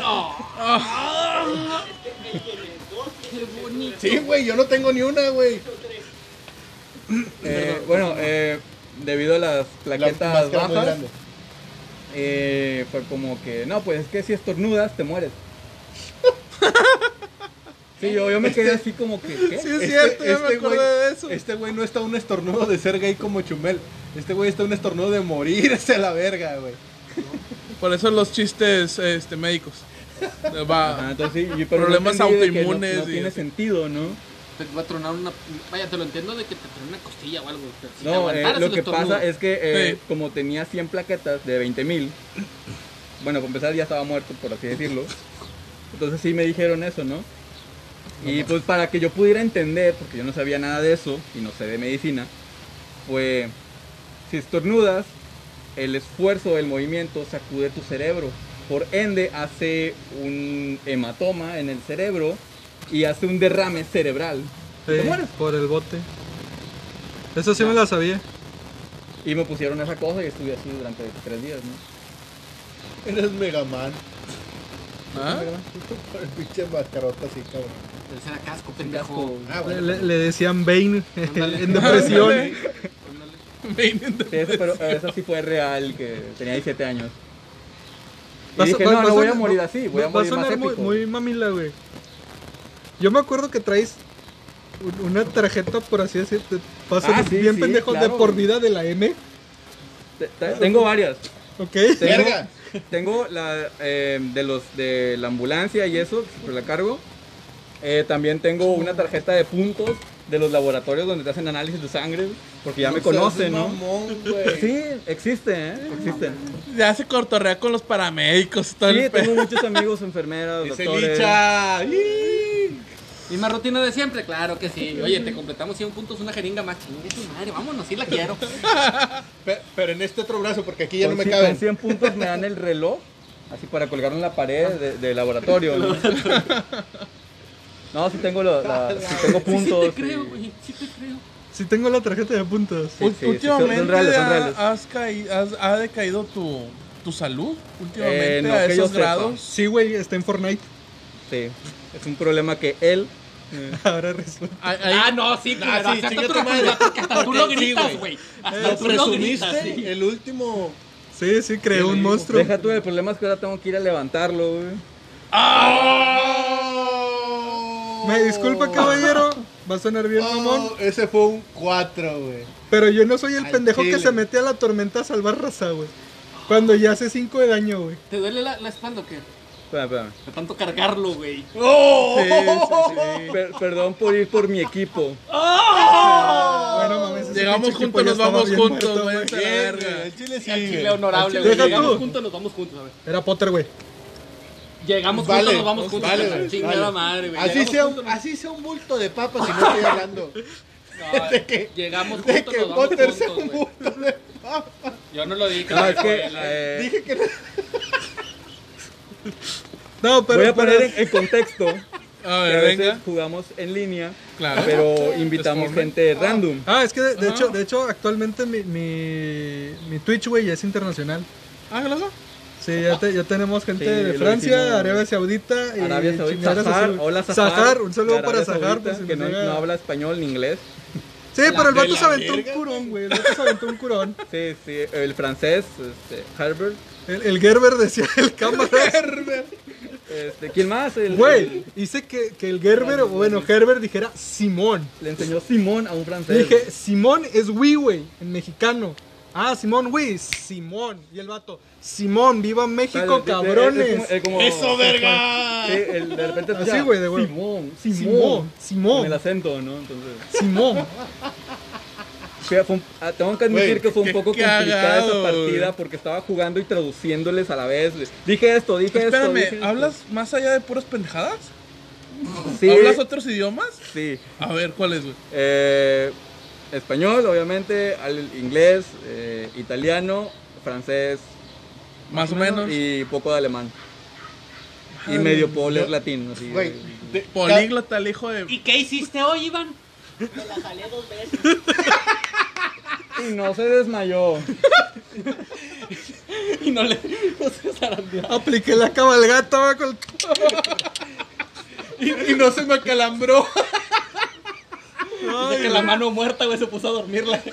[SPEAKER 5] Qué bonito.
[SPEAKER 4] Sí, güey, yo no tengo ni una, güey.
[SPEAKER 3] eh, bueno, eh, debido a las
[SPEAKER 4] La
[SPEAKER 3] plaquetas
[SPEAKER 4] máscara muy
[SPEAKER 3] bajas,
[SPEAKER 4] grande.
[SPEAKER 3] Eh, fue como que, no, pues es que si estornudas te mueres. Sí, yo, yo me quedé así como que, ¿qué?
[SPEAKER 2] Sí, es cierto, yo me
[SPEAKER 4] Este güey,
[SPEAKER 2] acuerdo de eso.
[SPEAKER 4] Este güey no está un estornudo de ser gay como Chumel. Este güey está un estornudo de morirse a la verga, güey.
[SPEAKER 2] Por eso los chistes este, *laughs* médicos. Va.
[SPEAKER 3] Ajá, entonces, sí, y-
[SPEAKER 2] Problemas
[SPEAKER 3] yo entendí de que
[SPEAKER 2] autoinmunes
[SPEAKER 3] No, no
[SPEAKER 2] y
[SPEAKER 3] tiene
[SPEAKER 2] así.
[SPEAKER 3] sentido, ¿no?
[SPEAKER 5] Te va a tronar una. Vaya, te lo entiendo de que te troné una costilla o algo. pero si te
[SPEAKER 3] No, eh,
[SPEAKER 5] aguantaras
[SPEAKER 3] lo
[SPEAKER 5] el
[SPEAKER 3] que
[SPEAKER 5] estornudo.
[SPEAKER 3] pasa es que eh,
[SPEAKER 2] Sí.
[SPEAKER 3] como tenía 100 plaquetas de 20 mil, bueno, para empezar ya estaba muerto, por así decirlo. Entonces sí me dijeron eso, ¿no? Y pues para que yo pudiera entender, porque yo no sabía nada de eso y no sé de medicina, fue, si estornudas, el esfuerzo del movimiento sacude tu cerebro. Por ende, hace un hematoma en el cerebro y hace un derrame cerebral. Y te
[SPEAKER 1] Sí,
[SPEAKER 3] mueres.
[SPEAKER 1] por el bote. Eso sí me la sabía.
[SPEAKER 3] Y me pusieron esa cosa y estuve así durante tres días, ¿no?
[SPEAKER 4] Eres Megaman.
[SPEAKER 2] ¿Ah?
[SPEAKER 4] Por el pinche mascarota así, cabrón.
[SPEAKER 5] Pero será casco, pendejo.
[SPEAKER 4] Ah,
[SPEAKER 1] Le,
[SPEAKER 4] bueno.
[SPEAKER 1] le- le decían Bane *laughs*
[SPEAKER 5] Ándale.
[SPEAKER 1] en depresión.
[SPEAKER 2] Ándale.
[SPEAKER 3] Sí, eso, pero eso sí fue real, que tenía 17 años. Y
[SPEAKER 1] Vas-
[SPEAKER 3] dije,
[SPEAKER 1] vas-
[SPEAKER 3] no,
[SPEAKER 1] vas
[SPEAKER 3] no voy a
[SPEAKER 1] sonar-
[SPEAKER 3] morir así, voy a
[SPEAKER 1] va- va
[SPEAKER 3] morir más
[SPEAKER 1] sonar muy,
[SPEAKER 3] épico.
[SPEAKER 1] muy mamila, güey. Yo me acuerdo que traes un- una tarjeta, por así decirte. Va a sonar
[SPEAKER 3] Ah, sí,
[SPEAKER 1] bien
[SPEAKER 3] sí,
[SPEAKER 1] pendejo
[SPEAKER 3] claro,
[SPEAKER 1] de por
[SPEAKER 3] güey.
[SPEAKER 1] vida de la M.
[SPEAKER 3] Te- te- Tengo varias.
[SPEAKER 1] ¿Ok?
[SPEAKER 3] Tengo,
[SPEAKER 4] Verga.
[SPEAKER 3] tengo la eh, de los de la ambulancia y eso, que siempre la cargo. Eh, también tengo una tarjeta de puntos de los laboratorios donde te hacen análisis de sangre, porque ya me conocen, ¿no?
[SPEAKER 4] Mamón, güey.
[SPEAKER 3] *laughs* Sí, existen, ¿eh? Existen.
[SPEAKER 2] Ya se cortorrea con los paramédicos y todo
[SPEAKER 3] Sí,
[SPEAKER 2] el pe-
[SPEAKER 3] tengo muchos amigos, enfermeras,
[SPEAKER 4] Dice
[SPEAKER 3] doctores.
[SPEAKER 4] Licha. ¡Ih!
[SPEAKER 5] Misma rutina de siempre, claro que sí. Oye, te completamos 100 puntos, una jeringa más. Chingue tu madre, vámonos, sí la quiero.
[SPEAKER 4] Pe- Pero en este otro brazo, porque aquí ya
[SPEAKER 3] con,
[SPEAKER 4] no me
[SPEAKER 3] cien-
[SPEAKER 4] caben.
[SPEAKER 3] con 100 puntos me dan el reloj, así para colgarlo en la pared de- del laboratorio. ¿no? No, sí tengo, lo- la- sí tengo
[SPEAKER 5] Sí, sí
[SPEAKER 3] puntos.
[SPEAKER 5] te creo,
[SPEAKER 3] y-
[SPEAKER 5] güey. Sí te creo.
[SPEAKER 1] Si tengo la tarjeta de puntos.
[SPEAKER 3] Sí, sí, sí, son-
[SPEAKER 2] últimamente
[SPEAKER 3] son reales, son
[SPEAKER 2] ha-
[SPEAKER 3] reales.
[SPEAKER 2] Has, caí- has- ha decaído tu, tu salud últimamente
[SPEAKER 3] Eh, no,
[SPEAKER 2] a
[SPEAKER 3] que yo
[SPEAKER 2] esos
[SPEAKER 3] sepa.
[SPEAKER 2] grados.
[SPEAKER 1] Sí, güey, está en Fortnite.
[SPEAKER 3] Sí, es un problema que él.
[SPEAKER 1] *laughs* Ahora resulta.
[SPEAKER 2] Ay, ay,
[SPEAKER 5] Ah, no, sí,
[SPEAKER 4] Ah,
[SPEAKER 5] claro.
[SPEAKER 4] sí,
[SPEAKER 5] acepta tu
[SPEAKER 4] chinga tu madre.
[SPEAKER 5] responsabilidad, porque hasta tú lo
[SPEAKER 4] *laughs* Sí,
[SPEAKER 5] gritas,
[SPEAKER 4] güey.
[SPEAKER 5] güey.
[SPEAKER 4] Lo
[SPEAKER 5] Hasta tú lo gritas. sí.
[SPEAKER 4] presumiste el último.
[SPEAKER 1] Sí, sí, creó un monstruo.
[SPEAKER 3] Deja tú, el problema es que ahora tengo que ir a levantarlo, güey.
[SPEAKER 1] Me disculpa, caballero. Va a sonar bien, mamón.
[SPEAKER 4] Oh, ese fue un 4, güey.
[SPEAKER 1] Pero yo no soy el
[SPEAKER 4] Al
[SPEAKER 1] pendejo que
[SPEAKER 4] chile.
[SPEAKER 1] se mete a la tormenta a salvar raza, güey. Cuando ya hace 5 de daño, güey.
[SPEAKER 5] ¿Te duele la, la espalda o qué?
[SPEAKER 3] Espérame, espérame.
[SPEAKER 5] De tanto cargarlo, güey.
[SPEAKER 2] *laughs*
[SPEAKER 3] Per- perdón por ir por mi equipo.
[SPEAKER 1] Bueno, mames. ese
[SPEAKER 2] Llegamos
[SPEAKER 1] pinche equipo ya
[SPEAKER 2] juntos, nos
[SPEAKER 1] estaba
[SPEAKER 2] vamos
[SPEAKER 1] bien muerto,
[SPEAKER 2] juntos, güey. vete a la
[SPEAKER 4] Bien,
[SPEAKER 2] verga.
[SPEAKER 4] güey, al chile sí,
[SPEAKER 5] Al chile
[SPEAKER 4] güey.
[SPEAKER 5] honorable,
[SPEAKER 1] Al
[SPEAKER 5] güey.
[SPEAKER 1] chile
[SPEAKER 5] Llegamos
[SPEAKER 1] tú.
[SPEAKER 5] juntos, nos vamos juntos, a ver.
[SPEAKER 1] Era Potter, güey.
[SPEAKER 5] Llegamos
[SPEAKER 4] Vale,
[SPEAKER 5] juntos, nos vamos juntos.
[SPEAKER 4] vale,
[SPEAKER 5] a ver,
[SPEAKER 4] güey,
[SPEAKER 5] chingada
[SPEAKER 4] vale.
[SPEAKER 5] madre, güey.
[SPEAKER 4] Así
[SPEAKER 5] Llegamos
[SPEAKER 4] sea,
[SPEAKER 5] juntos,
[SPEAKER 4] un, así sea un bulto de papas si no estoy hablando.
[SPEAKER 5] no,
[SPEAKER 4] de que-
[SPEAKER 5] Llegamos
[SPEAKER 4] De
[SPEAKER 5] juntos,
[SPEAKER 4] que
[SPEAKER 5] nos vamos
[SPEAKER 4] Potter sea
[SPEAKER 5] juntos,
[SPEAKER 4] un
[SPEAKER 5] güey.
[SPEAKER 4] bulto de papas.
[SPEAKER 5] Yo no lo dije.
[SPEAKER 3] No, es que.
[SPEAKER 5] güey, la-
[SPEAKER 3] eh,
[SPEAKER 4] Dije que no.
[SPEAKER 1] No, pero.
[SPEAKER 3] voy a poner
[SPEAKER 1] pero-
[SPEAKER 3] en, en contexto.
[SPEAKER 2] A
[SPEAKER 3] que a
[SPEAKER 2] ver,
[SPEAKER 3] veces
[SPEAKER 2] venga.
[SPEAKER 3] jugamos en línea,
[SPEAKER 2] Claro.
[SPEAKER 3] pero invitamos
[SPEAKER 2] Desforme.
[SPEAKER 3] gente random.
[SPEAKER 1] Ah, es que de, de hecho, de hecho, actualmente mi, mi, mi Twitch, güey, ya es internacional.
[SPEAKER 2] Ah, claro.
[SPEAKER 1] Sí, ya, te- ya tenemos gente
[SPEAKER 3] Sí,
[SPEAKER 1] de
[SPEAKER 3] lo
[SPEAKER 1] Francia,
[SPEAKER 3] hicimos.
[SPEAKER 1] Arabia Saudita y
[SPEAKER 3] Arabia Saudita,
[SPEAKER 1] chingaderas
[SPEAKER 3] Zahar,
[SPEAKER 1] así, güey.
[SPEAKER 3] hola Zahar,
[SPEAKER 1] Zahar, un saludo
[SPEAKER 3] de
[SPEAKER 1] para
[SPEAKER 3] Arabia
[SPEAKER 1] Zahar,
[SPEAKER 3] Saudita,
[SPEAKER 1] pues, si
[SPEAKER 3] que
[SPEAKER 1] nos
[SPEAKER 3] no,
[SPEAKER 1] llega-
[SPEAKER 3] no habla español ni inglés.
[SPEAKER 1] Sí, pero el
[SPEAKER 5] de
[SPEAKER 1] vato
[SPEAKER 5] la
[SPEAKER 1] se aventó un
[SPEAKER 4] verga,
[SPEAKER 1] curón, güey. El vato se aventó un curón.
[SPEAKER 3] Sí, sí, el francés, este, Herbert.
[SPEAKER 1] El, el Gerber decía el cámara.
[SPEAKER 3] Este, ¿Quién más? El-
[SPEAKER 1] Güey, hice que, que el Gerber, bueno, Gerber dijera Simón.
[SPEAKER 3] Le enseñó Simón a un francés.
[SPEAKER 1] Le dije, Simón es Wii, güey, en mexicano. Ah, Simón, güey, Simón. Y el vato, Simón, viva México, cabrones.
[SPEAKER 3] ¡Eso, verga! el, de repente
[SPEAKER 1] Así,
[SPEAKER 3] escucha,
[SPEAKER 1] güey, de huevo.
[SPEAKER 3] Simón,
[SPEAKER 1] Simón,
[SPEAKER 3] Simón, Con el
[SPEAKER 1] Simón,
[SPEAKER 3] acento, ¿no? Entonces,
[SPEAKER 1] *laughs* Simón.
[SPEAKER 3] fue- fue un- ah, tengo que admitir
[SPEAKER 4] Güey,
[SPEAKER 3] que fue un
[SPEAKER 4] qué
[SPEAKER 3] poco complicada
[SPEAKER 4] cagado,
[SPEAKER 3] esa
[SPEAKER 4] güey.
[SPEAKER 3] partida porque estaba jugando y traduciéndoles a la vez. Les- Dije esto, dije
[SPEAKER 2] Espérame,
[SPEAKER 3] esto. dije esto.
[SPEAKER 2] ¿hablas más allá de puras pendejadas?
[SPEAKER 3] Sí,
[SPEAKER 2] ¿Hablas otros idiomas?
[SPEAKER 3] sí.
[SPEAKER 2] A ver, ¿cuál es, güey?
[SPEAKER 3] Eh, español, obviamente, al- inglés, eh, italiano, francés
[SPEAKER 2] Más o menos.
[SPEAKER 3] y poco de alemán. Y
[SPEAKER 2] Madre
[SPEAKER 3] medio puedo leer latín. así.
[SPEAKER 4] Güey, de-
[SPEAKER 2] Políglota, el hijo de.
[SPEAKER 5] ¿Y qué hiciste hoy,
[SPEAKER 4] *laughs*
[SPEAKER 5] Iván?
[SPEAKER 6] Me la jalé dos veces.
[SPEAKER 3] Y no se
[SPEAKER 5] *laughs*
[SPEAKER 3] desmayó.
[SPEAKER 5] Y no
[SPEAKER 4] *laughs*
[SPEAKER 5] le. No se zarandeó.
[SPEAKER 1] Apliqué la cabalgata, va, con-
[SPEAKER 4] Y, y no se me acalambró.
[SPEAKER 5] Dice que la mano muerta, güey, se puso a dormirla.
[SPEAKER 4] *laughs*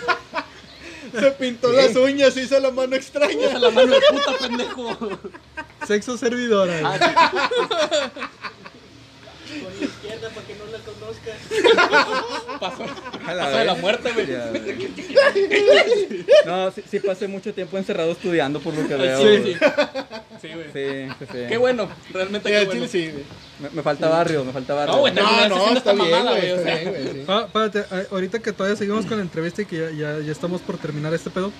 [SPEAKER 4] Se pintó las uñas, hizo la mano extraña.
[SPEAKER 5] Esa es la mano de puta, pendejo.
[SPEAKER 1] sexo servidora. güey.
[SPEAKER 6] Con la izquierda para que no la conozcas.
[SPEAKER 5] Pasó,
[SPEAKER 3] A la
[SPEAKER 5] pasó de la
[SPEAKER 3] vez.
[SPEAKER 5] muerte, güey.
[SPEAKER 3] Ya, güey.
[SPEAKER 5] *laughs*
[SPEAKER 3] No, sí, sí pasé mucho tiempo encerrado estudiando por lo que veo.
[SPEAKER 5] Sí,
[SPEAKER 3] güey.
[SPEAKER 5] sí. Sí, güey.
[SPEAKER 3] Sí, sí, sí.
[SPEAKER 5] Qué bueno, realmente
[SPEAKER 4] Sí,
[SPEAKER 5] qué
[SPEAKER 4] al
[SPEAKER 5] bueno.
[SPEAKER 4] chile sí, güey.
[SPEAKER 3] Me, me falta barrio, me falta barrio.
[SPEAKER 5] No, güey,
[SPEAKER 4] No,
[SPEAKER 5] Terminar
[SPEAKER 4] no,
[SPEAKER 5] haciendo
[SPEAKER 4] está
[SPEAKER 5] esta
[SPEAKER 4] bien,
[SPEAKER 5] mamada,
[SPEAKER 4] güey.
[SPEAKER 5] güey, o
[SPEAKER 4] Está
[SPEAKER 5] sea.
[SPEAKER 4] bien, güey. sí.
[SPEAKER 1] Ah, espérate, a- ahorita que todavía seguimos con la entrevista y que ya, ya, ya estamos por terminar este pedo.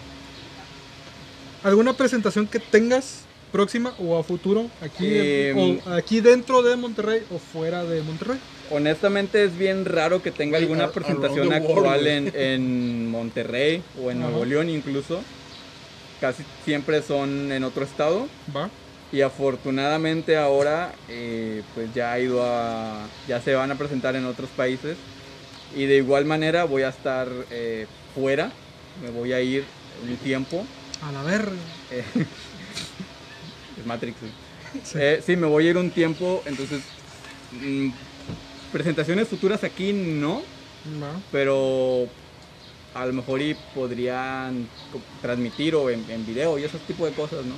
[SPEAKER 1] ¿Alguna presentación que tengas próxima o a futuro aquí, en-
[SPEAKER 3] Em.
[SPEAKER 1] o aquí dentro de Monterrey o fuera de Monterrey?
[SPEAKER 3] Honestamente es bien raro que tenga
[SPEAKER 4] Güey,
[SPEAKER 3] alguna
[SPEAKER 4] ar-
[SPEAKER 3] presentación
[SPEAKER 4] around the world,
[SPEAKER 3] actual
[SPEAKER 4] güey.
[SPEAKER 3] en, en Monterrey o en Nuevo
[SPEAKER 1] Ajá.
[SPEAKER 3] León incluso. Casi siempre son en otro estado.
[SPEAKER 1] Va.
[SPEAKER 3] Y afortunadamente ahora eh, pues ya ha ido a... ya se van a presentar en otros países. Y de igual manera voy a estar eh, fuera. Me voy a ir un tiempo.
[SPEAKER 1] A la verga.
[SPEAKER 3] Eh, *laughs* es Matrix. güey. Eh, Sí. me voy a ir un tiempo, entonces mm, presentaciones futuras aquí no,
[SPEAKER 1] Va.
[SPEAKER 3] pero a lo mejor y podrían co- transmitir o en, en video y ese tipo de cosas, ¿no?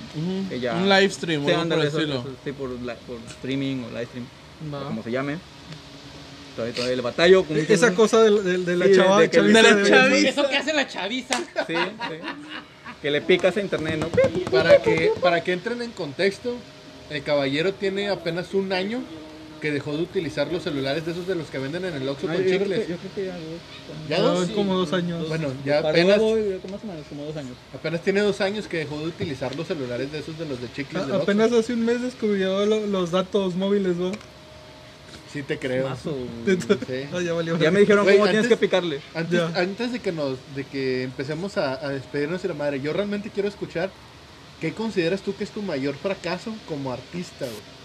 [SPEAKER 3] Que ya-
[SPEAKER 2] Un live stream,
[SPEAKER 3] Sí,
[SPEAKER 2] o algo por
[SPEAKER 3] ándale,
[SPEAKER 2] el
[SPEAKER 3] eso-
[SPEAKER 2] estilo.
[SPEAKER 3] eso, sí, por, la- por streaming o live stream, o
[SPEAKER 1] Va.
[SPEAKER 3] como se llame. Todavía, todavía le batallo. *laughs* como que-
[SPEAKER 1] Esa cosa de, de- de la
[SPEAKER 3] Sí, de-
[SPEAKER 1] chava-
[SPEAKER 3] de que-
[SPEAKER 1] chaviza
[SPEAKER 2] de la
[SPEAKER 1] de-
[SPEAKER 2] chaviza.
[SPEAKER 5] Eso que hace la chaviza.
[SPEAKER 3] Sí, sí. Que le picas a internet, ¿no?
[SPEAKER 4] Para que, para que entren en contexto, el caballero tiene apenas un año que dejó de utilizar los celulares de esos de los que venden en el Oxxo
[SPEAKER 3] No,
[SPEAKER 4] con
[SPEAKER 3] yo, yo creo
[SPEAKER 4] chicles.
[SPEAKER 3] que, yo creo que ya, güey.
[SPEAKER 4] Ya
[SPEAKER 1] No,
[SPEAKER 4] dos.
[SPEAKER 1] es como dos años.
[SPEAKER 4] Bueno, ya
[SPEAKER 3] Para
[SPEAKER 4] apenas,
[SPEAKER 3] luego, yo creo que más o menos como dos años.
[SPEAKER 4] apenas tiene dos años que dejó de utilizar los celulares de esos de los de chicles. del
[SPEAKER 1] A-
[SPEAKER 4] Oxxo.
[SPEAKER 1] apenas hace un mes descubrió lo- los datos móviles, ¿va?
[SPEAKER 4] Sí, te creo.
[SPEAKER 3] Mazo, güey.
[SPEAKER 1] Entonces- Ah, ya valió.
[SPEAKER 3] Ya me dijeron
[SPEAKER 4] Güey,
[SPEAKER 3] cómo tienes que
[SPEAKER 4] antes-
[SPEAKER 3] picarle.
[SPEAKER 4] Antes,
[SPEAKER 1] Ya.
[SPEAKER 4] antes de que nos, de que empecemos a, a despedirnos de la madre, yo realmente quiero escuchar qué consideras tú que es tu mayor fracaso como artista, güey.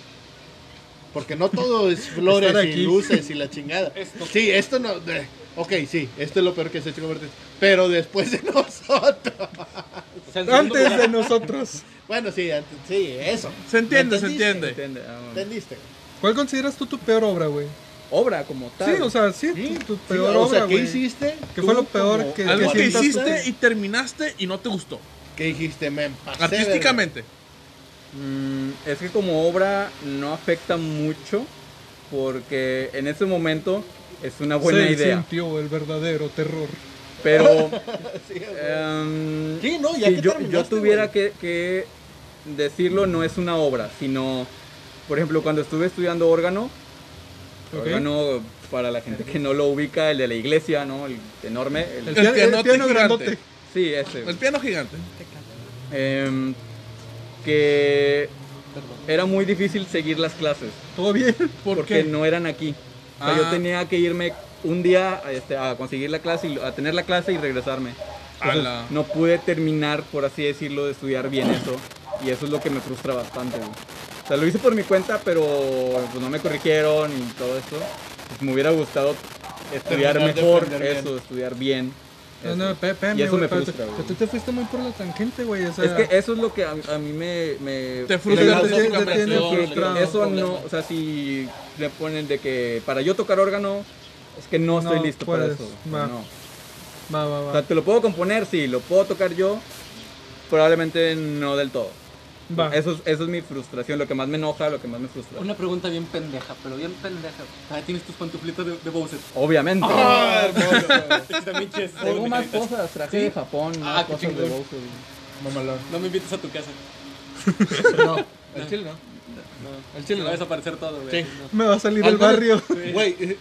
[SPEAKER 4] Porque no
[SPEAKER 1] *laughs*
[SPEAKER 4] todo es flores
[SPEAKER 1] Estar
[SPEAKER 4] y
[SPEAKER 1] aquí.
[SPEAKER 4] luces y
[SPEAKER 1] *laughs*
[SPEAKER 4] la chingada. Sí, esto no. eh, ok, sí, esto es lo peor que se ha hecho como artista. Pero después de *laughs* nosotros.
[SPEAKER 5] O sea, en segundo
[SPEAKER 1] Antes de
[SPEAKER 5] lugar,
[SPEAKER 1] nosotros.
[SPEAKER 4] Bueno, sí, antes, sí, eso.
[SPEAKER 2] Se entiende,
[SPEAKER 4] ¿Me
[SPEAKER 2] se
[SPEAKER 4] entendiste?
[SPEAKER 2] entiende.
[SPEAKER 3] Entiende, ah, bueno.
[SPEAKER 4] ¿Entendiste?
[SPEAKER 1] ¿Cuál consideras tú tu peor obra, güey?
[SPEAKER 3] Obra como tal.
[SPEAKER 1] Sí, o sea, sí,
[SPEAKER 4] Sí,
[SPEAKER 1] tu, tu
[SPEAKER 4] sí,
[SPEAKER 1] peor
[SPEAKER 4] o sea,
[SPEAKER 1] obra,
[SPEAKER 4] ¿qué
[SPEAKER 1] güey.
[SPEAKER 4] hiciste?
[SPEAKER 1] ¿Qué
[SPEAKER 4] tú
[SPEAKER 1] fue lo peor
[SPEAKER 4] como-
[SPEAKER 1] que-
[SPEAKER 2] Algo que
[SPEAKER 1] sientas tú?
[SPEAKER 2] hiciste y terminaste y no te gustó.
[SPEAKER 4] ¿Qué dijiste, me empasé,
[SPEAKER 2] Artísticamente.
[SPEAKER 3] Mm, es que como obra no afecta mucho porque en ese momento es una buena
[SPEAKER 1] Se
[SPEAKER 3] idea.
[SPEAKER 1] sintió el verdadero terror.
[SPEAKER 3] Pero
[SPEAKER 4] verga?
[SPEAKER 1] Eh,
[SPEAKER 4] Sí, güey.
[SPEAKER 3] em,
[SPEAKER 4] Sí, no, ya
[SPEAKER 3] si
[SPEAKER 4] que
[SPEAKER 3] yo,
[SPEAKER 4] terminaste,
[SPEAKER 3] yo tuviera
[SPEAKER 4] güey.
[SPEAKER 3] que, que decirlo, no es una obra, sino, por ejemplo, cuando estuve estudiando órgano,
[SPEAKER 1] Ok.
[SPEAKER 3] órgano para la gente que no lo ubica, el de la iglesia, ¿no? El enorme.
[SPEAKER 1] El,
[SPEAKER 3] el-
[SPEAKER 2] El
[SPEAKER 1] pia- el
[SPEAKER 2] pianote
[SPEAKER 1] piano
[SPEAKER 2] gigante.
[SPEAKER 1] grandote.
[SPEAKER 3] sí, ese.
[SPEAKER 2] El piano gigante.
[SPEAKER 3] Em, que era muy difícil seguir las clases
[SPEAKER 1] Todo bien.
[SPEAKER 2] ¿Por
[SPEAKER 3] porque
[SPEAKER 2] qué?
[SPEAKER 3] no eran aquí. O sea,
[SPEAKER 2] Ah.
[SPEAKER 3] Yo tenía que irme un día este, a conseguir la clase, y, a tener la clase y regresarme. Entonces,
[SPEAKER 2] Ala.
[SPEAKER 3] no pude terminar, por así decirlo, de estudiar bien eso. Y eso es lo que me frustra bastante. güey. O sea, lo hice por mi cuenta, pero pues, no me corrigieron y todo esto. Pues, me hubiera gustado estudiar
[SPEAKER 4] Terminar de
[SPEAKER 3] mejor
[SPEAKER 4] aprender bien.
[SPEAKER 3] eso, estudiar bien.
[SPEAKER 1] No,
[SPEAKER 3] eso.
[SPEAKER 1] no, pe- espérame,
[SPEAKER 3] y eso
[SPEAKER 1] güey,
[SPEAKER 3] me
[SPEAKER 1] espérate.
[SPEAKER 3] frustra,
[SPEAKER 1] Pero
[SPEAKER 3] güey.
[SPEAKER 1] tú te fuiste muy por la tangente, güey. O sea,
[SPEAKER 3] Es que eso es lo que a, a mí me... me
[SPEAKER 2] Te
[SPEAKER 1] te-
[SPEAKER 2] frustra
[SPEAKER 1] te- te- te
[SPEAKER 2] artísticamente.
[SPEAKER 1] tiene
[SPEAKER 5] No, no,
[SPEAKER 1] frustrado.
[SPEAKER 5] no,
[SPEAKER 3] Eso
[SPEAKER 5] problema.
[SPEAKER 3] no, o sea, si le ponen de que para yo tocar órgano, es que no estoy
[SPEAKER 1] No
[SPEAKER 3] listo
[SPEAKER 1] puedes,
[SPEAKER 3] para eso. o sea,
[SPEAKER 1] va.
[SPEAKER 3] no.
[SPEAKER 1] Va, va,
[SPEAKER 3] O
[SPEAKER 1] va.
[SPEAKER 3] sea, te lo puedo componer, sí, lo puedo tocar yo, probablemente no del todo.
[SPEAKER 1] Va.
[SPEAKER 3] Eso es, eso es mi frustración, lo que más me enoja, lo que más me frustra.
[SPEAKER 5] Una pregunta bien pendeja, pero bien pendeja. güey. Todavía Ah, tienes tus pantuflitas de, de Bowser.
[SPEAKER 3] Obviamente.
[SPEAKER 4] Ah, hermoso,
[SPEAKER 5] *laughs*
[SPEAKER 4] *laughs*
[SPEAKER 3] Tengo más cosas, traje de Japón, más
[SPEAKER 5] Ah, qué
[SPEAKER 3] cosas de
[SPEAKER 5] chingón.
[SPEAKER 3] Bowser.
[SPEAKER 4] mamalón.
[SPEAKER 5] No me invites a tu casa.
[SPEAKER 4] No, el chile no.
[SPEAKER 5] No.
[SPEAKER 4] El chile
[SPEAKER 5] Se va a
[SPEAKER 4] no.
[SPEAKER 5] desaparecer todo, güey.
[SPEAKER 4] Sí.
[SPEAKER 5] No.
[SPEAKER 1] Me va a salir del
[SPEAKER 4] Algo de-
[SPEAKER 1] barrio. *laughs*
[SPEAKER 4] Güey, eh,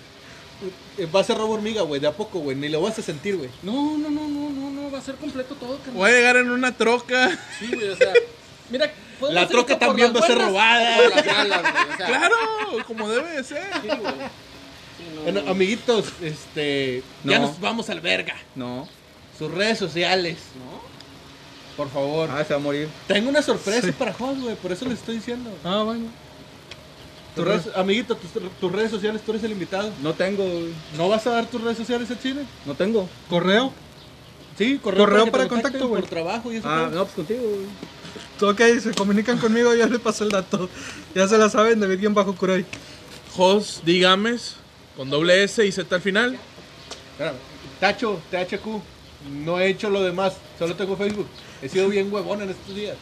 [SPEAKER 4] eh, va a ser robo hormiga, güey, de a poco, güey. Ni lo vas a sentir, güey.
[SPEAKER 5] No, no, no, no, no, no, va a ser completo todo, carnal.
[SPEAKER 2] Voy a llegar en una troca. *laughs*
[SPEAKER 5] Sí, güey, o sea, mira, podemos
[SPEAKER 4] La
[SPEAKER 5] hacer
[SPEAKER 4] troca
[SPEAKER 5] esto por
[SPEAKER 4] también
[SPEAKER 5] las
[SPEAKER 4] va a ser
[SPEAKER 5] buenas *laughs*
[SPEAKER 4] robada.
[SPEAKER 5] o por las malas, güey, o sea,
[SPEAKER 2] Claro, como debe de ser.
[SPEAKER 5] sí, no,
[SPEAKER 4] Bueno,
[SPEAKER 5] no.
[SPEAKER 4] amiguitos, este. Ya
[SPEAKER 3] No.
[SPEAKER 4] nos vamos al verga.
[SPEAKER 3] No.
[SPEAKER 4] Sus redes sociales, por favor.
[SPEAKER 3] Ah, se va a morir.
[SPEAKER 4] Tengo una sorpresa para Jos, güey, por eso les estoy diciendo.
[SPEAKER 1] Ah, bueno.
[SPEAKER 4] Tus redes- amiguito, tus, tus redes sociales, tú eres el invitado.
[SPEAKER 3] No tengo,
[SPEAKER 4] ¿No vas a dar tus redes sociales a Chile?
[SPEAKER 3] no tengo.
[SPEAKER 1] Correo.
[SPEAKER 4] Sí, correo,
[SPEAKER 1] Correo
[SPEAKER 4] que te
[SPEAKER 1] para
[SPEAKER 4] contacten
[SPEAKER 1] contacto, güey.
[SPEAKER 4] Por trabajo y eso.
[SPEAKER 3] Ah,
[SPEAKER 4] güey.
[SPEAKER 3] no, pues contigo. güey.
[SPEAKER 1] Ok, se comunican conmigo, ya le pasó el dato. Ya se la saben, David-Curoy.
[SPEAKER 2] Jos Digames, con doble S y Z al final.
[SPEAKER 4] Espérame. Tacho, THQ, no he hecho lo demás, solo tengo Facebook. He sido bien huevón en estos días.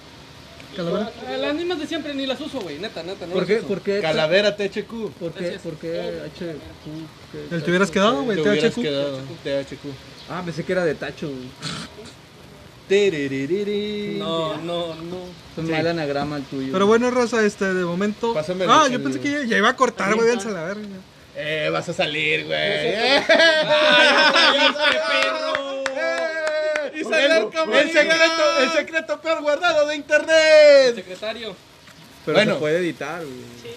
[SPEAKER 1] Calavera.
[SPEAKER 5] Eh, Las mismas de siempre ni las uso, güey, neta, neta. No
[SPEAKER 3] ¿Por
[SPEAKER 5] las
[SPEAKER 3] qué?
[SPEAKER 5] uso.
[SPEAKER 3] ¿Por qué?
[SPEAKER 4] Calavera THQ.
[SPEAKER 3] ¿Por qué?
[SPEAKER 5] Gracias.
[SPEAKER 3] ¿Por qué? H, Q, qué-
[SPEAKER 1] El te hubieras quedado, güey,
[SPEAKER 4] Te hubieras
[SPEAKER 1] THQ.
[SPEAKER 4] quedado, THQ.
[SPEAKER 3] Ah, pensé que era de Tacho. güey.
[SPEAKER 4] Terererere.
[SPEAKER 5] No, no, no.
[SPEAKER 3] Es un mal anagrama el tuyo.
[SPEAKER 1] Pero bueno, Raza, este, de momento.
[SPEAKER 4] Pásame el-
[SPEAKER 1] ah, yo
[SPEAKER 4] el-
[SPEAKER 1] pensé que ya, ya iba a cortar, güey, váyanse a la verga.
[SPEAKER 4] Eh, vas a salir, güey. Eh, *laughs*
[SPEAKER 2] Y sale el camarada.
[SPEAKER 4] Eh, el secreto, el secreto peor guardado de internet.
[SPEAKER 5] Secretario.
[SPEAKER 3] Pero
[SPEAKER 4] bueno.
[SPEAKER 3] se puede editar, güey.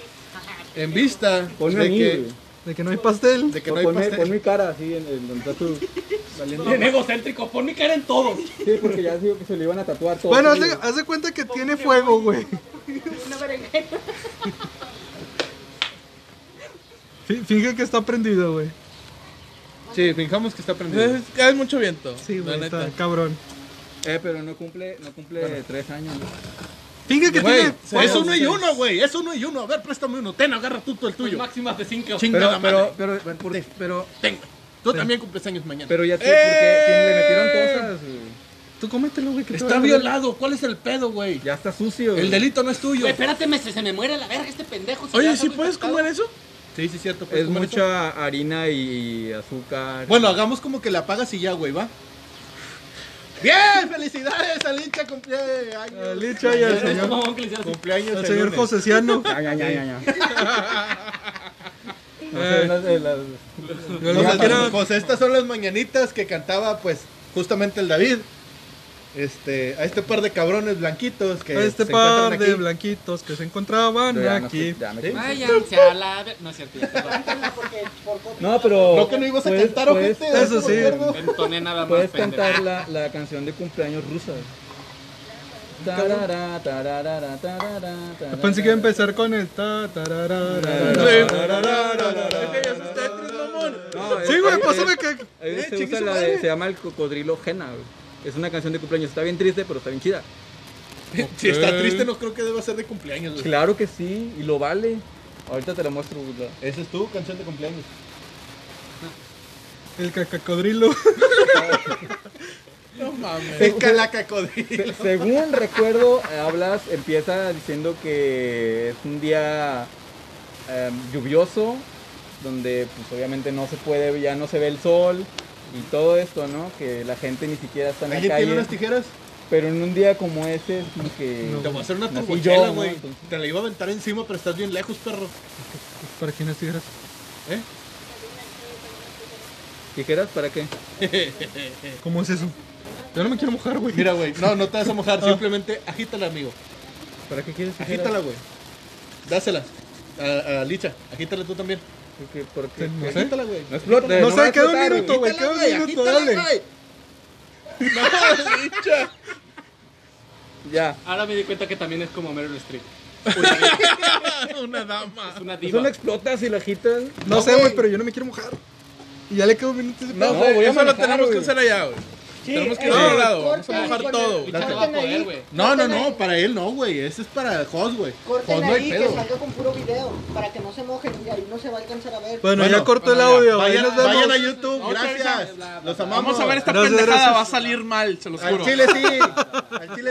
[SPEAKER 4] En vista
[SPEAKER 3] Ponme a
[SPEAKER 4] de
[SPEAKER 3] mí,
[SPEAKER 4] que,
[SPEAKER 3] güey.
[SPEAKER 1] De que no hay pastel.
[SPEAKER 4] de que no
[SPEAKER 3] Pon-
[SPEAKER 4] hay
[SPEAKER 3] ponme,
[SPEAKER 4] pastel.
[SPEAKER 3] pon mi cara así en, en donde está
[SPEAKER 4] *laughs*
[SPEAKER 3] tu.
[SPEAKER 5] Bien egocéntrico, pon mi cara en todo.
[SPEAKER 3] Sí, porque ya digo que se lo iban a tatuar todo.
[SPEAKER 1] Bueno,
[SPEAKER 3] sí,
[SPEAKER 1] hace,
[SPEAKER 3] güey.
[SPEAKER 1] hace cuenta que tiene fuego, güey.
[SPEAKER 6] Una berenjena.
[SPEAKER 1] Fi- Finge que está prendido, güey.
[SPEAKER 4] Sí, fijamos que está prendido.
[SPEAKER 2] Es- Cae mucho viento.
[SPEAKER 1] Sí,
[SPEAKER 2] la
[SPEAKER 1] güey,
[SPEAKER 2] neta.
[SPEAKER 1] está cabrón.
[SPEAKER 3] Eh, pero no cumple, no cumple tres años. ¿no?
[SPEAKER 1] Finge que
[SPEAKER 4] Güey,
[SPEAKER 1] tiene.
[SPEAKER 4] pues es uno y uno, güey. Es uno y uno. A ver, préstame uno. Ten, agarra tú tú el
[SPEAKER 5] Pues
[SPEAKER 4] tuyo.
[SPEAKER 5] máximas de cinco.
[SPEAKER 4] Chinga
[SPEAKER 3] Pero,
[SPEAKER 4] la
[SPEAKER 3] pero,
[SPEAKER 4] madre.
[SPEAKER 3] pero, por- pero,
[SPEAKER 4] Ten, güey. Tú también cumples años mañana.
[SPEAKER 3] pero ya tiene, porque le metieron cosas, güey.
[SPEAKER 1] Tú cómetelo, güey. que te
[SPEAKER 4] está
[SPEAKER 1] va a-
[SPEAKER 4] violado. ¿Cuál es el pedo, güey?
[SPEAKER 3] Ya está sucio.
[SPEAKER 4] El
[SPEAKER 3] güey.
[SPEAKER 4] delito no es tuyo.
[SPEAKER 5] Güey, espérate, me- se, se me muere la verga este pendejo. se me
[SPEAKER 2] Oye,
[SPEAKER 5] hace
[SPEAKER 2] ¿sí
[SPEAKER 5] algo
[SPEAKER 2] puedes
[SPEAKER 5] infectado.
[SPEAKER 2] comer eso?
[SPEAKER 4] Sí, sí, cierto. puedes
[SPEAKER 3] Es
[SPEAKER 4] comer eso.
[SPEAKER 3] mucha harina y azúcar.
[SPEAKER 4] Bueno, hagamos como que la apagas y ya, güey, va. Bien, felicidades al hincha
[SPEAKER 1] Al
[SPEAKER 4] cumpleaños.
[SPEAKER 1] hincha Ah, y al
[SPEAKER 5] Pero es
[SPEAKER 1] señor.
[SPEAKER 5] como que le hicieras así.
[SPEAKER 4] Cumpleaños
[SPEAKER 1] Al
[SPEAKER 4] el
[SPEAKER 1] señor
[SPEAKER 4] lunes.
[SPEAKER 1] Joseciano.
[SPEAKER 3] Ya, ya, ya, ya, ya. *laughs* No sé, las- eh, las-
[SPEAKER 1] Yo
[SPEAKER 4] Pues,
[SPEAKER 1] no sé qué era.
[SPEAKER 4] pues, pues, estas son las mañanitas que cantaba, pues, justamente el David. Este, a este par de cabrones blanquitos que
[SPEAKER 1] A este
[SPEAKER 4] se
[SPEAKER 1] par
[SPEAKER 4] encuentran
[SPEAKER 1] de
[SPEAKER 4] aquí.
[SPEAKER 1] blanquitos que se encontraban
[SPEAKER 3] ya no
[SPEAKER 1] aquí.
[SPEAKER 3] sé, ya me-
[SPEAKER 4] Sí.
[SPEAKER 5] Váyanse a la ver- No es cierto. ya, perdón.
[SPEAKER 6] Porque por COVID.
[SPEAKER 3] No, pero.
[SPEAKER 4] No que no ibas a
[SPEAKER 3] puedes-
[SPEAKER 4] cantar,
[SPEAKER 3] puedes-
[SPEAKER 4] ojete.
[SPEAKER 1] eso
[SPEAKER 4] no
[SPEAKER 1] sí.
[SPEAKER 4] me acuerdo.
[SPEAKER 5] Entoné nada más.
[SPEAKER 3] Puedes
[SPEAKER 5] pendejo.
[SPEAKER 3] cantar la, la canción de cumpleaños rusa. Tarara, tarara, tarara, tarara.
[SPEAKER 1] Pensé que iba a empezar con el ta, tarara, tarara.
[SPEAKER 3] No, es-
[SPEAKER 1] Sí, güey,
[SPEAKER 3] ahí-
[SPEAKER 1] pásame
[SPEAKER 3] ahí-
[SPEAKER 1] que.
[SPEAKER 3] ahí
[SPEAKER 2] Eh,
[SPEAKER 3] se
[SPEAKER 2] chingue
[SPEAKER 3] usa
[SPEAKER 2] su
[SPEAKER 3] la
[SPEAKER 2] madre.
[SPEAKER 3] de- se llama El Cocodrilo Jena. güey. Es una canción de cumpleaños. Está bien triste, pero está bien chida.
[SPEAKER 4] Si está triste, no creo que deba ser de cumpleaños. güey.
[SPEAKER 3] Claro que sí, y lo vale. Ahorita te la muestro. güey, la-
[SPEAKER 4] Esa es tu canción de cumpleaños.
[SPEAKER 1] El cacacodrilo. *laughs*
[SPEAKER 2] No mames.
[SPEAKER 4] Es calaca *laughs* codril.
[SPEAKER 3] Se- *laughs* según recuerdo, eh, hablas, empieza diciendo que es un día eh, lluvioso, donde pues obviamente no se puede, ya no se ve el sol y todo esto, ¿no? Que la gente ni siquiera está en la
[SPEAKER 4] ¿Alguien
[SPEAKER 3] calle.
[SPEAKER 4] tiene unas tijeras?
[SPEAKER 3] Pero en un día como ese es como que
[SPEAKER 4] Te voy a hacer una
[SPEAKER 3] nací
[SPEAKER 4] turbochela,
[SPEAKER 3] yo, ¿no?
[SPEAKER 4] güey.
[SPEAKER 3] Entonces,
[SPEAKER 4] Te la iba a aventar encima, pero estás bien lejos, perro.
[SPEAKER 1] Para quienes tijeras.
[SPEAKER 4] ¿Eh?
[SPEAKER 3] ¿Tijeras para qué?
[SPEAKER 1] ¿Cómo es eso? Yo no me quiero mojar, güey.
[SPEAKER 4] Mira, güey. No, no te vas a mojar. Simplemente agítala, amigo.
[SPEAKER 3] ¿Para qué quieres tijeras?
[SPEAKER 4] Agítala, güey. Dásela. A, a Licha. Agítala tú también.
[SPEAKER 3] Porque, porque
[SPEAKER 1] No sé.
[SPEAKER 4] Agítala, güey.
[SPEAKER 3] no explote,
[SPEAKER 1] No
[SPEAKER 3] va a
[SPEAKER 1] sé, queda
[SPEAKER 3] explotar,
[SPEAKER 1] un minuto,
[SPEAKER 3] güey.
[SPEAKER 1] güey. Queda un minuto, dale.
[SPEAKER 3] Ya.
[SPEAKER 5] Ahora me di cuenta que también es como Meryl Streep.
[SPEAKER 2] Una dama.
[SPEAKER 5] Es una
[SPEAKER 3] Eso no
[SPEAKER 5] diva.
[SPEAKER 3] explotas y la agitas.
[SPEAKER 1] No sé, güey, pero yo no me quiero mojar. Y ya le quedó un minuto de
[SPEAKER 3] No,
[SPEAKER 1] pedo.
[SPEAKER 2] No,
[SPEAKER 3] voy a
[SPEAKER 2] eso lo
[SPEAKER 3] manejar,
[SPEAKER 2] tenemos que
[SPEAKER 3] güey.
[SPEAKER 2] hacer allá, güey. Tenemos que ir
[SPEAKER 1] eh,
[SPEAKER 2] al lado. Vamos
[SPEAKER 6] corten
[SPEAKER 2] a mojar
[SPEAKER 6] ahí,
[SPEAKER 2] todo.
[SPEAKER 6] corten
[SPEAKER 5] No te
[SPEAKER 6] ahí.
[SPEAKER 5] va a poder, güey.
[SPEAKER 4] No, no, no, para él no, güey. Ese es para Jos, güey. Jos
[SPEAKER 6] Corten
[SPEAKER 4] no hay
[SPEAKER 6] ahí que
[SPEAKER 4] pedo.
[SPEAKER 6] salga con puro video. Para que no se mojen y ahí no se va a alcanzar a ver.
[SPEAKER 1] Bueno,
[SPEAKER 4] Bueno,
[SPEAKER 1] ya cortó el
[SPEAKER 5] bueno, ya.
[SPEAKER 1] audio. ahí
[SPEAKER 4] Vayan,
[SPEAKER 1] nos vemos.
[SPEAKER 4] vayan a YouTube,
[SPEAKER 5] Ok,
[SPEAKER 4] gracias.
[SPEAKER 5] bla, bla, bla.
[SPEAKER 4] Los amamos.
[SPEAKER 2] Vamos a ver esta
[SPEAKER 1] Gracias,
[SPEAKER 2] pendejada.
[SPEAKER 1] gracias.
[SPEAKER 2] Va a salir mal, se los
[SPEAKER 4] Al
[SPEAKER 2] juro.
[SPEAKER 4] *laughs* chile sí. Al chile